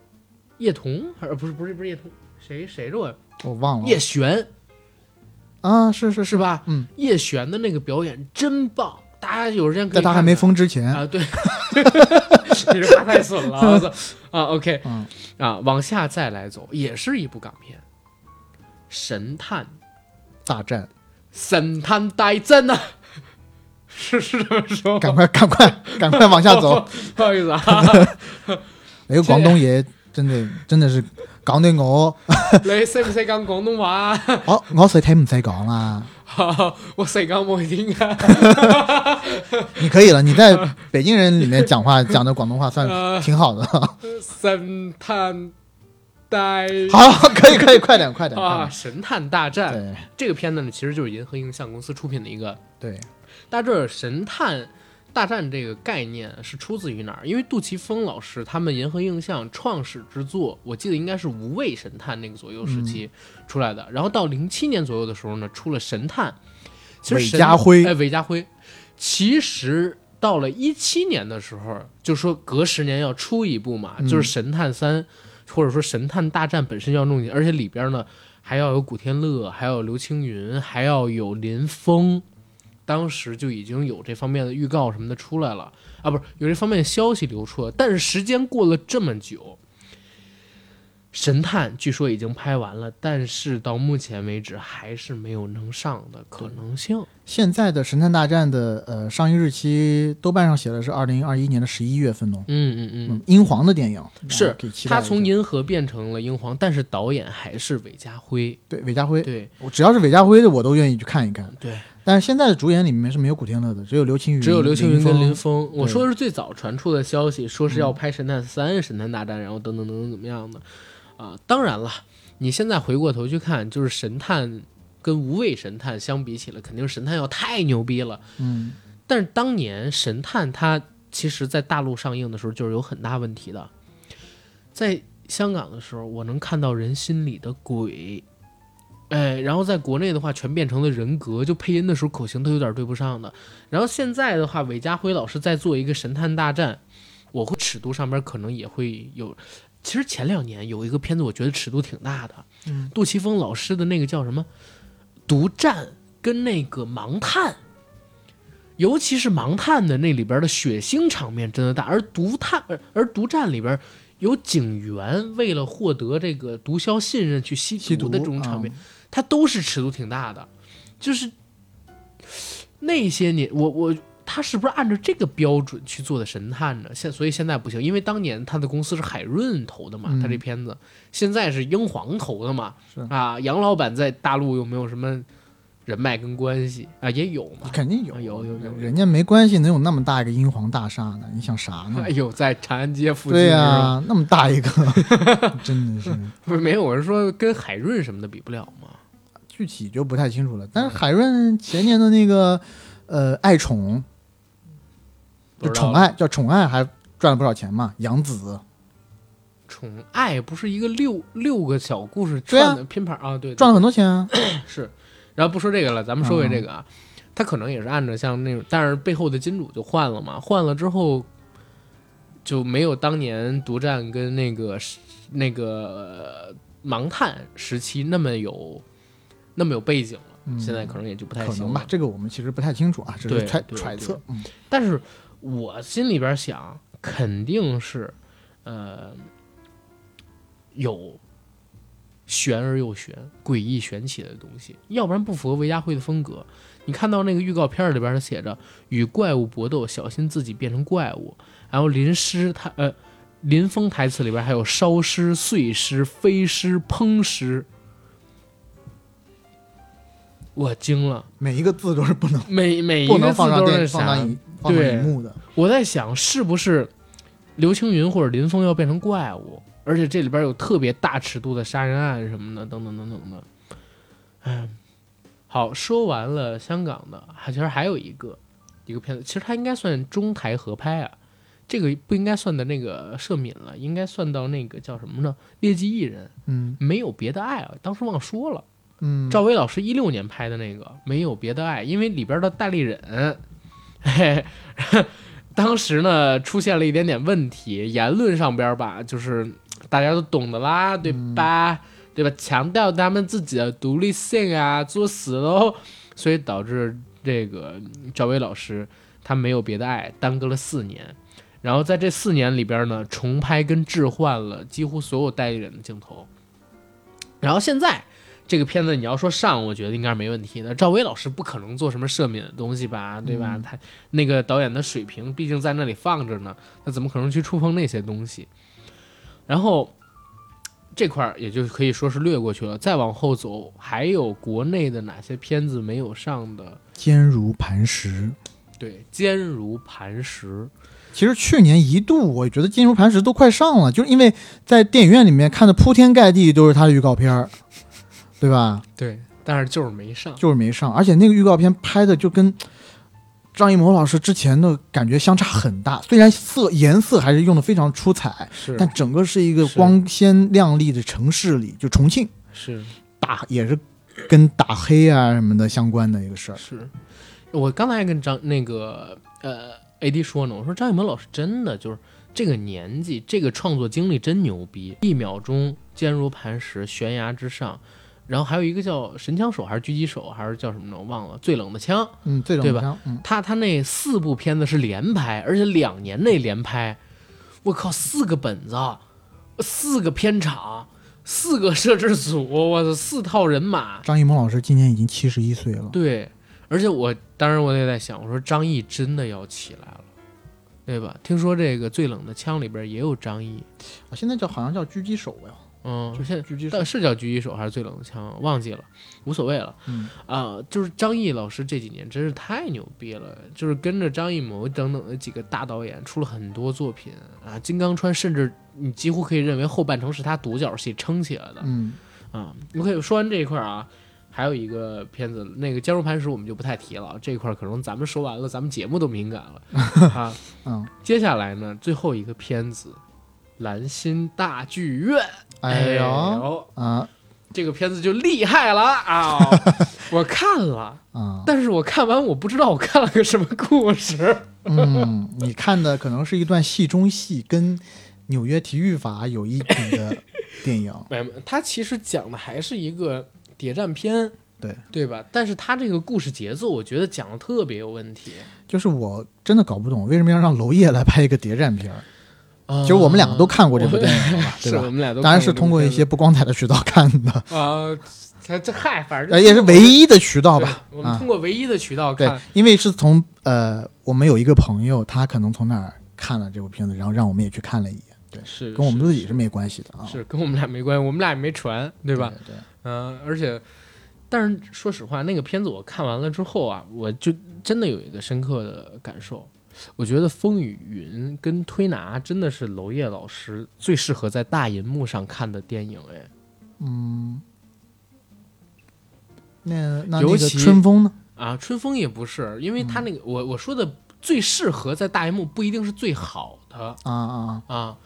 S2: 叶童还是不是不是不是叶童，谁谁着我？
S3: 我忘了
S2: 叶璇
S3: 啊，是是
S2: 是
S3: 是，
S2: 吧？
S3: 嗯，
S2: 叶璇的那个表演真棒，大家有时间可以
S3: 在他
S2: 看
S3: 还没
S2: 看
S3: 疯之前，
S2: 啊，对， 你这话太损了，我操啊！OK
S3: 嗯，
S2: 啊，往下再来走，也是一部港片，《神探
S3: 大战，
S2: 神探大战》呢， 是是这么说吗？
S3: 赶快 赶快赶快往下 走！，
S2: 不好意思啊，
S3: 哎呦，广东爷真的真的是講到我，
S2: 你识唔识讲廣東話啊？
S3: 我我識睇唔使啊講啦，
S2: 我谁刚没听啊？
S3: 你可以了，你在北京人里面讲话讲的广东话算
S2: 呃
S3: 挺好的。
S2: 神探大
S3: 好，可以可以，快点快啊点！
S2: 啊，
S3: 快
S2: 神探大战
S3: 点
S2: 这个片子呢，其实就是银河映像公司出品的一个。
S3: 对对，
S2: 大致神探大战这个概念是出自于哪儿？因为杜琪峰老师他们银河映像创始之作，我记得应该是《无畏神探》那个左右时期出来的。然后到零七年左右的时候呢，出了《神探》，其实神
S3: 韦家辉
S2: 哎，韦家辉，其实。到了一七年的时候，就说隔十年要出一部嘛，
S3: 嗯
S2: 就是《神探三》，或者说《神探大战》本身要弄进，而且里边呢还要有古天乐，还要有刘青云，还要有林峰，当时就已经有这方面的预告什么的出来了啊，不是有这方面的消息流出了，但是时间过了这么久，神探据说已经拍完了，但是到目前为止还是没有能上的可能性。
S3: 现在的《神探大战》的呃上映日期，豆瓣上写的是二零二一年的十一月份哦。
S2: 嗯嗯嗯，
S3: 嗯，英皇的电影
S2: 是
S3: 可以期待
S2: 他
S3: 一下
S2: 从银河变成了英皇，但是导演还是韦家辉。
S3: 对韦家辉，
S2: 对
S3: 我只要是韦家辉的，我都愿意去看一看。
S2: 对，
S3: 但是现在的主演里面是没有古天乐的，只有刘青云，
S2: 只有刘青云跟
S3: 峰
S2: 嗯林峰。我
S3: 对
S2: 说的是最早传出的消息，说是要拍《神探三》《神探大战》，然后等等等等怎么样的啊、当然了，你现在回过头去看，就是神探跟无畏神探相比起来，肯定神探要太牛逼了。
S3: 嗯，
S2: 但是当年神探它其实在大陆上映的时候就是有很大问题的，在香港的时候，我能看到人心里的鬼。哎，然后在国内的话，全变成了人格，就配音的时候口型都有点对不上的。然后现在的话，韦家辉老师在做一个《神探大战》，我会尺度上边可能也会有。其实前两年有一个片子，我觉得尺度挺大的，
S3: 嗯
S2: 杜琪峰老师的那个叫什么《独占》跟那个《盲探》，尤其是《盲探》的那里边的血腥场面真的大，而《独探》而而《独占》里边有警员为了获得这个毒枭信任去吸
S3: 吸
S2: 毒
S3: 毒
S2: 的这种场面，
S3: 嗯
S2: 它都是尺度挺大的，就是那些年我我他是不是按照这个标准去做的神探呢？现所以现在不行，因为当年他的公司是海润投的嘛，
S3: 嗯
S2: 他这片子现在是英皇投的嘛
S3: 是，
S2: 啊，杨老板在大陆有没有什么人脉跟关系啊？也有嘛，
S3: 哦肯定有
S2: 啊有有有
S3: 人家没关系，能有那么大一个英皇大厦呢？你想啥呢
S2: 哎？ 呦，在长安街附近
S3: 对呀、
S2: 是吧
S3: 那么大 一个，真的是
S2: 不是没有人说跟海润什么的比不了嘛？
S3: 具体就不太清楚了。但是海润前年的那个呃爱宠，
S2: 不
S3: 就
S2: 知道
S3: 宠爱叫宠爱，还赚了不少钱嘛。杨紫
S2: 宠爱不是一个六六个小故事
S3: 对啊
S2: 串的拼盘啊？对，对
S3: 赚了很多钱啊。
S2: 是。然后不说这个了，咱们说回这个啊，他可能也是按照像那种，但是背后的金主就换了嘛，换了之后就没有当年独占跟那个那个呃盲探时期那么有那么有背景了。
S3: 嗯
S2: 现在可能也就不太
S3: 可
S2: 行
S3: 能
S2: 了
S3: 吧，。这个我们其实不太清楚啊，只
S2: 对
S3: 是揣
S2: 对
S3: 揣测。嗯，
S2: 但是我心里边想，肯定是，呃，有玄而又玄、诡异玄奇的东西，要不然不符合韦家辉的风格。你看到那个预告片里边，它写着“与怪物搏斗，小心自己变成怪物”，然后淋湿他呃。林峰台词里边还有烧尸、碎尸、飞尸、烹尸，我惊了，
S3: 每一个字都是不能
S2: 每每一
S3: 不
S2: 个
S3: 能
S2: 字
S3: 放上
S2: 都是
S3: 电
S2: 那
S3: 放
S2: 啥
S3: 上荧放上
S2: 对
S3: 荧幕的。
S2: 我在想，是不是刘青云或者林峰要变成怪物？而且这里边有特别大尺度的杀人案什么的，等等等等的。哎，好，说完了香港的，还其实还有一个一个片子，其实它应该算中台合拍啊，这个不应该算的那个赦敏了，应该算到那个叫什么呢？劣迹艺人，
S3: 嗯
S2: 没有别的爱啊，当时忘说了。
S3: 嗯，
S2: 赵薇老师一六年拍的那个《没有别的爱》，因为里边的戴立忍， 嘿， 当时呢出现了一点点问题，言论上边吧，就是大家都懂的啦，对吧？对吧？强调他们自己的独立性啊，作死喽，所以导致这个赵薇老师她没有别的爱，耽搁了四年。然后在这四年里边呢，重拍跟置换了几乎所有代理人的镜头。然后现在这个片子你要说上，我觉得应该是没问题的。赵薇老师不可能做什么赦免的东西吧，对吧？他那个导演的水平毕竟在那里放着呢，他怎么可能去触碰那些东西？然后这块儿也就可以说是略过去了。再往后走，还有国内的哪些片子没有上的？
S3: 坚如磐石。
S2: 对，坚如磐石，
S3: 其实去年一度，我觉得《坚如磐石》都快上了，就是因为在电影院里面看的铺天盖地都是他的预告片儿，对吧？
S2: 对，但是就是没上。
S3: 就是没上，而且那个预告片拍的就跟张艺谋老师之前的感觉相差很大。虽然色颜色还是用的非常出彩，
S2: 是
S3: 但整个是一个
S2: 是
S3: 光鲜亮丽的城市里，就重庆
S2: 是
S3: 打也是跟打黑啊什么的相关的一个事儿。
S2: 是，我刚才还跟张那个呃 AD 说呢，我说张艺谋老师真的就是这个年纪，这个创作经历真牛逼，一秒钟坚如磐石，悬崖之上。然后还有一个叫神枪手还是狙击手还是叫什么呢？我忘了。最冷的枪，
S3: 嗯，这种
S2: 对吧
S3: 像嗯，
S2: 他他那四部片子是连拍，而且两年内连拍，我靠，四个本子，四个片场，四个摄制组，我操，四套人马，
S3: 张艺谋老师今年已经七十一岁了，
S2: 对，而且我当时我也在想，我说张译真的要起来了，对吧？听说这个《最冷的枪》里边也有张译，
S3: 啊现在叫好像叫狙击手呀，
S2: 嗯，现在
S3: 狙击手
S2: 但。是叫狙击手还是最冷的枪，忘记了，无所谓了。
S3: 嗯
S2: 啊、就是张译老师这几年真是太牛逼了，就是跟着张艺谋等等的几个大导演出了很多作品啊，《金刚川》甚至你几乎可以认为后半程是他独角戏撑起来的。
S3: 嗯，
S2: 啊、我可以说完这一块儿啊，还有一个片子，那个《坚如磐石》我们就不太提了，这一块儿可能咱们说完了，咱们节目都敏感了 啊。
S3: 嗯，
S2: 接下来呢，最后一个片子，《兰心大剧院》。
S3: 哎呦
S2: 呦
S3: 啊
S2: 这个片子就厉害了 啊！我看了，
S3: 啊，
S2: 但是我看完我不知道我看了个什么故事。。
S3: 嗯，你看的可能是一段戏中戏，跟纽约体育法有一比的电影
S2: 没有，没有它其实讲的还是一个谍战片，
S3: 对
S2: 对吧？但是它这个故事节奏，我觉得讲的特别有问题。
S3: 就是我真的搞不懂，为什么要让娄烨来拍一个谍战片儿？
S2: 啊
S3: 其实我们两个都看过这部电影了吧，对
S2: 是我
S3: 吧？
S2: 们俩都
S3: 当然
S2: 看过
S3: 是通过
S2: 这
S3: 一
S2: 部
S3: 些
S2: 片
S3: 不光彩的渠道看的，
S2: 子啊，这这嗨，反正
S3: 呃，也是唯一的渠道
S2: 对
S3: 吧。
S2: 我们
S3: 啊
S2: 通，过唯一的渠道
S3: 对
S2: 看，，
S3: 因为是从呃，我们有一个朋友，他可能从哪儿看了这部片子，然后让我们也去看了一眼，
S2: 是
S3: 跟我们
S2: 是
S3: 自己是没关系的啊，
S2: 是跟我们俩没关系，我们俩也没传，对
S3: 对
S2: 吧？？
S3: 对，
S2: 嗯，而且，但是说实话，那个片子我看完了之后啊，我就真的有一个深刻的感受。我觉得《风雨云》跟《推拿》真的是娄烨老师最适合在大银幕上看的电影，哎，
S3: 嗯，那那那
S2: 尤
S3: 个
S2: 其
S3: 春风呢？
S2: 啊，春风也不是，因为他那个、我我说的最适合在大银幕不一定是最好的
S3: 啊啊，
S2: 啊，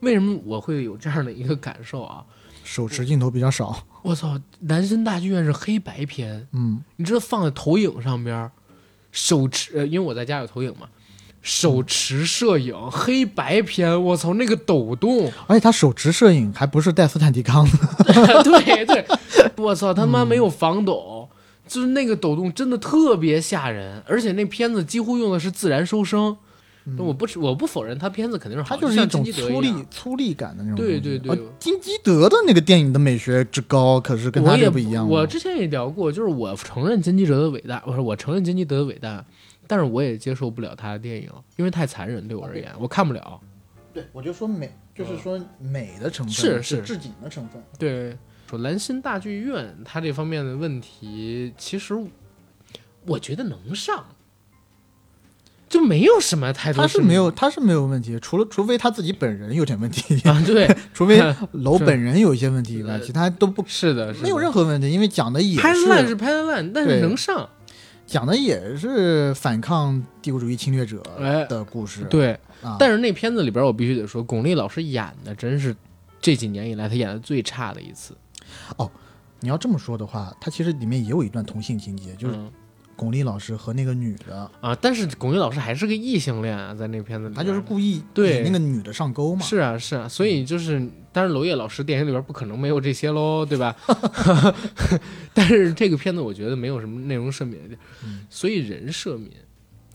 S2: 为什么我会有这样的一个感受啊？
S3: 手持镜头比较少，
S2: 我操，南森大剧院是黑白片，
S3: 嗯，
S2: 你知道放在投影上边儿，手持，呃因为我在家有投影嘛，手持摄影、黑白片，我操，那个抖动，
S3: 而且他手持摄影还不是带斯坦迪康的，
S2: 对对，我操，他妈没
S3: 嗯
S2: 有防抖，就是那个抖动真的特别吓人，而且那片子几乎用的是自然收声。我不我不否认他片子肯定是好的，
S3: 他嗯就是
S2: 像
S3: 一种
S2: 金基德
S3: 粗
S2: 样
S3: 粝粗粝感的那种东
S2: 对
S3: 西。
S2: 对对
S3: 啊金基德的那个电影的美学之高，可是跟他
S2: 我也
S3: 这不一样了。
S2: 我之前也聊过，就是我承认金基德的伟大，我说我承认金基德的伟大，但是我也接受不了他的电影，因为太残忍对我而言，我看不了。
S3: 对我就说美，就是说美的成分
S2: 是是
S3: 置景的成分。
S2: 对，说兰心大剧院，它这方面的问题，其实我觉得能上，就没有什么太多。
S3: 他是没有，他是没有问题，除了除非他自己本人有点问题，
S2: 啊，对，
S3: 除 非
S2: 是
S3: 楼本人有一些问题以外，
S2: 呃
S3: 其他都不
S2: 是的，是的
S3: 没有任何问题，因为讲的也
S2: 拍得烂
S3: 是
S2: 是拍得烂，但是
S3: 对
S2: 能上，
S3: 讲的也是反抗帝国主义侵略者
S2: 哎
S3: 的故事。
S2: 对。
S3: 啊，
S2: 但是那片子里边，我必须得说，巩俐老师演的真是这几年以来她演的最差的一次。
S3: 你要这么说的话，它其实里面也有一段同性情节，就是
S2: 嗯
S3: 巩俐老师和那个女的，
S2: 啊，但是巩俐老师还是个异性恋啊，在那片子里边，
S3: 他就是故意
S2: 对
S3: 引那个女的上钩嘛。嗯
S2: 是啊是啊，所以就是，当然娄烨老师电影里边不可能没有这些 喽，对吧？ 但是这个片子我觉得没有什么内容赦免的地儿
S3: 嗯，
S2: 所以人赦免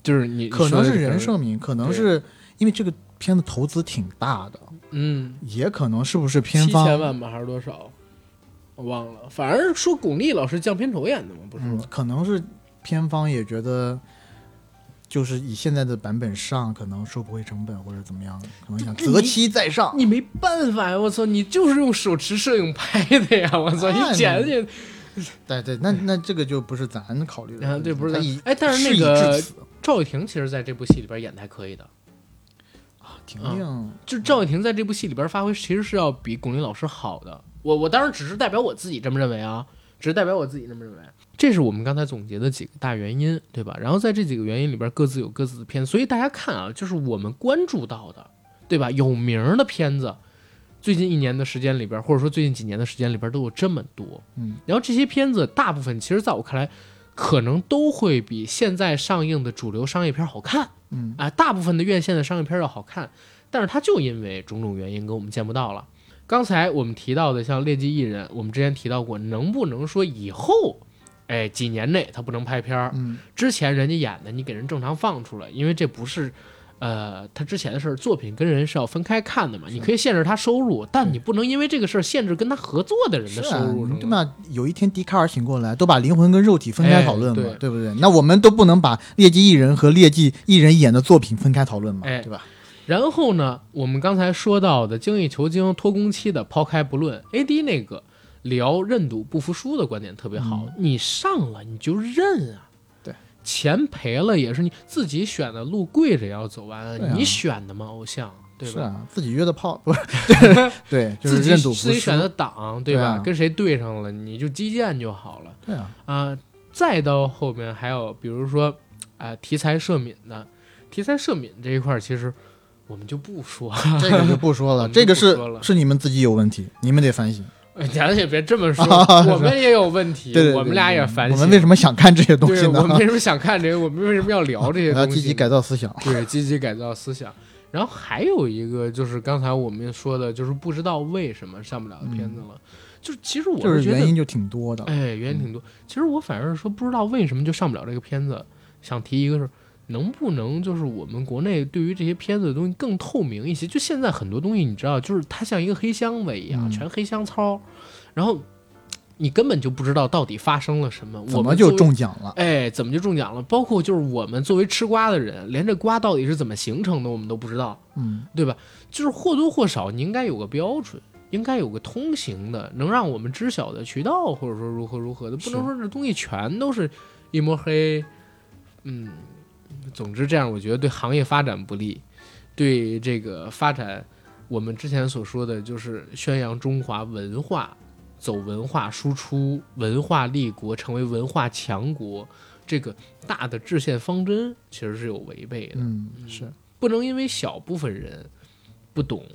S2: 就是你
S3: 可能是人，
S2: 你说
S3: 设
S2: 的
S3: 名，可能
S2: 对
S3: 是因为这个片子投资挺大的，
S2: 嗯，
S3: 也可能是不是片
S2: 七
S3: 方
S2: 千万吧还是多少？我忘了，反正说巩俐老师降片酬演的嘛，不是
S3: 嗯
S2: 吗？，
S3: 可能是片方也觉得，就是以现在的版本上，可能收不回成本或者怎么样，可能想
S2: 这你
S3: 择期再上。
S2: 你没办法呀，我操，你就是用手持摄影拍的呀，我操，
S3: 哎
S2: 你剪去，
S3: 对对，那那这个就不是咱考虑的
S2: 啊
S3: 问题，
S2: 对不是
S3: 他
S2: 咱
S3: 以
S2: 哎但是那
S3: 事已
S2: 个
S3: 至此
S2: 赵又廷其实在这部戏里边演的还可以的，
S3: 婷
S2: 嗯
S3: 婷
S2: 就是赵又廷在这部戏里边发挥其实是要比巩俐老师好的。我我当然只是代表我自己这么认为啊，只是代表我自己这么认为。这是我们刚才总结的几个大原因，对吧？然后在这几个原因里边各自有各自的片子，所以大家看啊，就是我们关注到的，对吧？有名儿的片子，最近一年的时间里边，或者说最近几年的时间里边都有这么多。
S3: 嗯，
S2: 然后这些片子大部分其实在我看来，可能都会比现在上映的主流商业片好看。
S3: 嗯，
S2: 啊，大部分的院线的商业片要好看，但是它就因为种种原因跟我们见不到了。刚才我们提到的像《劣迹艺人》，我们之前提到过，能不能说以后，哎，几年内他不能拍片儿？
S3: 嗯，
S2: 之前人家演的，你给人正常放出来，因为这不是，呃，他之前的事儿，作品跟人是要分开看的嘛。你可以限制他收入，但你不能因为这个事儿限制跟他合作的人
S3: 嗯是
S2: 的收
S3: 啊，
S2: 入，
S3: 你对？吧？有一天笛卡尔醒过来，都把灵魂跟肉体分开
S2: 哎
S3: 讨论嘛，
S2: 对
S3: 对不对？那我们都不能把劣迹艺人和劣迹艺人演的作品分开讨论嘛，
S2: 哎
S3: 对吧？
S2: 然后呢，我们刚才说到的精益求精、拖工期的抛开不论，AD 那个聊认赌不服输的观点特别好，你上了你就认啊，
S3: 嗯对，
S2: 钱赔了也是你自己选的，路跪着也要走完，
S3: 对啊
S2: 你选的吗？偶像，对
S3: 是
S2: 吧？
S3: 啊，自己约的炮， 不是？对，就是
S2: 自己
S3: 认赌
S2: 自
S3: 服
S2: 己
S3: 输
S2: 选。的党，对
S3: 对
S2: 吧？
S3: 啊
S2: 跟谁对上了，你就击剑就好了。
S3: 对啊，
S2: 啊、再到后面还有比如说啊、题材赦免的，题材赦免这一块儿其实我们就不说
S3: 这个就不说
S2: 我
S3: 了，
S2: 们就
S3: 这
S2: 嗯
S3: 个
S2: 不
S3: 是
S2: 说了
S3: 是你们自己有问题，你们得反省。，
S2: 哎咱也别这么说 我们也有问题，
S3: 啊对对对，
S2: 我们俩也
S3: 对
S2: 反
S3: 我
S2: 省。
S3: 们为什么想看这些东西
S2: 对，
S3: 呢
S2: 我？们为什么想看这个？我们为什么要聊 这些
S3: 我要
S2: 东西呢？
S3: 积极改造思想。
S2: 对，积极改造思想。然后还有一个就是刚才我们说的，就是不知道为什么上不了的片子了。就是其实我
S3: 嗯就是
S2: 觉得
S3: 原因就挺多的，
S2: 哎，原因挺多。其实我反而是说不知道为什么就上不了这个片子，想提一个是能不能就是我们国内对于这些片子的东西更透明一些？就现在很多东西你知道，就是它像一个黑箱子一样，
S3: 嗯
S2: 全黑箱操，然后你根本就不知道到底发生了什么。
S3: 怎
S2: 我
S3: 么
S2: 们
S3: 就
S2: 作为
S3: 中奖了？
S2: 哎，怎么就中奖了？包括就是我们作为吃瓜的人，连这瓜到底是怎么形成的，我们都不知道。
S3: 嗯，
S2: 对吧？就是或多或少你应该有个标准，应该有个通行的，能让我们知晓的渠道，或者说如何如何的，不能
S3: 是
S2: 说这东西全都是一摸黑。嗯，总之这样，我觉得对行业发展不利，对这个发展，我们之前所说的就是宣扬中华文化，走文化输出、文化立国，成为文化强国。这个大的制宪方针其实是有违背的，
S3: 嗯，是
S2: 不能因为小部分人不懂，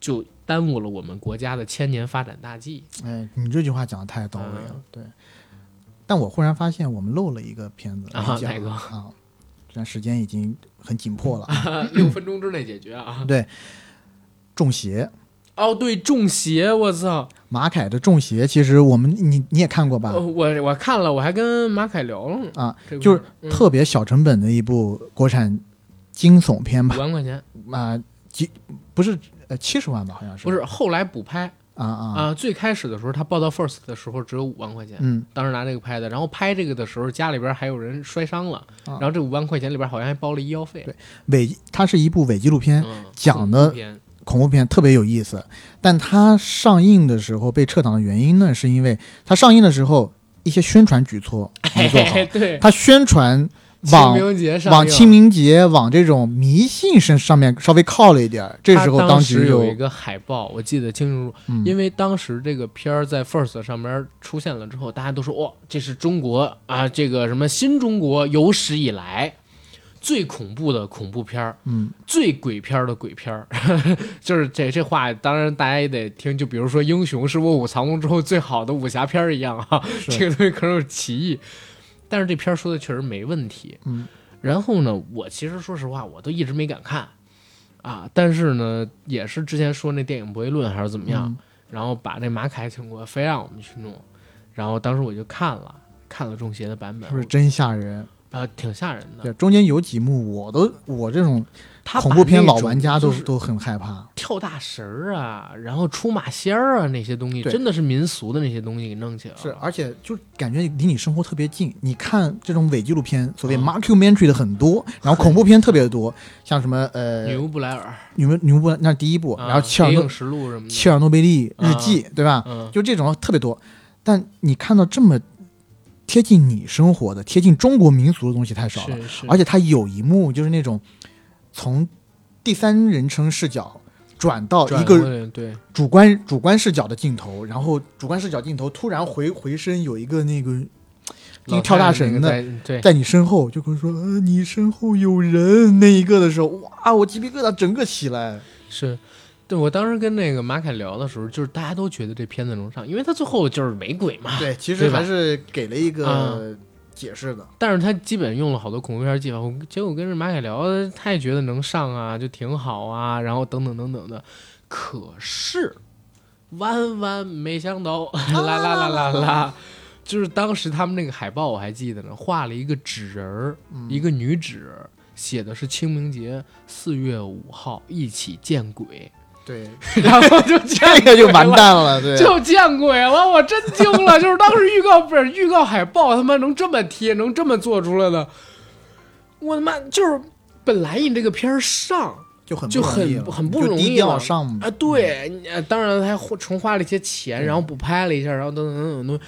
S2: 就耽误了我们国家的千年发展大 计。
S3: 哎，你这句话讲的太到位了，
S2: 嗯
S3: 对。但我忽然发现我们漏了一个片子
S2: 啊
S3: 没讲
S2: 哪个
S3: 啊？虽然时间已经很紧迫了，啊
S2: 啊六分钟之内解决啊！
S3: 对，《中邪》
S2: 哦，对，中邪，我操！
S3: 马凯的《中邪》，其实我们你你也看过吧？
S2: 呃我我看了，我还跟马凯聊了呢。
S3: 啊，
S2: 这个
S3: 就是
S2: 故事嗯
S3: 特别小成本的一部国产惊悚片吧
S2: 五？万块钱，
S3: 啊，几不是呃七十万吧？好像 是
S2: 不是后来补拍
S3: 啊啊
S2: 啊、最开始的时候他报到 First 的时候只有五万块钱，
S3: 嗯
S2: 当时拿这个拍的。然后拍这个的时候，家里边还有人摔伤了，
S3: 啊
S2: 然后这五万块钱里边好像还包了医药费。
S3: 对伪它是一部伪纪录片，
S2: 嗯，
S3: 讲的
S2: 恐怖片，
S3: 恐怖片特别有意思，但它上映的时候被撤档的原因呢，是因为它上映的时候一些宣传举措没做好
S2: 对，
S3: 它宣传往
S2: 清明节上
S3: 往
S2: 映
S3: 清明节往这种迷信身上面稍微靠了一点儿，这时候
S2: 他
S3: 当
S2: 当
S3: 局
S2: 时
S3: 就
S2: 有一个海报，我记得清清楚楚，
S3: 嗯
S2: 因为当时这个片儿在 First 上面出现了之后，大家都说哇、这是中国啊，这个什么新中国有史以来最恐怖的恐怖片儿，
S3: 嗯
S2: 最鬼片儿的鬼片儿， 就是这这话，当然大家也得听。就比如说《英雄》是卧虎藏龙之后最好的武侠片儿一样啊，这个东西可能有歧义，但是这片儿说的确实没问题。
S3: 嗯，
S2: 然后呢，我其实说实话，我都一直没敢看啊，但是呢，也是之前说那电影不会论还是怎么样，
S3: 嗯
S2: 然后把这马凯请过来，非让我们去弄，然后当时我就看了。看了中邪的版本，
S3: 是不是真吓人？
S2: 啊，挺吓人的。
S3: 对，中间有几幕我都我这种
S2: 他
S3: 恐
S2: 把
S3: 怖片
S2: 那
S3: 老
S2: 种
S3: 玩家
S2: 就
S3: 都
S2: 是
S3: 都很害怕。
S2: 跳大神儿啊，然后出马仙儿啊那些东西，
S3: 对
S2: 真的是民俗的那些东西给弄起来了。
S3: 是，而且就感觉离你生活特别近。你看这种伪纪录片，所谓
S2: 嗯
S3: mockumentary 的 很多，然后恐怖片特别多，像什么呃
S2: 女巫布莱尔，
S3: 你们你们不那是第一部，
S2: 啊
S3: 然后切尔
S2: 谍
S3: 诺
S2: 影实录什么的，
S3: 切尔诺贝利日记，对吧？
S2: 嗯，
S3: 就这种特别多，但你看到这么贴近你生活的、贴近中国民俗的东西太少了。
S2: 是是，
S3: 而且它有一幕就是那种从第三人称视角转到
S2: 转
S3: 一个
S2: 过来对
S3: 主观主观视角的镜头，然后主观视角镜头突然回回身有一个那个那
S2: 老
S3: 个跳大
S2: 太太那
S3: 神的
S2: 个在对，
S3: 在你身后，就跟说、呃、你身后有人那一个的时候，哇，我鸡皮疙瘩整个起来。
S2: 是。对，我当时跟那个马凯聊的时候，就是大家都觉得这片子能上，因为他最后就是没鬼嘛。
S3: 啊对，啊其
S2: 对
S3: 实
S2: 吧
S3: 还是给了一个
S2: 嗯
S3: 解释的。
S2: 但是他基本用了好多恐怖片技法，我结果跟这马凯聊，他也觉得能上啊，就挺好啊，然后等等等等的。可是，万万没想到，
S3: 啊
S2: 啦啦啦啦啦，就是当时他们那个海报我还记得呢，画了一个纸人儿，
S3: 嗯
S2: 一个女纸人儿，写的是清明节四月五号一起见 鬼，
S3: 对，
S2: 然后就见
S3: 这个就完
S2: 了。
S3: 蛋了。对，
S2: 就见鬼了！我真惊了，就是当时预告不是预告海报，他妈能这么贴，能这么做出来的，我他妈就是本来你这个片儿上
S3: 就很
S2: 就
S3: 不容易
S2: 很
S3: 了哎
S2: 很不容易
S3: 就低调
S2: 了
S3: 上嘛
S2: 啊，对，你呃当然他还重花了一些钱，然后补拍了一下，然后等等等等东西。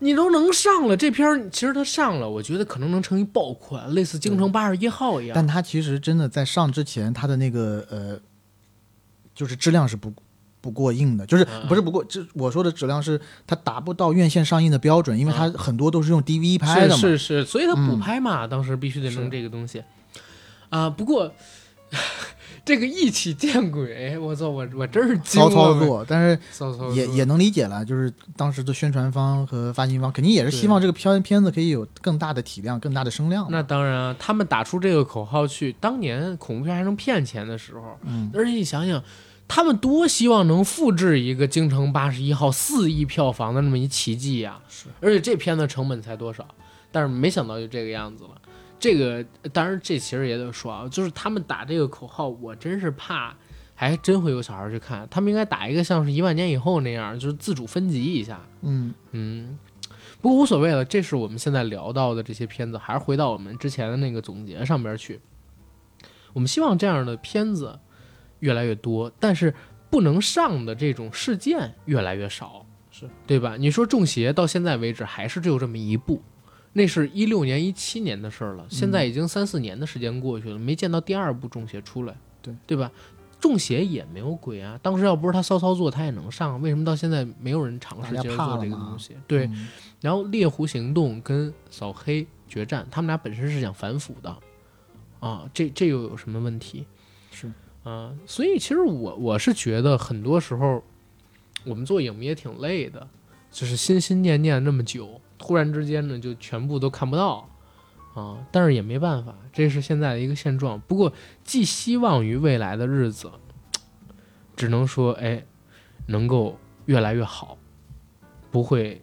S2: 你都能上了这片儿，其实它上了，我觉得可能能成一爆款，类似《京城八十一号》一样。
S3: 但它其实真的在上之前，它的那个呃，就是质量是不不过硬的，就是
S2: 嗯
S3: 不是不过，这我说的质量是它达不到院线上映的标准，因为它很多啊都是用 DV 拍的嘛。
S2: 是是是，所以他补
S3: 嗯
S2: 拍嘛，当时必须得弄
S3: 是
S2: 这个东西。啊，不过这个一起见鬼，我操，我我真是惊
S3: 骚
S2: 了，
S3: 操作，但是
S2: 骚操作
S3: 也也能理解了，就是当时的宣传方和发行方肯定也是
S2: 对
S3: 希望这个片片子可以有更大的体量、更大的声量嘛。
S2: 那当然啊，他们打出这个口号去，当年恐怖片还能骗钱的时候，
S3: 嗯，
S2: 而且你想想，他们多希望能复制一个《京城八十一号》四亿票房的那么一奇迹呀、
S3: 是，
S2: 而且这片子成本才多少？但是没想到就这个样子了。这个当然，这其实也得说啊，就是他们打这个口号，我真是怕，还真会有小孩去看。他们应该打一个像是一万年以后那样，就是自主分级一下。
S3: 嗯，
S2: 嗯，不过无所谓了，这是我们现在聊到的这些片子，还是回到我们之前的那个总结上边去。我们希望这样的片子越来越多，但是不能上的这种事件越来越少，
S3: 是
S2: 对吧？你说《中邪》到现在为止还是只有这么一部，那是一六年、一七年的事儿
S3: 嗯
S2: 了，现在已经三四年的时间过去了，没见到第二部《中邪》出来，
S3: 对
S2: 对吧？中邪也没有鬼啊！当时要不是他骚操作，他也能上。为什么到现在没有人尝试
S3: 大家
S2: 接着
S3: 怕
S2: 做
S3: 了
S2: 这个
S3: 嘛
S2: 东西？对，
S3: 嗯
S2: 然后猎狐行动跟扫黑决战，他们俩本身是想反腐的，啊，这这又有什么问题？
S3: 是，
S2: 啊，所以其实我我是觉得很多时候我们做影迷也挺累的，就是心心念念那么久，突然之间呢就全部都看不到啊，但是也没办法，这是现在的一个现状。不过寄希望于未来的日子，只能说哎，能够越来越好，不会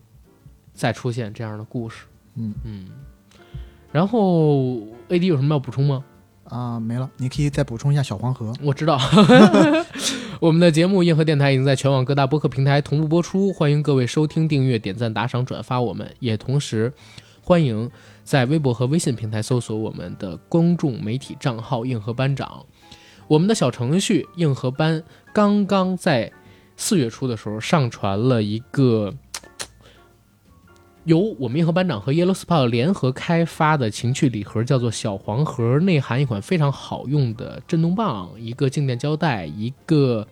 S2: 再出现这样的故事。
S3: 嗯
S2: 嗯，然后 AD 有什么要补充吗？
S3: 啊、没了，你可以再补充一下小黄河。
S2: 我知道，我们的节目《硬核电台》已经在全网各大播客平台同步播出，欢迎各位收听、订阅、点赞、打赏、转发。我们也同时欢迎在微博和微信平台搜索我们的公众媒体账号“硬核班长”。我们的小程序“硬核班”刚刚在四月初的时候上传了一个由我们硬核班长和 Yellow Spot 联合开发的情趣礼盒，叫做小黄盒，内含一款非常好用的震动棒、一个静电胶带、一个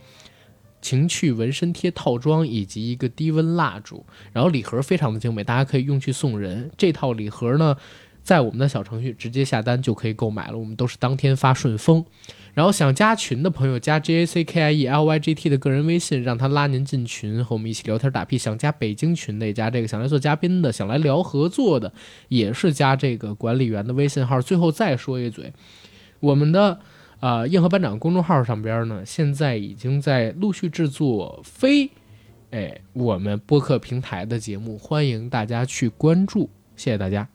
S2: 情趣纹身贴套装以及一个低温蜡烛。然后礼盒非常的精美，大家可以用去送人。这套礼盒呢，在我们的小程序直接下单就可以购买了，我们都是当天发顺丰。然后想加群的朋友加 J A C K I E L Y G T 的个人微信，让他拉您进群，和我们一起聊天打屁。想加北京群的也加这个，想来做嘉宾的，想来聊合作的也是加这个管理员的微信号。最后再说一嘴，我们的呃硬核班长公众号上边呢，现在已经在陆续制作非呃哎我们播客平台的节目，欢迎大家去关注，谢谢大家。